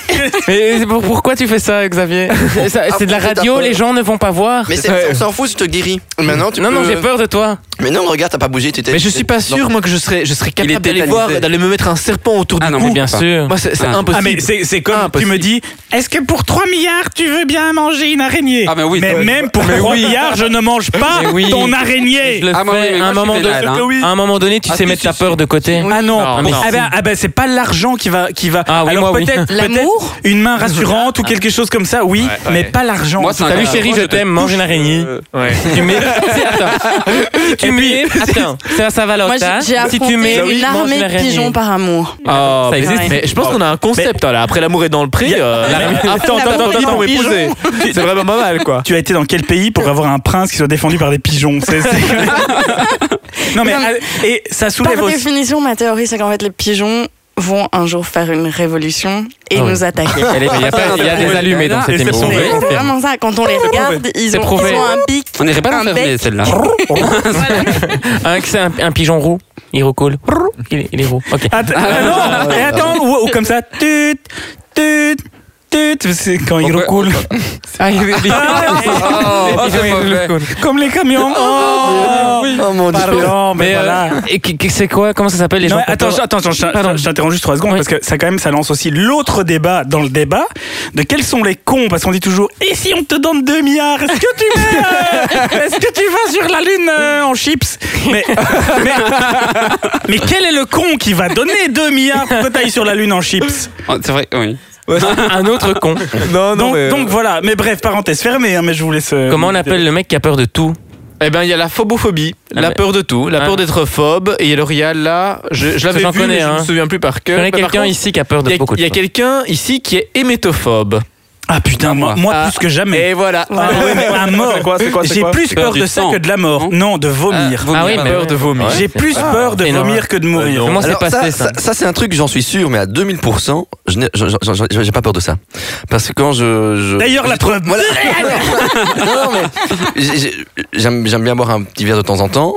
S5: Mais c'est pour- pourquoi tu fais ça, Xavier Ça, C'est de la
S3: Ah, c'est
S5: radio,
S3: d'accord.
S5: les gens ne vont pas voir.
S3: Mais c'est- on s'en fout, je te guéris. Maintenant, tu
S5: Non, non,
S3: peux-
S5: j'ai peur de toi.
S3: Mais non, regarde, t'as pas bougé, t'étais.
S8: Mais je suis pas sûr, moi, que je serais, je serais capable
S7: était
S8: d'aller
S7: tétanisé.
S8: voir, d'aller me mettre un serpent autour du
S7: Ah non,
S8: cou.
S7: mais
S5: Bien
S7: Pas.
S5: sûr.
S8: Moi, c'est c'est
S7: Ah.
S8: impossible.
S1: Ah, mais c'est c'est comme
S8: Impossible.
S1: tu me dis est-ce que pour 3 milliards tu veux bien manger une araignée
S7: Ah, mais oui, toi, oui.
S1: même pour 3 milliards je ne mange pas
S5: Mais oui.
S1: ton
S5: Je
S1: araignée.
S5: le
S7: Ah, moi, oui,
S5: fais.
S7: mais
S5: à, un
S7: moi, je
S5: moment
S7: suis
S5: donné,
S7: pénal, hein.
S5: à un moment donné, tu
S7: Ah,
S5: sais
S7: si,
S5: mettre
S7: si,
S5: ta
S7: si,
S5: peur
S7: si.
S5: de côté.
S1: Ah non,
S5: Non, mais
S1: ah
S5: si.
S1: ben, ah ben, c'est pas l'argent qui va qui va.
S5: Ah oui,
S1: Alors
S5: moi, oui.
S1: peut-être peut-être
S2: L'amour
S1: une main rassurante ou quelque chose comme ça, oui, mais pas l'argent.
S7: Moi, c'est un
S5: Salut
S7: gars-
S5: chérie,
S7: moi,
S5: je
S7: te
S5: t'aime, mange une
S7: touche,
S5: araignée.
S7: euh,
S5: Tu mets- C'est- attends. si tu mets. Attends, c'est à
S2: Moi, j'ai
S5: Saint-Valentin.
S2: j'ai
S5: Si tu
S2: affronté
S5: mets.
S2: une
S5: mange
S2: armée
S5: la
S2: de
S5: rainée.
S2: pigeons par amour.
S8: Ah,
S5: Ça existe.
S2: Ouais.
S8: Mais je pense qu'on a un concept là. Après l'amour est dans le pré. euh,
S5: Attends,
S2: attends, attends, attends.
S8: m'épouser. C'est vraiment pas mal quoi.
S1: Tu as été dans quel pays pour avoir un prince qui soit défendu par des pigeons C'est- c'est- Non mais
S2: Non, mais-
S1: euh, et ça
S2: Par
S1: soulève aussi.
S2: définition, ma théorie, c'est qu'en fait, les pigeons vont un jour faire une révolution et
S5: Ah oui.
S2: nous attaquer.
S5: Elle est- Il y a pas- il y a des allumés dans cette
S1: Et c'est
S5: émission.
S1: prouvé.
S5: je
S2: C'est
S5: confirme.
S2: vraiment ça. Quand on les regarde, ils
S5: C'est
S2: ont,
S5: prouvé.
S2: ils ont un pic.
S7: On n'irait pas
S2: un
S7: l'enfermer,
S2: bec.
S7: celle-là.
S5: Un, c'est un, un pigeon roux. Il recoule. Il, est- il est roux. Ok.
S1: Att- ah, non, et attends, ou, ou comme ça, tut, tut, tut, c'est quand ils
S7: Pourquoi-
S1: recoulent.
S5: Ah, il est- il est-
S7: Oh, c'est mauvais.
S1: Comme les camions. Oh,
S3: Oh mon dieu.
S1: Pardon, mais,
S5: Mais euh,
S1: voilà.
S5: et qui- qui- c'est quoi Comment ça s'appelle les
S1: Non,
S5: gens
S1: mais attends, je- attends, je- je-
S5: Pardon.
S1: je t'interromps juste trois secondes
S5: Oui.
S1: parce que ça quand même ça lance aussi l'autre débat dans le débat de quels sont les cons parce qu'on dit toujours et si on te donne 2 milliards est-ce que tu vas euh, est-ce que tu vas sur la lune euh, en chips mais, mais mais quel est le con qui va donner 2 milliards pour que t'ailles sur la lune en chips
S7: Oh, C'est vrai, oui.
S5: un autre con.
S8: Non,
S1: donc,
S4: euh,
S1: donc voilà mais bref parenthèse fermée hein, mais je vous laisse euh,
S5: Comment on appelle le mec qui a peur de tout
S8: Eh ben, il y a la phobophobie,
S5: Ah,
S8: la
S5: mais-
S8: peur de tout, la
S5: Ah.
S8: peur d'être phobe. Et alors, il y a là, je, je l'avais
S5: j'en
S8: vu,
S5: connais,
S8: mais je
S5: hein.
S8: me souviens plus
S5: Il
S8: par
S5: y
S8: cœur.
S5: a
S8: Mais par
S5: quelqu'un
S8: contre,
S5: ici qui a peur
S8: il y
S5: de
S8: a-
S5: beaucoup de
S8: Il y a
S5: choses.
S8: quelqu'un ici qui est hémétophobe.
S1: ah putain moi, moi
S8: Ah.
S1: plus que jamais
S8: Et voilà.
S1: Ah ouais, mais à mort
S4: quoi, c'est quoi, c'est
S1: j'ai
S4: quoi bah,
S1: plus
S7: Peur
S1: peur
S7: du
S1: de ça
S7: sang.
S1: que de la mort non de vomir
S5: Ah oui, mais-
S8: peur de vomir.
S5: Ouais.
S1: j'ai plus
S5: Ah.
S1: peur de
S5: Énorme.
S1: vomir que de mourir
S5: Comment Oh, c'est
S3: Alors,
S5: passé ça,
S3: ça, ça, c'est un truc, j'en suis sûr, mais à 2000%, je n'ai- je- je- je- je- j'ai pas peur de ça. Parce que quand je. je-
S1: D'ailleurs, la
S3: j'ai trop-
S1: preuve.
S3: Voilà. Non, mais j'ai- j'ai- J'aime j'aime bien boire un petit verre de temps en temps.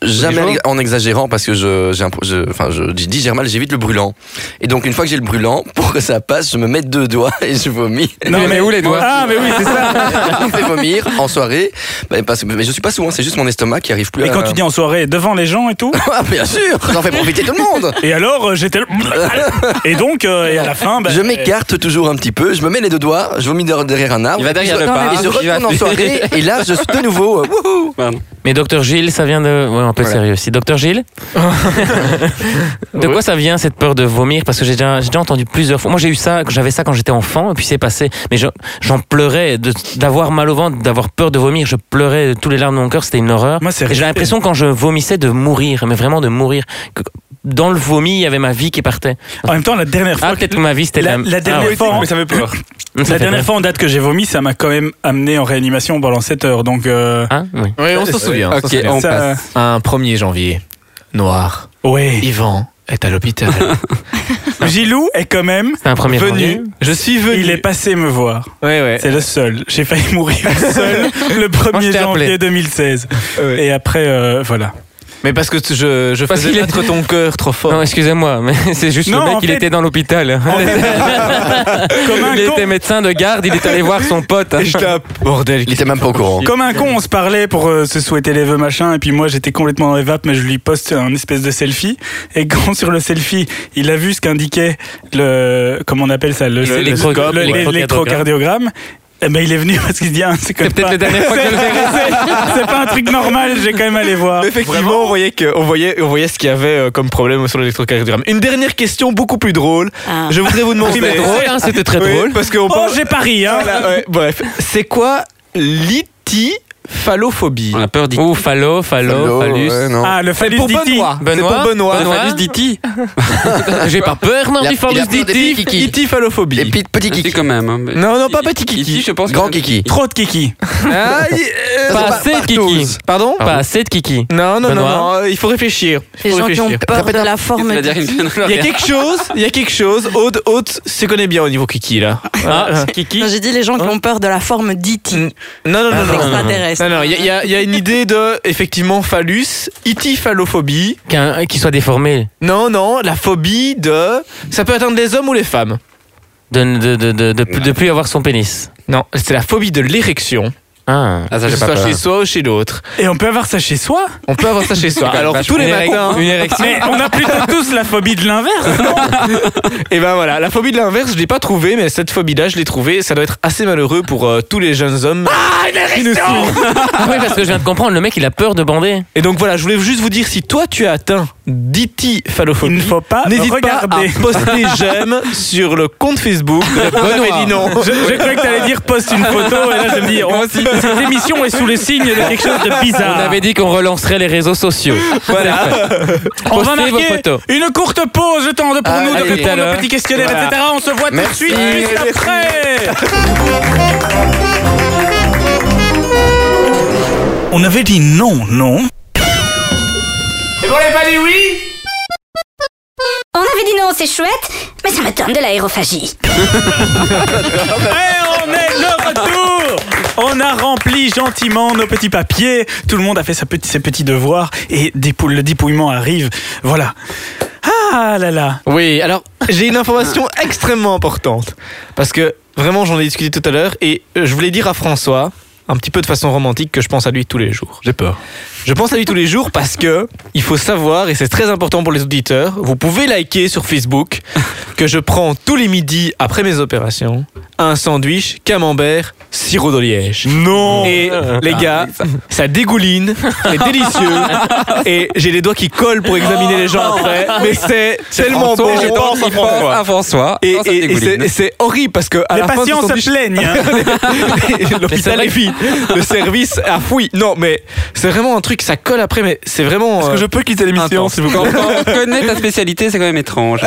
S3: Jamais
S8: jours
S3: en exagérant parce que je, j'ai un pro- je, enfin, je je digère mal, j'évite le brûlant. Et donc une fois que j'ai le brûlant, pour que ça passe, je me mets deux doigts et je vomis.
S1: Non, mais où les doigts Ah, mais oui, c'est ça.
S3: On fait vomir en soirée. Bah, parce- mais je suis pas souvent, c'est juste mon estomac qui arrive plus.
S1: Et
S3: à-
S1: quand tu dis en soirée devant les gens et tout,
S3: Ah, bien sûr, j'en fais profiter tout le monde.
S1: et alors euh, j'étais. Et donc, euh, et à la fin. bah,
S3: je m'écarte toujours un petit peu, je me mets les deux doigts, je vomis derrière- derrière un arbre.
S7: Il va derrière
S3: je,
S7: le
S3: non, mais
S7: bar,
S3: je
S7: il va-
S3: retourne en soirée et là, je suis de nouveau. euh, wouhou.
S7: Pardon.
S5: Mais Docteur Gilles, ça vient de. Ouais, un peu sérieux aussi. Docteur Gilles De quoi ça vient cette peur de vomir Parce que j'ai déjà, j'ai déjà entendu plusieurs fois. Moi j'ai eu ça, j'avais ça quand j'étais enfant, et puis c'est passé. Mais je- j'en pleurais de- d'avoir mal au ventre, d'avoir peur de vomir. Je pleurais de tous les larmes de mon cœur, c'était une horreur.
S1: Moi, c'est
S5: Et j'ai
S1: resté.
S5: l'impression quand je vomissais de mourir, mais vraiment de mourir. Que dans le vomi, il y avait ma vie qui partait.
S1: En même temps, la dernière fois.
S5: Ah, peut-être que ma vie c'était
S1: la, la dernière fois, en-
S4: Mais ça fait peur.
S5: Ah, ouais. Ça
S1: la
S5: fait
S1: dernière
S5: peur.
S1: fois en date que j'ai vomi, ça m'a quand même amené en réanimation pendant 7 heures. Donc, euh,
S5: Hein Oui.
S8: Oui, on s'en souvient.
S7: Ok, Ah, on
S1: ça-
S7: passe.
S8: Un 1er janvier, noir.
S1: ouais.
S8: Yvan est à l'hôpital.
S1: Gilou est quand même
S5: C'était un premier
S1: venu.
S8: Je suis venu.
S1: Il est passé me voir.
S8: Ouais, ouais.
S1: C'est le seul. J'ai failli mourir seul le
S8: Moi, je
S1: 1er
S8: t'ai appelé.
S1: janvier 2016.
S8: Ouais.
S1: Et après, euh, voilà.
S8: Mais parce que tu- je, je
S5: Parce
S8: faisais
S5: qu'il est-
S8: battre ton cœur trop fort.
S5: Non, excusez-moi, mais c'est juste
S1: Oh. Non,
S5: le mec,
S1: en
S5: il
S1: fait-
S5: était dans l'hôpital.
S1: Comme un
S5: il
S1: con.
S5: était médecin de garde, il est allé voir son pote. hein.
S8: Et je tape. Bordel.
S3: Il était même pas au courant.
S1: Comme un con, on se parlait pour euh, se souhaiter les vœux machin, et puis moi j'étais complètement dans les vapes, mais je lui poste un espèce de selfie. Et quand sur le selfie, il a vu ce qu'indiquait le, comment on appelle ça, le
S5: Le-
S1: le-
S5: l'électrocardiogramme.
S1: le-
S5: Ouais.
S1: l'électrocardiogramme. Eh ben il est venu parce qu'il se dit ah, c'est quand même
S5: C'est peut-être
S1: pas-
S5: la dernière fois que je le verrai.
S1: c'est- c'est pas un truc normal, j'ai quand même allé voir.
S8: Effectivement, on voyait, que, on, voyait, on voyait ce qu'il y avait euh, comme problème sur l'électrocardiogramme. Une dernière question beaucoup plus drôle.
S2: Ah.
S8: Je voudrais vous demander.
S5: C'était drôle, hein, c'était très
S8: Oui,
S5: drôle.
S8: Parce qu'on
S1: Oh
S8: parle.
S1: j'ai pari hein.
S8: Voilà, ouais, bref, c'est quoi l'itiphalophobie
S7: On a peur d'y.
S5: Ou fallo, fallo,
S3: Allô,
S5: phallus.
S3: Oh, ouais, non.
S1: Ah le phallus
S8: Pour
S1: d'Iti.
S8: Benoît. C'est
S5: Benoît,
S8: pour Benoît.
S5: Benoît.
S7: Phallus d'Iti.
S5: J'ai pas peur, non,
S3: Il a-
S5: du
S3: il a
S5: phallus
S3: peur des
S5: d'Iti.
S3: kikis.
S8: Itiphalophobie.
S3: Et puis petit
S7: Kiki
S3: kiki.
S7: quand même. hein.
S8: Non, non, pas petit
S7: Iti,
S8: kiki.
S7: je pense. que-
S3: Grand kiki.
S1: Trop de kiki.
S8: Ah, il- euh,
S5: Pas
S3: par-
S5: assez de kiki.
S3: partouze.
S8: Pardon
S5: Pas assez de kiki.
S8: Non, non, non,
S5: Benoît.
S8: non, il faut réfléchir.
S2: Les
S8: Il faut
S2: gens qui ont
S8: réfléchir.
S2: peur de la forme.
S7: Tu vas dire une
S8: Il y a
S7: connerie.
S8: quelque chose, il y a quelque chose. Aude, Aude se connaît bien au niveau kiki là.
S5: Ah, kiki.
S2: Non, J'ai dit les gens qui ont peur de la forme d'Iti.
S8: Non, non, non, non.
S5: non, non.
S2: Extraterrestre.
S8: Non, non, il y, a- il y a- il y a une idée de, effectivement, phallus, itiphalophobie.
S5: Qu'un- Qu'il soit déformé.
S8: Non, non, la phobie de. Ça peut atteindre les hommes ou les femmes.
S5: De, de, de, de, de plus- de plus avoir son pénis.
S8: Non, c'est la phobie de l'érection.
S5: Ah.
S7: Ah, ça,
S8: Que
S7: j'ai
S8: ce
S7: pas
S8: soit
S7: peur.
S8: chez soi ou chez l'autre.
S1: Et on peut avoir ça chez soi.
S8: On peut avoir ça chez soi. Alors,
S7: vache,
S8: tous les
S5: Une érec-
S8: matins.
S5: Une érection.
S1: Mais on a plutôt tous la phobie de l'inverse.
S8: Et ben voilà, la phobie de l'inverse, je l'ai pas trouvée, mais cette phobie-là, je l'ai trouvée. Ça doit être assez malheureux pour euh, tous les jeunes hommes.
S1: hein,
S8: qui nous suivent.
S5: Ah oui, parce que je viens de comprendre, le mec, il a peur de bander.
S8: Et donc voilà, je voulais juste vous dire si toi tu as atteint
S1: Il ne
S8: d'ityphalophobie.
S1: faut pas me
S8: N'hésite pas
S1: regarder.
S8: à poster j'aime sur le compte Facebook de Benoît. non.
S1: Je, je croyais que t'allais dire poste une photo et là je me dis on- cette émission est sous le signe de quelque chose de bizarre.
S5: On avait dit qu'on relancerait les réseaux sociaux. Voilà.
S1: On va
S5: Postez vos
S1: marquer
S5: photos.
S1: une courte pause, le temps de pour
S5: Ah,
S1: nous de
S5: à tout à
S1: répondre
S5: l'heure.
S1: au petit questionnaire,
S5: Voilà.
S1: etc. On se voit
S7: Merci.
S1: tout de suite juste
S7: Merci.
S1: après. On avait dit non, non.
S9: On avait dit non, c'est chouette, mais ça me donne de l'aérophagie.
S1: Et Eh, on est de retour On a rempli gentiment nos petits papiers, tout le monde a fait sa petit- ses petits devoirs et dépou- le dépouillement arrive. Voilà. Ah là là
S8: Oui, alors j'ai une information extrêmement importante. Parce que vraiment, j'en ai discuté tout à l'heure et euh, je voulais dire à François, un petit peu de façon romantique, que je pense à lui tous les jours.
S4: J'ai peur.
S8: Je pense à lui tous les jours parce que il faut savoir, et c'est très important pour les auditeurs, vous pouvez liker sur Facebook que je prends tous les midis après mes opérations un sandwich camembert sirop de liège.
S4: Non
S8: Et les gars, ça dégouline, c'est délicieux. Et j'ai les doigts qui collent pour examiner les gens après. Mais c'est tellement bon.
S7: je pense à François. À François.
S8: Et,
S7: Non, ça
S8: et- et c'est-
S7: dégouline.
S8: et c'est horrible parce que à
S1: Les
S8: la fin du
S1: patients se
S8: sandwich,
S1: plaignent hein.
S8: l'hôpital est vide, le service a fouillé. Non, mais c'est vraiment un truc, ça colle après, mais c'est vraiment. euh,
S4: Est-ce que je peux quitter l'émission,
S8: intense.
S4: s'il vous plaît
S7: Quand on connaît ta spécialité, c'est quand même étrange.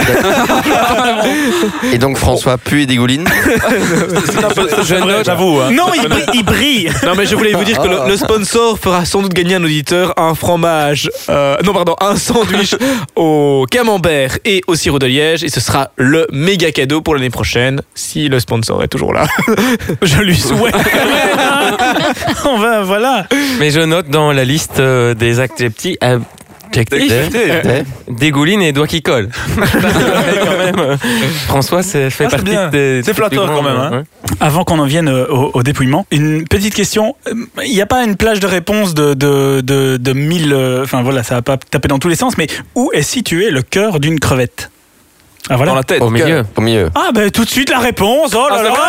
S3: Et donc François pue et dégouline.
S5: Je note.
S4: J'avoue, hein.
S1: Non, il brille, il brille.
S8: Non, mais je voulais vous dire que le, le sponsor fera sans doute gagner un auditeur un fromage, euh, non pardon, un sandwich au camembert et au sirop de liège, et ce sera le méga cadeau pour l'année prochaine si le sponsor est toujours là.
S1: Je lui souhaite. On va, voilà.
S5: Mais je note dans la liste euh, des actes des petits. adjectifs, dégouline et doigts qui collent. Quand même, euh, François, c'est fait
S4: Ah, c'est
S5: partie
S4: bien.
S5: des. euh,
S4: C'est flatteur quand même, hein.
S5: Ouais.
S1: Avant qu'on en vienne euh, au, au dépouillement, une petite question. Euh, Il n'y a pas une plage de réponse de, de, de, de mille. euh, Enfin voilà, ça va pas taper dans tous les sens, mais où est situé le cœur d'une crevette Ah voilà.
S4: Dans la tête.
S5: Au milieu.
S3: Au milieu.
S1: Ah ben tout de suite la réponse. Oh là
S4: Ah, c'est
S1: là.
S4: vrai.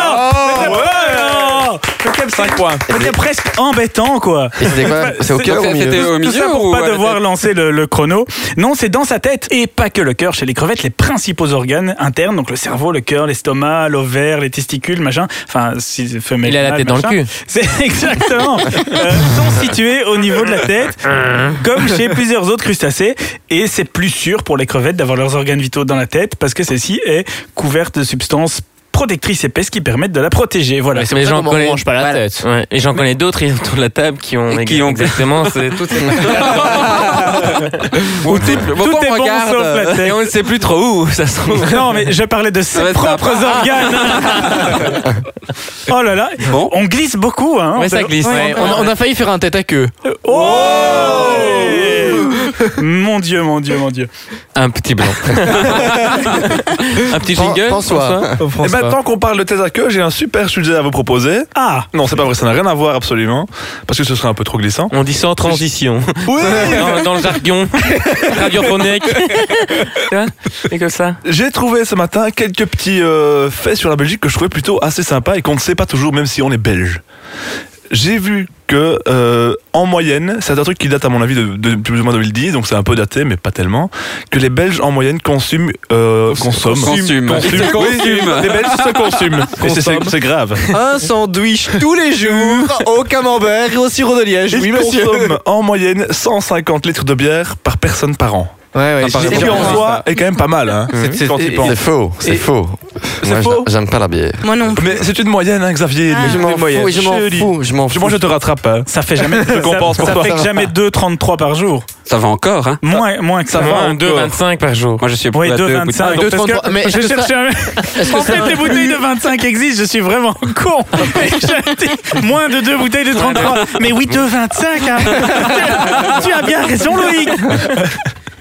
S1: Ouais.
S4: Oh,
S1: Oh, C'était
S4: 5 points.
S1: c'était presque embêtant quoi.
S3: Et c'était quoi C'est au cœur ou au
S7: Donc,
S3: milieu
S7: c'était au
S1: Tout
S7: milieu
S1: ça pour
S7: ou à
S1: pas
S7: la
S1: devoir
S7: tête
S1: lancer le, le chrono. Non, c'est dans sa tête et pas que le cœur. Chez les crevettes, les principaux organes internes, donc le cerveau, le cœur, l'estomac, l'ovaire, les testicules, machin. Enfin, si c'est femelle.
S5: Il a la
S1: mâle,
S5: tête dans le
S1: machin.
S5: cul.
S1: C'est exactement. euh, sont situés au niveau de la tête, comme chez plusieurs autres crustacés. Et c'est plus sûr pour les crevettes d'avoir leurs organes vitaux dans la tête parce que celle-ci est couverte de substances protectrices épaisses qui permettent de la protéger. Voilà.
S5: Mais j'en connais-
S8: pas la tête.
S5: Ouais, et j'en connais d'autres ils sont autour de la table qui ont,
S7: Et qui ont-
S5: exactement c'est toutes ces
S7: Ou triple.
S1: Tout est
S7: Pourquoi on
S1: bon
S7: regarde
S1: sauf la tête.
S5: et on ne sait plus trop où ça se trouve.
S1: Non, mais je parlais de
S7: Ça va
S1: ses
S7: être
S1: propres organes. oh là là.
S7: Bon.
S1: On glisse beaucoup. Hein,
S5: Mais
S1: On
S5: ça
S1: peut-
S5: glisse.
S1: Ouais.
S5: Ouais, on-
S8: a failli faire un tête à queue.
S1: Oh Mon Dieu, mon Dieu, mon Dieu.
S5: Un petit blanc. un petit
S3: Fran-
S5: jingle.
S3: François.
S4: Et maintenant Eh ben, qu'on parle de thèse à queue, j'ai un super sujet à vous proposer.
S1: Ah
S4: Non, c'est pas vrai, ça n'a rien à voir absolument, parce que ce serait un peu trop glissant.
S5: On dit sans transition.
S4: Oui
S5: dans, dans le jargon radiophonique. Tu vois Et comme ça.
S4: J'ai trouvé ce matin quelques petits euh, faits sur la Belgique que je trouvais plutôt assez sympa et qu'on ne sait pas toujours, même si on est belge. J'ai vu que, euh, en moyenne, c'est un truc qui date à mon avis de, de plus ou moins 2010, donc c'est un peu daté, mais pas tellement, que les Belges en moyenne consument, euh, consomment.
S7: Consument.
S4: Consument.
S7: Ils se
S4: Oui,
S7: consument.
S4: les Belges se consument. Et c'est- c'est
S8: Consomment.
S4: c'est grave.
S8: Un sandwich tous les jours au camembert et au sirop de liège.
S4: Ils consomment en moyenne 150 litres de bière par personne par an.
S8: Ouais, ouais,
S7: Ça
S8: j'ai
S7: paraît
S4: Ce qui
S8: déjà
S4: en
S8: entendu
S4: soi est quand même pas mal, hein,
S3: C'est
S4: quand tu penses.
S3: c'est faux, c'est
S4: Et-
S3: faux.
S4: C'est
S3: Moi,
S4: faux
S3: j'a- J'aime pas la bière.
S2: Moi non.
S4: Mais c'est une moyenne, hein, Xavier.
S3: je m'en fous, je m'en fous, je m'en fous.
S4: Moi, je te rattrape. hein.
S1: ça fait jamais,
S4: Je compense
S1: ça,
S4: pour
S1: ça
S4: toi.
S1: fait jamais 2,33 par jour.
S7: Ça va encore, hein
S1: Moins, moins que ça.
S5: Moins 2,25 par jour.
S7: Moi, je suis
S1: Oui,
S7: à deux bouts de
S1: 2,25.
S7: pain.
S1: Donc, parce que
S8: 2,33, mais est-ce
S1: je
S8: que ça-
S1: cherchais un- En fait, les bouteilles de 25 existent, je suis vraiment con. Mais je dis, Moins de deux bouteilles de 33. Mais oui, de 25. hein. Tu as bien raison, Loïc.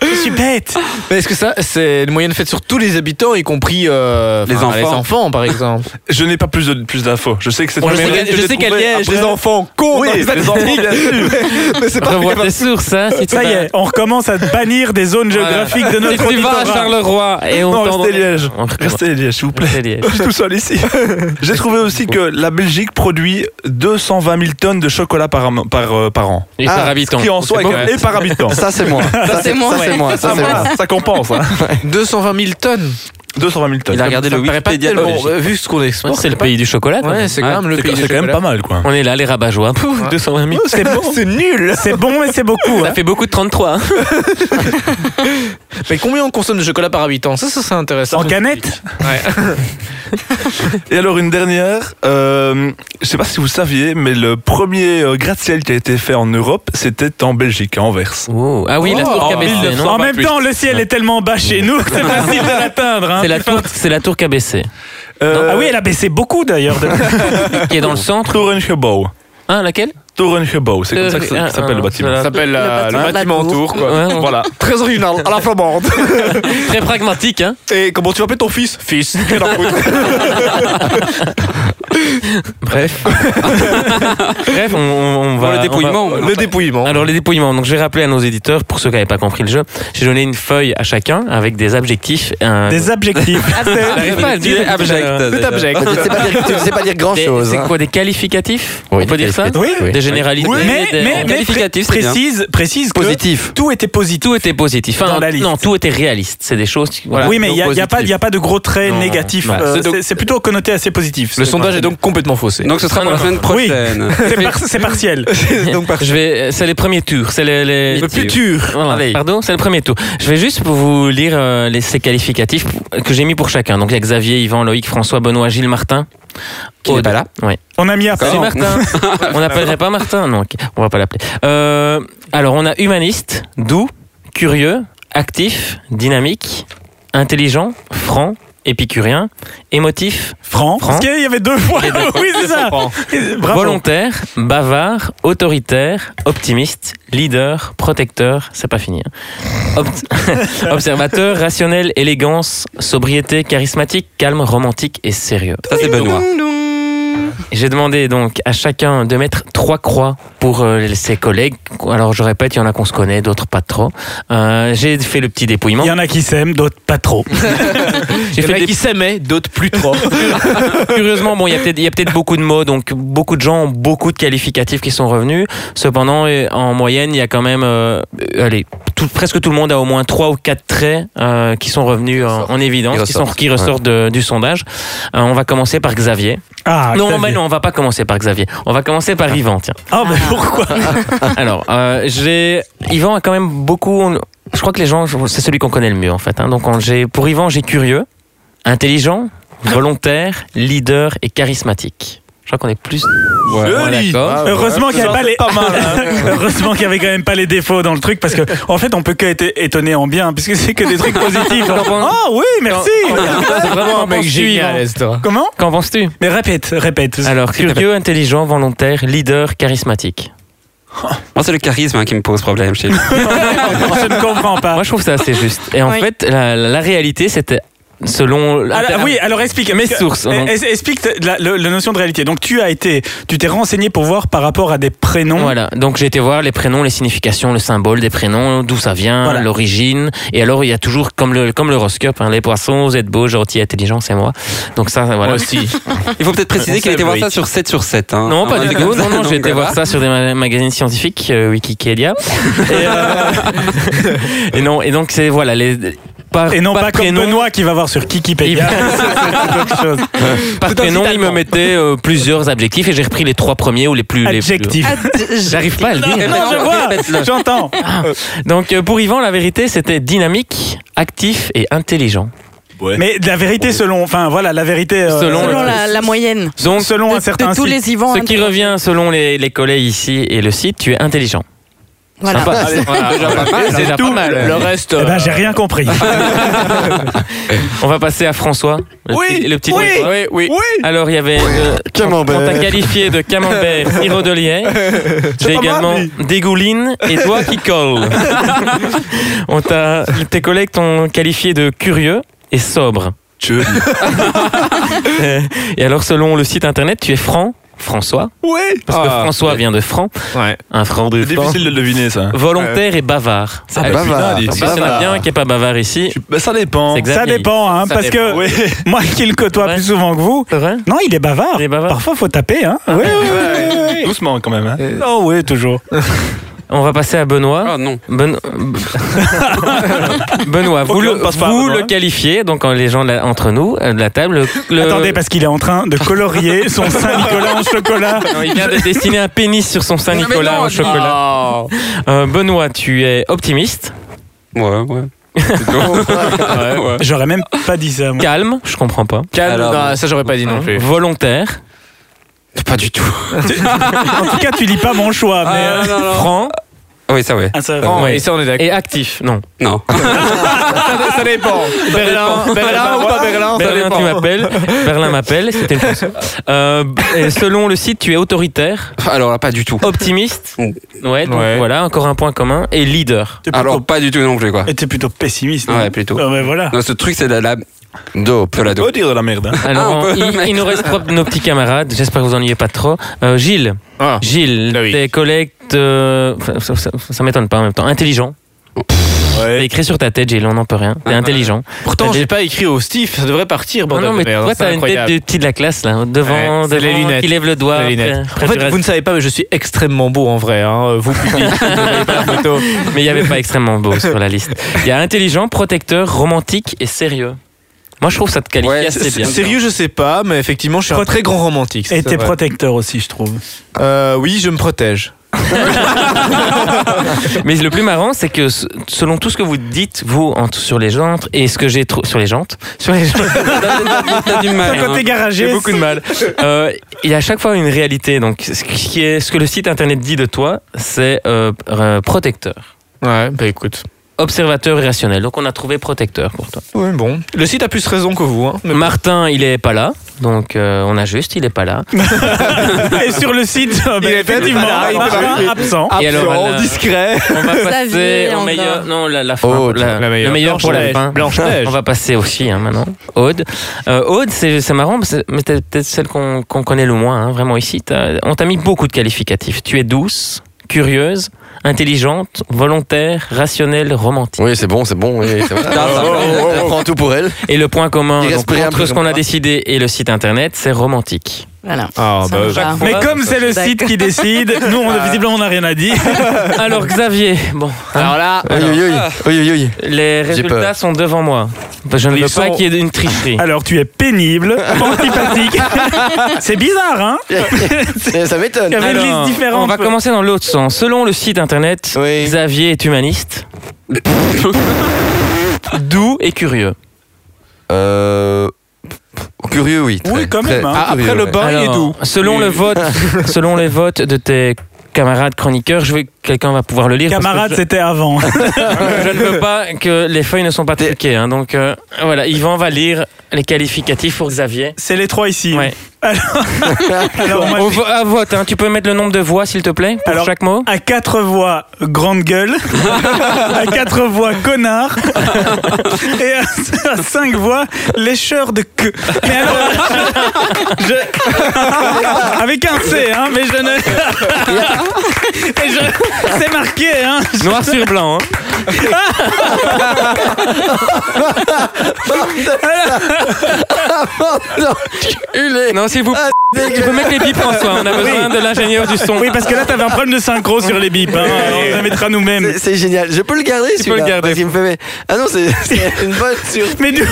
S1: Je suis bête.
S8: Mais est-ce que ça, c'est une moyenne faite sur tous les habitants, y compris euh,
S7: Les
S8: enfin,
S7: enfants.
S8: les enfants, par exemple
S4: Je n'ai pas plus de- plus d'infos. je sais que c'est
S8: Bon,
S4: une
S8: je sais
S4: moyenne
S8: qu'à-
S4: que
S8: je
S4: j'ai
S8: sais qu'à
S4: trouvée
S8: Liège,
S4: après-
S8: les enfants comptent
S4: Oui,
S8: dans les
S4: les enfants, bien sûr.
S8: Mais c'est pas
S5: Revois tes sources, hein, si tu
S1: Ça
S5: vas-
S1: y est, on recommence à bannir des zones géographiques de notre
S5: Si tu vas à
S1: auditorat.
S5: Charleroi et on
S4: Non,
S5: t'en-
S4: restez Liège.
S5: On recommence.
S4: Restez Liège, s'il vous plaît.
S5: Restez Liège.
S4: Je suis tout seul ici. J'ai trouvé aussi que la Belgique produit 220 000 tonnes de chocolat par, am- par, euh, par an.
S5: Et par habitant.
S4: Qui en soi
S5: C'est
S4: est-
S5: bon, ouais.
S4: et par habitant.
S3: Ça, c'est moi.
S2: Ça, c'est moi.
S3: Ça,
S2: ouais.
S3: c'est moi. Ça,
S4: Ah,
S3: c'est moi.
S4: voilà, ça compense. hein.
S8: 220 000 tonnes.
S4: 220 000 tonnes.
S7: Il a regardé
S8: Ça
S7: le
S8: me paraît pas
S7: Wikipédia de
S8: tellement,
S7: Belgique.
S8: euh, vu ce qu'on exporte.
S5: C'est le pays du chocolat. quand
S8: Ouais,
S5: même.
S8: c'est quand même le
S4: C'est
S8: pays.
S4: quand-
S8: du
S4: c'est quand même
S8: chocolat.
S4: pas mal, quoi.
S5: On est là, les rabat-joies. Pouf, 220 000.
S8: C'est bon. C'est nul.
S1: Oh, C'est bon, mais c'est beaucoup.
S5: Ça
S1: hein.
S5: fait beaucoup de 33. hein.
S8: Mais combien on consomme de chocolat par habitant Ça, ça c'est intéressant.
S1: En canette
S4: Et alors une dernière, euh, je sais pas si vous saviez, mais le premier euh, gratte-ciel qui a été fait en Europe, c'était en Belgique, à Anvers.
S5: Wow. Ah oui, la tour
S4: en
S5: KBC,
S4: 1900.
S5: non
S1: En même
S4: 128.
S1: temps, le ciel est tellement bas chez nous que c'est facile de l'atteindre. hein.
S5: C'est la tour, c'est la tour KBC
S4: Euh,
S1: Ah oui, elle a baissé beaucoup d'ailleurs. de-
S5: qui est dans le centre.
S4: Torengebouw.
S5: Hein, laquelle
S4: Torengebouw, c'est comme ça que ça-
S5: Euh,
S4: que s'appelle
S5: euh,
S4: le bâtiment.
S8: Ça
S5: voilà.
S8: s'appelle la-
S2: Le bâtiment
S8: le
S2: de la
S8: bâtiment en
S2: tour.
S8: tour, quoi.
S5: Ouais, ouais.
S8: Voilà.
S6: Très original, à la flamande.
S5: Très pragmatique, hein.
S6: Et comment tu appelles ton fils Fils.
S5: Bref. Bref, on, on va.
S7: Pour le
S5: on va-
S7: dépouillement. on-
S6: Le dépouillement.
S5: Alors les dépouillements, donc j'ai rappelé à nos éditeurs, pour ceux qui n'avaient pas compris le jeu, j'ai donné une feuille à chacun avec des objectifs. un-
S1: Des objectifs.
S5: J'arrive pas à le
S7: Tu es
S5: dire.
S7: abject.
S6: Tout
S7: déjà.
S6: abject.
S3: Tu ne sais pas dire- tu ne sais pas dire grand
S5: Des-
S3: chose.
S5: C'est
S3: hein.
S5: quoi des qualificatifs
S7: Oui,
S5: On peut
S7: des
S5: dire ça
S1: Oui,
S5: Des généralités,
S1: mais, mais,
S5: des
S1: mais
S5: qualificatifs,
S1: pré-
S5: c'est bien.
S1: précise, précise que
S3: Positif.
S1: tout était positif.
S5: Tout était positif.
S1: Dans la liste.
S5: Non, tout était réaliste. C'est des choses. qui- voilà.
S1: oui, mais il n'y a,
S5: Donc,
S1: il y a, pas- il
S5: positif.
S1: y a pas de gros traits
S5: Non,
S1: négatifs.
S5: voilà.
S1: Euh,
S5: C'est donc-
S1: c'est- c'est plutôt connoté assez positif.
S8: Le
S1: C'est-
S8: sondage est donc complètement faussé.
S7: Donc ce sera pour la semaine
S1: Oui.
S7: prochaine.
S1: C'est par- c'est partiel.
S5: Je vais, euh, c'est les premiers tours, c'est les, les-
S7: Le plus dur.
S5: Voilà.
S7: Allez.
S5: Pardon, c'est le premier tour. Je vais juste pour vous lire euh, les, ces qualificatifs pour- que j'ai mis pour chacun. Donc il y a Xavier, Yvan, Loïc, François, Benoît, Gilles, Martin.
S7: Qui n'est
S5: Aude.
S7: pas là.
S5: Ouais.
S1: On a mis à
S5: C'est
S1: part.
S5: Martin. on n'appellerait pas Martin. Non, ok, on va pas l'appeler. Euh, alors on a humaniste, doux, curieux, actif, dynamique, intelligent, franc, épicurien, émotif,
S1: Franc. Parce qu'il y avait deux fois. oui, c'est ça. Bravo.
S5: Volontaire, bavard, autoritaire, optimiste, leader, protecteur, c'est pas fini. hein. Ob- Observateur, rationnel, élégance, sobriété, charismatique, calme, romantique et sérieux.
S7: Ça c'est Benoît.
S6: Mmh.
S2: Mmh.
S5: J'ai demandé donc à chacun de mettre trois croix pour euh, ses collègues. Alors je répète, il y en a qu'on se connaît, d'autres pas trop. Euh, J'ai fait le petit dépouillement.
S1: Il y en a qui s'aiment, d'autres pas trop.
S5: J'ai fait des-
S8: qui s'aimaient, d'autres plus trop.
S5: Curieusement, bon, il y a peut-être il y a peut-être beaucoup de mots, donc beaucoup de gens ont beaucoup de qualificatifs qui sont revenus. Cependant, euh, en moyenne, il y a quand même, euh, euh, allez, tout- presque tout le monde a au moins trois ou quatre traits euh, qui sont revenus en, en évidence,
S7: Qui
S5: qui, sont,
S7: ressortent.
S5: qui ressortent de- du sondage. Euh, on va commencer par Xavier.
S1: Ah,
S5: non,
S1: Xavier.
S5: mais non, on va pas commencer par Xavier. On va commencer par Yvan. Tiens.
S1: Ah, mais pourquoi
S5: Alors, euh, j'ai Yvan a quand même beaucoup. on- je crois que les gens, c'est celui qu'on connaît le mieux en fait. hein. Donc, on- j'ai pour Yvan, j'ai curieux, intelligent, volontaire, leader et charismatique. Je crois qu'on est plus.
S7: Ouais,
S4: Joli.
S7: d'accord.
S5: Ah,
S8: Ah,
S1: Heureusement qu'il n'y avait pas les.
S5: hein.
S1: Heureusement qu'il y avait quand même pas les défauts dans le truc parce que en fait on peut que être étonné en bien puisque c'est que des trucs positifs.
S5: T'en penses-
S1: Oh oui, merci.
S5: C'est vraiment un mec
S8: Génial, toi.
S1: Comment
S5: Qu'en penses-tu
S1: Mais répète, répète.
S5: Alors, curieux, intelligent, volontaire, leader, charismatique.
S7: Moi c'est le charisme hein, qui me pose problème chez lui.
S1: je ne comprends pas.
S5: Moi, je trouve ça assez juste. Et en
S2: Oui.
S5: fait, la, la réalité, c'était selon.
S1: Alors, Ah, oui, alors explique.
S5: Mes
S1: parce que-
S5: sources,
S1: Eh,
S5: donc.
S1: eh, Explique la, le- la notion de réalité. Donc tu as été, tu t'es renseigné pour voir par rapport à des prénoms.
S5: Voilà, donc j'ai été voir les prénoms, les significations, le symbole des prénoms, d'où ça vient,
S1: Voilà.
S5: l'origine. Et alors, il y a toujours, comme le, comme l'horoscope, hein, les poissons, vous êtes beaux, gentils, intelligents, c'est moi. Donc ça, voilà.
S8: Moi aussi.
S7: Il faut peut-être préciser qu'il a été voir ça sur 7 sur 7. Hein.
S5: Non, pas
S7: Hein,
S5: du
S7: c'est
S5: tout.
S7: comme
S5: Non, non,
S7: donc, ah,
S5: j'ai été
S7: voilà.
S5: voir ça sur des ma- magazines scientifiques, euh, Wikipédia. Et, euh, et non, et donc c'est voilà les par,
S1: Et non
S5: par
S1: pas comme
S5: prénom,
S1: Benoît qui va voir sur Kikipedia. C'est autre chose.
S5: par prénom, il me mettait euh, plusieurs adjectifs et j'ai repris les trois premiers ou les plus les plus-
S1: Adjectif.
S2: Ah,
S5: J'arrive pas à le dire.
S1: Non, je vois, j'entends.
S5: Donc euh, pour Yvan, la vérité, c'était dynamique, actif et intelligent.
S1: Mais la vérité selon, enfin voilà, la vérité euh,
S5: Selon
S2: Selon la, la moyenne.
S5: Donc
S1: selon
S2: De,
S1: un certain
S2: de tous
S1: site.
S2: les hein, Ivans.
S5: ce qui revient selon les, les collègues ici et le site, tu es intelligent.
S2: Voilà.
S5: Sympa. C'est déjà pas mal.
S8: Le reste.
S1: Eh ben, j'ai rien compris.
S5: On va passer à François. Le
S1: Oui,
S5: petit- le petit
S1: oui,
S5: oui, Alors il y avait euh,
S3: Camembert.
S5: On t'a qualifié de camembert, sirop de lièvre. J'ai également dégouline et toi qui colle. On t'a, tes collègues t'ont qualifié de curieux et sobre.
S4: Joli.
S5: Euh, Et alors selon le site internet, tu es franc, François,
S8: Ouais
S5: parce que
S8: Ah.
S5: François vient de Franc,
S8: Ouais.
S5: un franc de France,
S4: Difficile de le deviner ça. Euh,
S5: volontaire et bavard.
S4: Ah,
S5: Allez,
S4: bavard.
S5: putain, dis-
S4: Bavard.
S5: s'il y en a bien qui est pas bavard ici,
S4: Tu- bah, ça dépend.
S5: c'est
S1: Ça
S5: Xavier.
S1: dépend, hein,
S5: Ça
S1: parce que
S5: dépend.
S1: moi qui le côtoie
S5: Ouais.
S1: plus souvent que vous,
S5: C'est vrai
S1: non, il est bavard.
S5: Il est bavard. Ah,
S1: Parfois, faut taper, hein. Oui, oui, oui, oui, oui.
S4: Doucement quand même. hein.
S1: Oh oui, toujours.
S5: On va passer à Benoît.
S7: Ah non.
S5: Ben- Benoît, vous,
S4: Ok,
S5: le,
S4: on passe par
S5: vous
S4: Benoît.
S5: le qualifiez, donc euh, les gens là, entre nous, euh, de la table. le- le-
S1: Attendez, parce qu'il est en train de colorier son Saint-Nicolas en chocolat.
S5: Non, il vient de dessiner un pénis sur son Saint-Nicolas au Ah, chocolat.
S7: Oh.
S5: Euh, Benoît, tu es optimiste,
S7: Ouais, ouais. Plutôt. Ouais.
S1: J'aurais même pas dit ça, moi.
S5: calme, je comprends pas, Hein
S8: Calme.
S7: Alors,
S8: Non, ça j'aurais pas dit non plus.
S5: volontaire,
S7: Pas du tout.
S1: En tout cas, tu lis pas mon choix, mais.
S5: Ah,
S1: euh,
S5: franc
S7: Oui, ça, ouais.
S1: ah, ça va.
S8: Franc,
S5: Ouais.
S8: Et ça on est d'accord.
S5: et actif. Non.
S7: Non.
S8: Ça dépend. Berlin, Berlin ou pas Berlin, ça
S5: Berlin,
S8: dépend.
S5: tu m'appelles. Berlin m'appelle. C'était une chanson. Euh, et selon le site, tu es autoritaire,
S7: Alors là, pas du
S5: Oh,
S7: tout.
S5: optimiste.
S7: Mm.
S5: Ouais, donc
S8: Ouais.
S5: voilà, encore un point commun. Et leader.
S1: T'es plutôt-
S7: Alors, pas du tout non plus, quoi.
S1: Et t'es plutôt pessimiste. non
S7: Ouais, plutôt.
S1: Ah, mais voilà.
S7: Non, ce truc, c'est de la dope. De la
S4: Doit
S7: dope.
S4: dire de la merde. hein.
S8: Ah,
S5: Alors,
S7: on peut-
S5: il, il nous reste trois de nos petits camarades. J'espère que vous ennuyez pas trop. Euh, Gilles,
S8: Ah.
S5: Gilles,
S8: Ah oui.
S5: tes collègues, euh, enfin, ça, ça- ça m'étonne pas en même temps. Intelligent. T'as
S8: Eh.
S4: Ouais.
S5: écrit sur ta tête, Gilles, on n'en peut rien. T'es
S7: Ah,
S5: intelligent.
S8: Pourtant,
S5: T'as
S8: j'ai
S5: des-
S8: pas écrit au Steve, ça devrait partir,
S5: Ah
S8: bordel
S5: non, mais
S8: de merde.
S5: toi,
S8: bah, c'est
S5: t'as une tête
S8: incroyable.
S5: de petit de la classe, là. Devant,
S8: Ouais, c'est les
S5: devant,
S8: lunettes.
S5: qui lève le doigt.
S8: Les lunettes.
S5: après- après
S8: en
S5: tu
S8: fait,
S5: restes-
S8: vous ne savez pas, mais je suis extrêmement beau en vrai. Hein. Vous publiez la photo.
S5: Mais il n'y avait pas extrêmement beau sur la liste. Il y a intelligent, protecteur, romantique et sérieux. Moi, je trouve ça te qualifie
S7: Ouais,
S5: assez bien.
S8: Sérieux, je sais pas, mais effectivement, je suis un
S1: Prot-
S8: très grand romantique. ça,
S1: Et
S8: c'est
S1: t'es
S8: vrai.
S1: protecteur aussi, je trouve.
S8: Euh, oui, je me protège.
S5: Mais le plus marrant, c'est que s- selon tout ce que vous dites, vous, en- sur les jantes, et ce que j'ai trouvé. Sur les jantes Sur les jantes.
S7: T'as du mal. hein.
S1: Quand t'es garagé,
S5: J'ai beaucoup de mal. Euh, Il y a à chaque fois une réalité. Donc, ce, qui est, ce que le site internet dit de toi, c'est euh, euh, protecteur.
S8: Ouais, bah écoute.
S5: Observateur et rationnel. Donc, on a trouvé protecteur pour toi.
S8: Ouais, bon. Le site a plus raison que vous. Hein. Mais-
S5: Martin, il est pas là. Donc, euh, on a juste, il est pas là.
S1: Et sur le site, euh, bah,
S8: Il était
S1: effectivement,
S8: pas là, il était pas
S1: Martin,
S8: là. Ah,
S1: absent.
S5: Et alors,
S8: Absent,
S5: voilà.
S8: discret.
S5: On va
S2: Xavier,
S5: passer au
S2: encore.
S5: meilleur. Non, la, la fin. la-
S8: la meilleure.
S5: Le meilleur pour la
S8: Blanche-Neige.
S5: fin.
S8: Blanche-Neige.
S5: On va passer aussi hein, maintenant. Aude. Euh, Aude, c'est c'est marrant, mais c'est- mais t'es peut-être celle qu'on qu'on connaît le moins, hein, vraiment ici. T'as- On t'a mis beaucoup de qualificatifs. Tu es douce, curieuse, intelligente, volontaire, rationnelle, romantique.
S3: Oui, c'est bon, c'est Ah, bon. Oui, ça va. Elle prend tout pour elle.
S5: Et le point commun
S3: Il reste
S5: donc,
S3: plus rien
S5: entre
S3: plus
S5: ce qu'on a
S3: commun.
S5: décidé et le site internet, c'est romantique.
S2: Voilà.
S8: Ah,
S5: bah,
S2: Ça me va.
S1: Mais
S5: Ouais,
S1: comme c'est le
S2: D'accord.
S1: site qui décide, nous, on, visiblement, on n'a rien à dire.
S5: Alors Xavier, bon,
S8: Alors là,
S3: Oui, oui, oui. Oui, oui, oui.
S5: les résultats
S3: peur.
S5: sont devant moi. Je ne veux
S8: Ils
S5: pas
S8: sont-
S5: qu'il y ait une tricherie.
S1: Alors, tu es pénible, antipathique. C'est bizarre, hein
S3: Ça ça
S1: Il y
S3: m'étonne.
S1: avait une
S5: Alors,
S1: liste différente.
S5: On va commencer dans l'autre sens. Selon le site internet,
S3: Oui.
S5: Xavier est humaniste. Doux et curieux.
S3: Euh, Curieux, oui.
S1: Oui,
S3: très,
S1: quand
S3: très
S1: même, hein.
S3: curieux,
S8: après le
S3: ouais.
S8: bain, il est
S5: Alors,
S8: doux.
S5: Selon le vote, selon les votes de tes camarades chroniqueurs, je veux que quelqu'un va pouvoir le lire. parce que
S1: Camarade, c'était avant.
S5: je, je ne veux pas que les feuilles ne sont pas truquées. hein. donc euh, voilà, Yvan va lire les qualificatifs pour Xavier.
S1: C'est les trois ici.
S5: Ouais.
S1: Alors, moi,
S5: Au
S1: j'ai-
S5: vo- à vote, hein. tu peux mettre le nombre de voix s'il te plaît pour
S1: Alors-
S5: chaque mot.
S1: à quatre voix, grande gueule. à quatre voix, connard. Et à, à cinq voix, lécheur de queue. Mais alors, je- je- avec un C, hein, mais je ne. Et je- C'est marqué, hein.
S5: Noir sur blanc. hein. Non, s'il vous Tu peux mettre les bips, François. On a besoin de l'ingénieur du son.
S1: Oui, parce que là, t'avais un problème de synchro sur les bips. Hein. On la mettra nous-mêmes.
S3: C'est- C'est génial. Je peux le garder,
S5: peux
S3: celui-là,
S5: le garder.
S3: parce qu'il me fait- Ah non, c'est c'est une bonne sur.
S1: Mais d'où,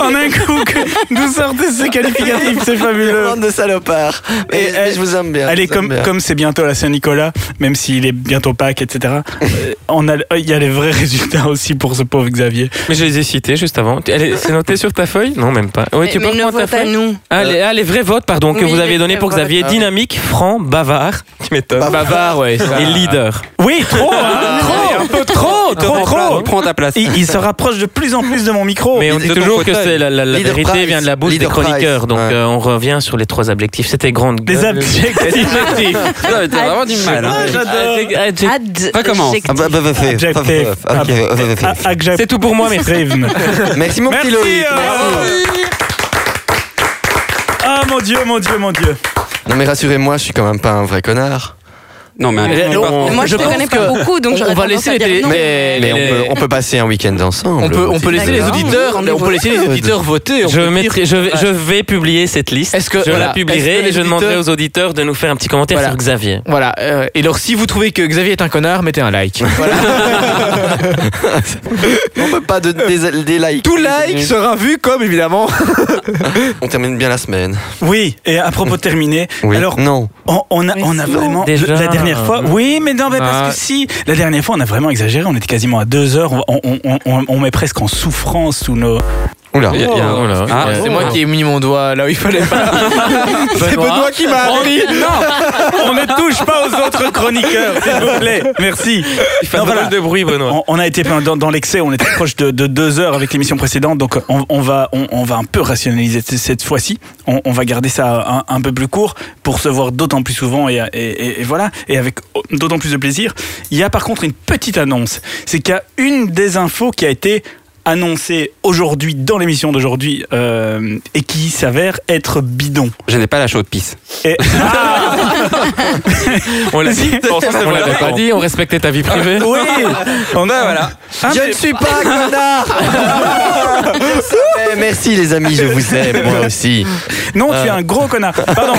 S1: en un coup, que- d'où sortaient ces qualificatifs C'est fabuleux.
S3: Bande de salopards.
S1: Et
S3: Mais, mais
S1: elle-
S3: je vous aime bien.
S1: Allez,
S3: je vous aime
S1: comme
S3: bien.
S1: comme c'est bientôt la Saint-Nicolas, même s'il est bientôt Pâques, etc. euh, on a, il y a les vrais résultats aussi pour ce pauvre Xavier.
S5: Mais je les ai cités juste avant. Tu- elle est- C'est noté sur ta feuille Non, même pas. Oui,
S2: Mais,
S5: tu peux
S2: mais ne
S5: prendre ta
S2: vote à
S5: feuille.
S2: nous.
S5: Ah les, ah, les vrais votes, pardon, que
S2: Oui,
S5: vous
S2: les
S5: avez donné pour
S2: vrais
S5: Xavier.
S2: votes.
S5: Dynamique, franc, bavard. Tu m'étonnes.
S8: Bavard, ouais. ça.
S5: Et leader.
S1: Oui, trop, hein, trop, trop, trop, trop.
S7: Prends ta place.
S1: Il, il se rapproche de plus en plus de mon micro.
S8: Oh,
S5: Mais on
S7: de
S5: dit
S7: ton
S5: toujours que
S7: fauteuil.
S5: c'est la, la- la
S3: Leader
S5: vérité
S3: prize.
S5: vient de la bouche
S3: Leader
S5: des chroniqueurs.
S3: prize,
S5: Donc
S3: ouais.
S5: euh, on revient sur les trois objectifs. C'était grande gueule.
S1: des objectifs.
S7: Non, mais T'as vraiment du mal. hein.
S1: Ah, j'adore.
S5: Adjectif.
S2: Ad-
S7: Ça commence.
S3: Ah bah, bah, bah, fait.
S1: Objectif.
S3: Bah, bah, bah, ok, bah, bah, bah, fait.
S1: Ah, ah, que j'ai-
S5: C'est tout pour moi, merci.
S1: Ah.
S3: Merci mon
S1: euh,
S3: petit
S1: Merci.
S3: Loïc.
S1: euh, Ah mon dieu, mon dieu, mon dieu.
S3: Non mais rassurez-moi, je suis quand même pas un vrai connard.
S7: Non, mais un-
S2: Et Moi, je, te
S8: pense
S2: connais
S8: que
S2: pas beaucoup, donc
S8: on-
S2: j'aurais
S8: on va
S2: tendance
S8: laisser
S2: à
S8: les
S2: dire
S8: télé-
S2: non.
S8: mais-
S3: Mais on peut, on peut passer un week-end ensemble.
S8: On peut, on peut
S3: Petit
S8: laisser les
S2: D'accord.
S8: auditeurs, on peut laisser les auditeurs voter. on
S5: Je,
S8: peut dire-
S5: mettrai- je, vais,
S8: Ouais.
S5: je vais publier cette liste.
S8: Est-ce que-
S5: je
S8: voilà.
S5: la
S8: Est-ce que
S5: publierai et
S8: les
S5: je demanderai
S8: auditeurs-
S5: aux auditeurs de nous faire un petit commentaire
S8: Voilà.
S5: sur Xavier.
S8: Voilà. euh, et alors, si vous trouvez que Xavier est un connard, mettez un like. Voilà.
S3: On peut pas de, des, des likes.
S8: Tout like sera vu comme évidemment.
S3: On termine bien la semaine.
S1: Oui, et à propos de terminer,
S3: Oui.
S1: alors
S3: non.
S1: on, on a,
S2: Mais
S1: on a
S2: si.
S1: vraiment.
S5: Déjà.
S1: la dernière fois, oui, mais non, mais
S8: Ah.
S1: parce que si. La dernière fois, on a vraiment exagéré, on était quasiment à deux heures, on, on, on- on- on met presque en souffrance sous nos.
S3: Oula.
S7: il y a- il y a-
S5: Voilà. Oh.
S7: Ah,
S8: Oh. C'est moi qui ai mis mon doigt là où il fallait pas. C'est Benoît qui m'a appris.
S1: on ne touche pas aux autres chroniqueurs, s'il vous plaît. Merci.
S5: Il fait
S1: Non, voilà.
S5: de bruit, Benoît.
S1: On, on a été plein dans, dans l'excès, on était proche de, de deux heures avec l'émission précédente, donc on, on va, on, on va un peu rationaliser c- cette fois-ci. On, on va garder ça un, un peu plus court pour se voir d'autant plus souvent et, et- et- et voilà, et avec d'autant plus de plaisir. Il y a par contre une petite annonce, c'est qu'il y a une des infos qui a été annoncée aujourd'hui dans l'émission d'aujourd'hui euh, et qui s'avère être bidon.
S7: je n'ai pas la chaude pisse.
S1: Et- ah,
S5: On l'a dit.
S1: On
S5: On l'avait pas dit, on respectait ta vie privée.
S1: Oui, on a voilà.
S3: Je ne suis pas un connard Mais Eh, Merci les amis, je vous aime, moi aussi. Euh.
S1: Non, tu es un gros connard. Pardon.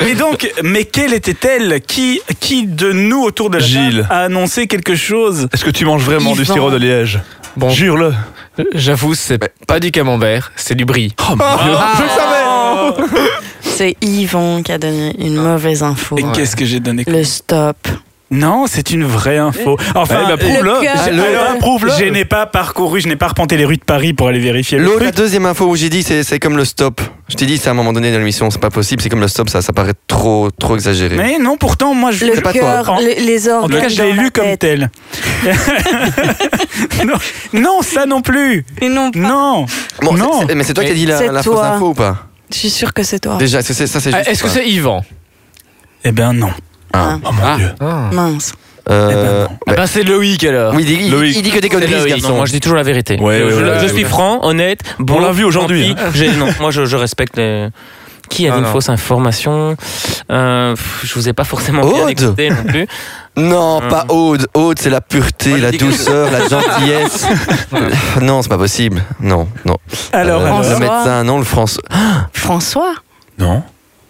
S1: Et, et donc, mais quelle était-elle qui, qui de nous autour de la table
S4: Gilles.
S1: a annoncé quelque chose
S4: Est-ce que tu manges vraiment du
S2: Yvan.
S4: sirop de Liège
S8: Bon.
S4: Jure-le.
S8: J'avoue, c'est pas du camembert, c'est du brie.
S4: Oh,
S2: Ah. C'est Yvon qui a donné une mauvaise info.
S1: Et qu'est-ce que j'ai donné
S2: Le stop.
S1: Non, c'est une vraie info. Enfin,
S4: Eh ben,
S2: Le
S4: prouve-le.
S2: cœur.
S1: je- alors,
S4: prouve-le.
S1: Je n'ai pas parcouru, je n'ai pas arpenté les rues de Paris pour aller vérifier. le
S3: L'autre, la
S1: truc.
S3: deuxième info où j'ai dit c'est c'est comme le stop. Je t'ai dit c'est à un moment donné dans l'émission, c'est pas possible, c'est comme le stop, ça, ça paraît trop trop exagéré.
S1: Mais non, pourtant, moi, je.
S2: Le
S3: pas toi.
S2: cœur,
S1: En-
S2: le- les
S1: En
S2: organes.
S1: tout cas, je l'ai
S2: dans la
S1: lu comme
S2: tête.
S1: tel. non, non, ça non plus.
S2: Mais non, pas-
S1: Non.
S3: Bon,
S1: Non.
S3: c'est- c'est- mais c'est toi qui as dit la,
S2: C'est
S3: la fausse
S2: toi.
S3: info ou pas
S2: je suis sûre que c'est toi.
S3: Déjà, est-ce que c'est- ça c'est
S8: Ah,
S3: juste
S8: Est-ce que
S3: ou
S8: c'est Yvan
S1: Eh ben non.
S3: Ah.
S1: Oh mon
S7: Ah.
S1: dieu.
S2: Mince.
S3: pas Euh,
S1: Eh ben non.
S8: Ah ben c'est Loïc alors.
S3: Oui, il, dit- il-
S4: Loïc.
S3: il dit que des
S5: Non,
S3: conneries, ce
S5: non,
S3: garçon.
S5: moi je dis toujours la vérité.
S4: Ouais,
S5: je
S4: ouais,
S5: je-
S4: ouais,
S5: je
S4: ouais,
S5: suis
S4: ouais.
S5: franc, honnête. Bon,
S4: On l'a vu
S5: tant
S4: aujourd'hui,
S5: pis. J'ai- Non, moi je, je respecte les. Qui avait
S8: Ah,
S5: une
S8: non.
S5: fausse information euh, pff, Je vous ai pas forcément bien
S3: Aude.
S5: écouté non plus.
S3: Non,
S5: Euh.
S3: pas Aude. Aude, c'est la pureté,
S7: Moi, je
S3: la
S7: dis que-
S3: douceur, la gentillesse. non, c'est pas possible. Non, non.
S1: Alors,
S3: Euh,
S1: alors.
S3: le
S2: François.
S3: médecin, non, le François.
S2: François
S1: Non.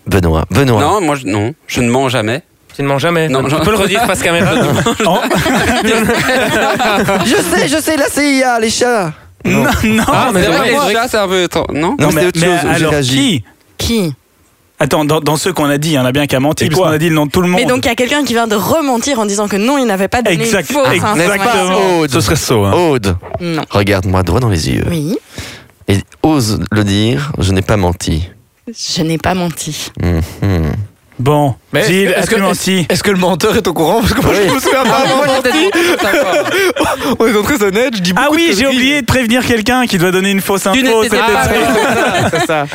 S3: Benoît, Benoît.
S7: Non, moi, je, non, je ne mens jamais.
S5: Tu ne mens jamais.
S7: Non,
S5: Non,
S7: j'en-
S5: peux le redire face caméra.
S1: En-
S3: Je sais, je sais, la CIA, les chats.
S1: Non, non.
S5: Ah, mais
S7: C'est
S5: c'est
S7: vrai,
S5: vrai.
S7: les chats, c'est un peu étrange, non
S3: Non, c'est autre chose, j'ai
S1: alors
S3: réagi.
S1: qui
S2: Qui
S1: Attends, dans, dans ceux qu'on a dit, il y en a bien qu'à mentir,
S4: Et
S1: parce qu'on
S4: quoi
S1: a dit le nom de tout le monde.
S2: Mais donc il y a quelqu'un qui vient de rementir en disant que non, il n'avait pas donné
S1: Exact-
S2: une fausse
S1: exactement.
S3: N'est-ce pas
S2: information.
S3: Aude
S4: Ce serait saut. Hein.
S3: Aude,
S2: Non.
S3: regarde-moi droit dans les yeux.
S2: Oui,
S3: Et ose le dire, je n'ai pas menti.
S2: je n'ai pas menti.
S3: Mhm.
S1: Bon,
S8: Mais est-ce
S1: Gilles,
S8: que- est-ce
S1: as-tu
S8: que-
S1: menti
S8: Est-ce que le menteur est au courant Parce que moi je me souviens pas. vraiment. On est donc très honnête. Je dis
S1: Ah
S8: beaucoup de
S1: oui, j'ai
S8: conneries. Oh,
S1: oublié de prévenir quelqu'un qui doit donner une fausse
S7: Tu
S1: info. c'était
S7: n'étais pas
S1: vrai.
S8: C'est ça.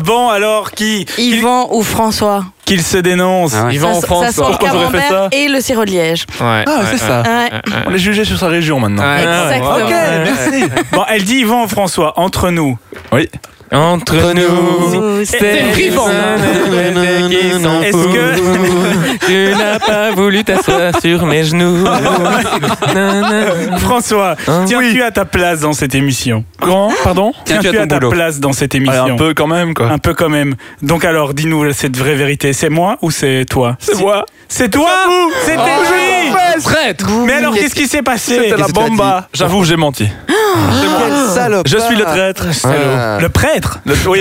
S1: Bon, alors, qui qu'il-
S2: Yvan ou François
S1: Qu'il se dénonce
S7: Ah ouais.
S8: Yvan
S2: Ça-
S8: François.
S2: Ça sent le
S4: Pourquoi j'aurais fait
S2: camembert
S4: ça
S2: et le sirop de liège.
S8: Ouais.
S4: Ah, c'est ça.
S2: Ouais,
S4: On est jugé sur sa région maintenant.
S8: Ah
S2: exactement.
S1: Ok, merci. Bon, elle dit Yvan François, entre nous.
S5: Entre nous,
S2: Nous,
S5: c'est
S8: vivant.
S1: Est-ce que.
S5: Tu n'as pas voulu t'asseoir sur mes genoux. Nanana.
S1: François,
S5: Hein
S1: tiens-tu à ta place dans cette émission
S4: Grand, pardon
S1: Tiens-tu à,
S7: ton
S1: ta
S7: boulot.
S1: place dans cette
S4: Ouais,
S1: émission
S4: Ah, Un peu quand même, quoi.
S1: Un peu quand même. Donc alors, dis-nous cette vraie vérité. C'est moi ou c'est toi C'est
S4: moi.
S1: C'est toi C'était
S4: Ah,
S1: lui
S8: Traître.
S1: Mais alors, qu'est-ce qui s'est passé
S4: C'était la
S3: Qu'est-ce que tu as
S4: bomba. J'avoue, j'ai menti.
S3: Quel salope
S4: Je suis le traître.
S3: Ah.
S1: Le prêtre Ah,
S4: Le- Oui,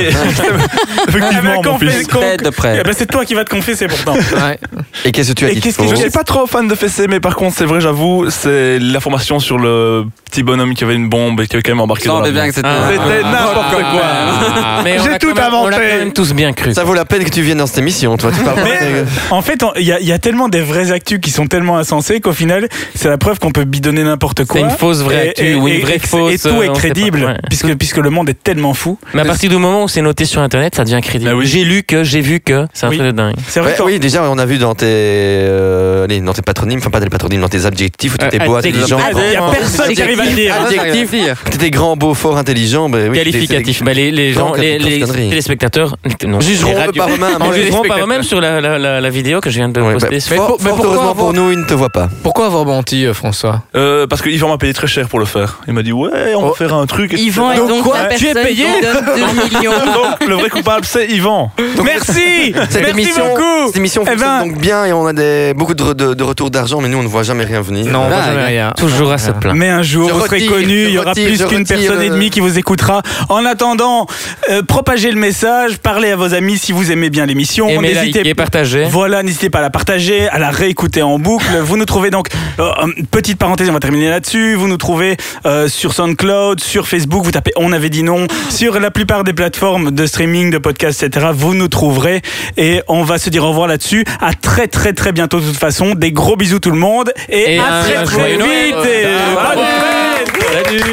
S4: effectivement, mon fils.
S7: Tête de prêtre.
S1: Eh ben, c'est toi qui vas te confesser pourtant.
S8: Ouais.
S3: Et qu'est-ce que tu as
S1: Et
S3: dit de
S1: qu'est-ce que
S3: faux
S4: Je suis pas trop fan de fessé, mais par contre, c'est vrai, j'avoue, c'est l'information sur le petit bonhomme qui avait une bombe et qui avait quand même embarqué dans
S7: Semble bien
S4: l'avion.
S7: que c'était.
S5: Ah,
S4: C'était n'importe quoi.
S8: Ah.
S5: Mais on
S4: J'ai
S5: l'a
S4: tout
S5: quand même- On l'a
S4: inventé.
S5: quand même tous bien cru.
S3: Ça vaut la peine que tu viennes dans cette émission, toi. Tu parles
S1: Mais euh, en fait, on- il y, a- il y a tellement des vraies actus qui sont tellement insensées qu'au final, c'est la preuve qu'on peut bidonner n'importe quoi.
S5: C'est une fausse vraie
S1: Et-
S5: actu
S1: et-
S5: ou une
S1: et-
S5: vraie
S1: et que
S5: faute.
S1: et
S5: euh,
S1: tout est
S5: on sait pas.
S1: crédible,
S5: Ouais.
S1: puisque, puisque le monde est tellement fou.
S5: Mais à partir du moment où c'est noté sur internet, ça devient crédible.
S4: Bah oui.
S5: J'ai lu que, j'ai vu que, c'est un
S1: Oui.
S5: truc de dingue.
S1: C'est vrai
S3: Ouais,
S1: qu'en-
S3: oui, déjà, on a vu dans tes, euh, allez, dans tes patronymes, enfin pas dans tes patronymes, dans tes adjectifs, où t'étais
S4: Ah,
S3: beau, Euh, intelligent. Ah,
S5: adjectif.
S1: Il y a personne qui arrive à le dire.
S7: Adjectif.
S3: T'étais grand, beau, fort, intelligent. bah oui,
S5: Qualificatif. Bah, les, les gens,
S3: Non,
S5: les,
S3: comme- comme
S5: les
S3: connerie.
S5: téléspectateurs, non,
S3: t'étais-
S5: les
S3: Jugeront
S5: radios-
S3: par eux-mêmes.
S5: en
S3: Ouais,
S5: jugeront par eux-mêmes sur la, la, la, la vidéo que je viens de
S3: bah,
S5: poster sur
S3: fort-
S8: mais
S3: fort
S8: pourquoi
S3: heureusement
S8: avoir-
S3: pour nous, ils ne te voient pas.
S8: Pourquoi avoir menti, euh, François
S4: Euh, parce que Yvan m'a payé très cher pour le faire. Il m'a dit ouais, on va faire un truc. etc.
S2: Yvan est
S4: Donc,
S2: donc la
S1: quoi Tu es
S2: personne
S1: payé
S2: qui donne 2 millions.
S4: donc, le vrai coupable c'est Yvan.
S1: Merci
S3: Cette
S1: Merci
S3: émission,
S1: beaucoup
S3: cette émission
S1: Eh
S3: fonctionne
S1: ben-
S3: donc bien et on a des, beaucoup de, re- de, de retours d'argent, mais nous, on ne voit jamais rien venir.
S8: Non,
S7: bah,
S8: moi, jamais
S7: ouais.
S8: rien.
S5: toujours à se plaindre.
S1: mais un jour,
S3: Je
S1: vous serez
S3: retire,
S1: connu,
S3: je
S1: il y aura
S3: retire,
S1: plus
S3: je
S1: qu'une
S3: retire,
S1: personne et
S3: euh,
S1: demie qui vous écoutera. En attendant, euh, propagez le message, parlez à vos amis si vous aimez bien l'émission.
S5: Aimez,
S1: N'hésitez
S5: likez, partagez.
S1: Voilà, n'hésitez pas à la partager, à la réécouter en boucle. Vous nous trouvez donc, euh, euh, petite parenthèse, on va terminer là-dessus. Vous nous trouvez euh, sur SoundCloud, sur Facebook, vous tapez On avait dit non. Sur la plupart des plateformes de streaming, de podcasts, etc., vous nous trouverez. Et on va se dire au revoir là-dessus. À très, très, très bientôt, de toute façon. Des gros bisous tout le monde. Et,
S5: Et
S1: à
S5: un
S1: très, très
S5: joyeux
S1: vite.
S5: Noël.
S1: Et
S5: Ah,
S1: bonne
S5: ouais.
S1: fête.
S5: Salut.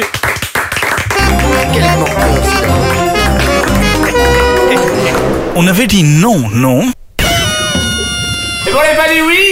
S1: On avait dit non, non
S8: Et bon, les pas dit oui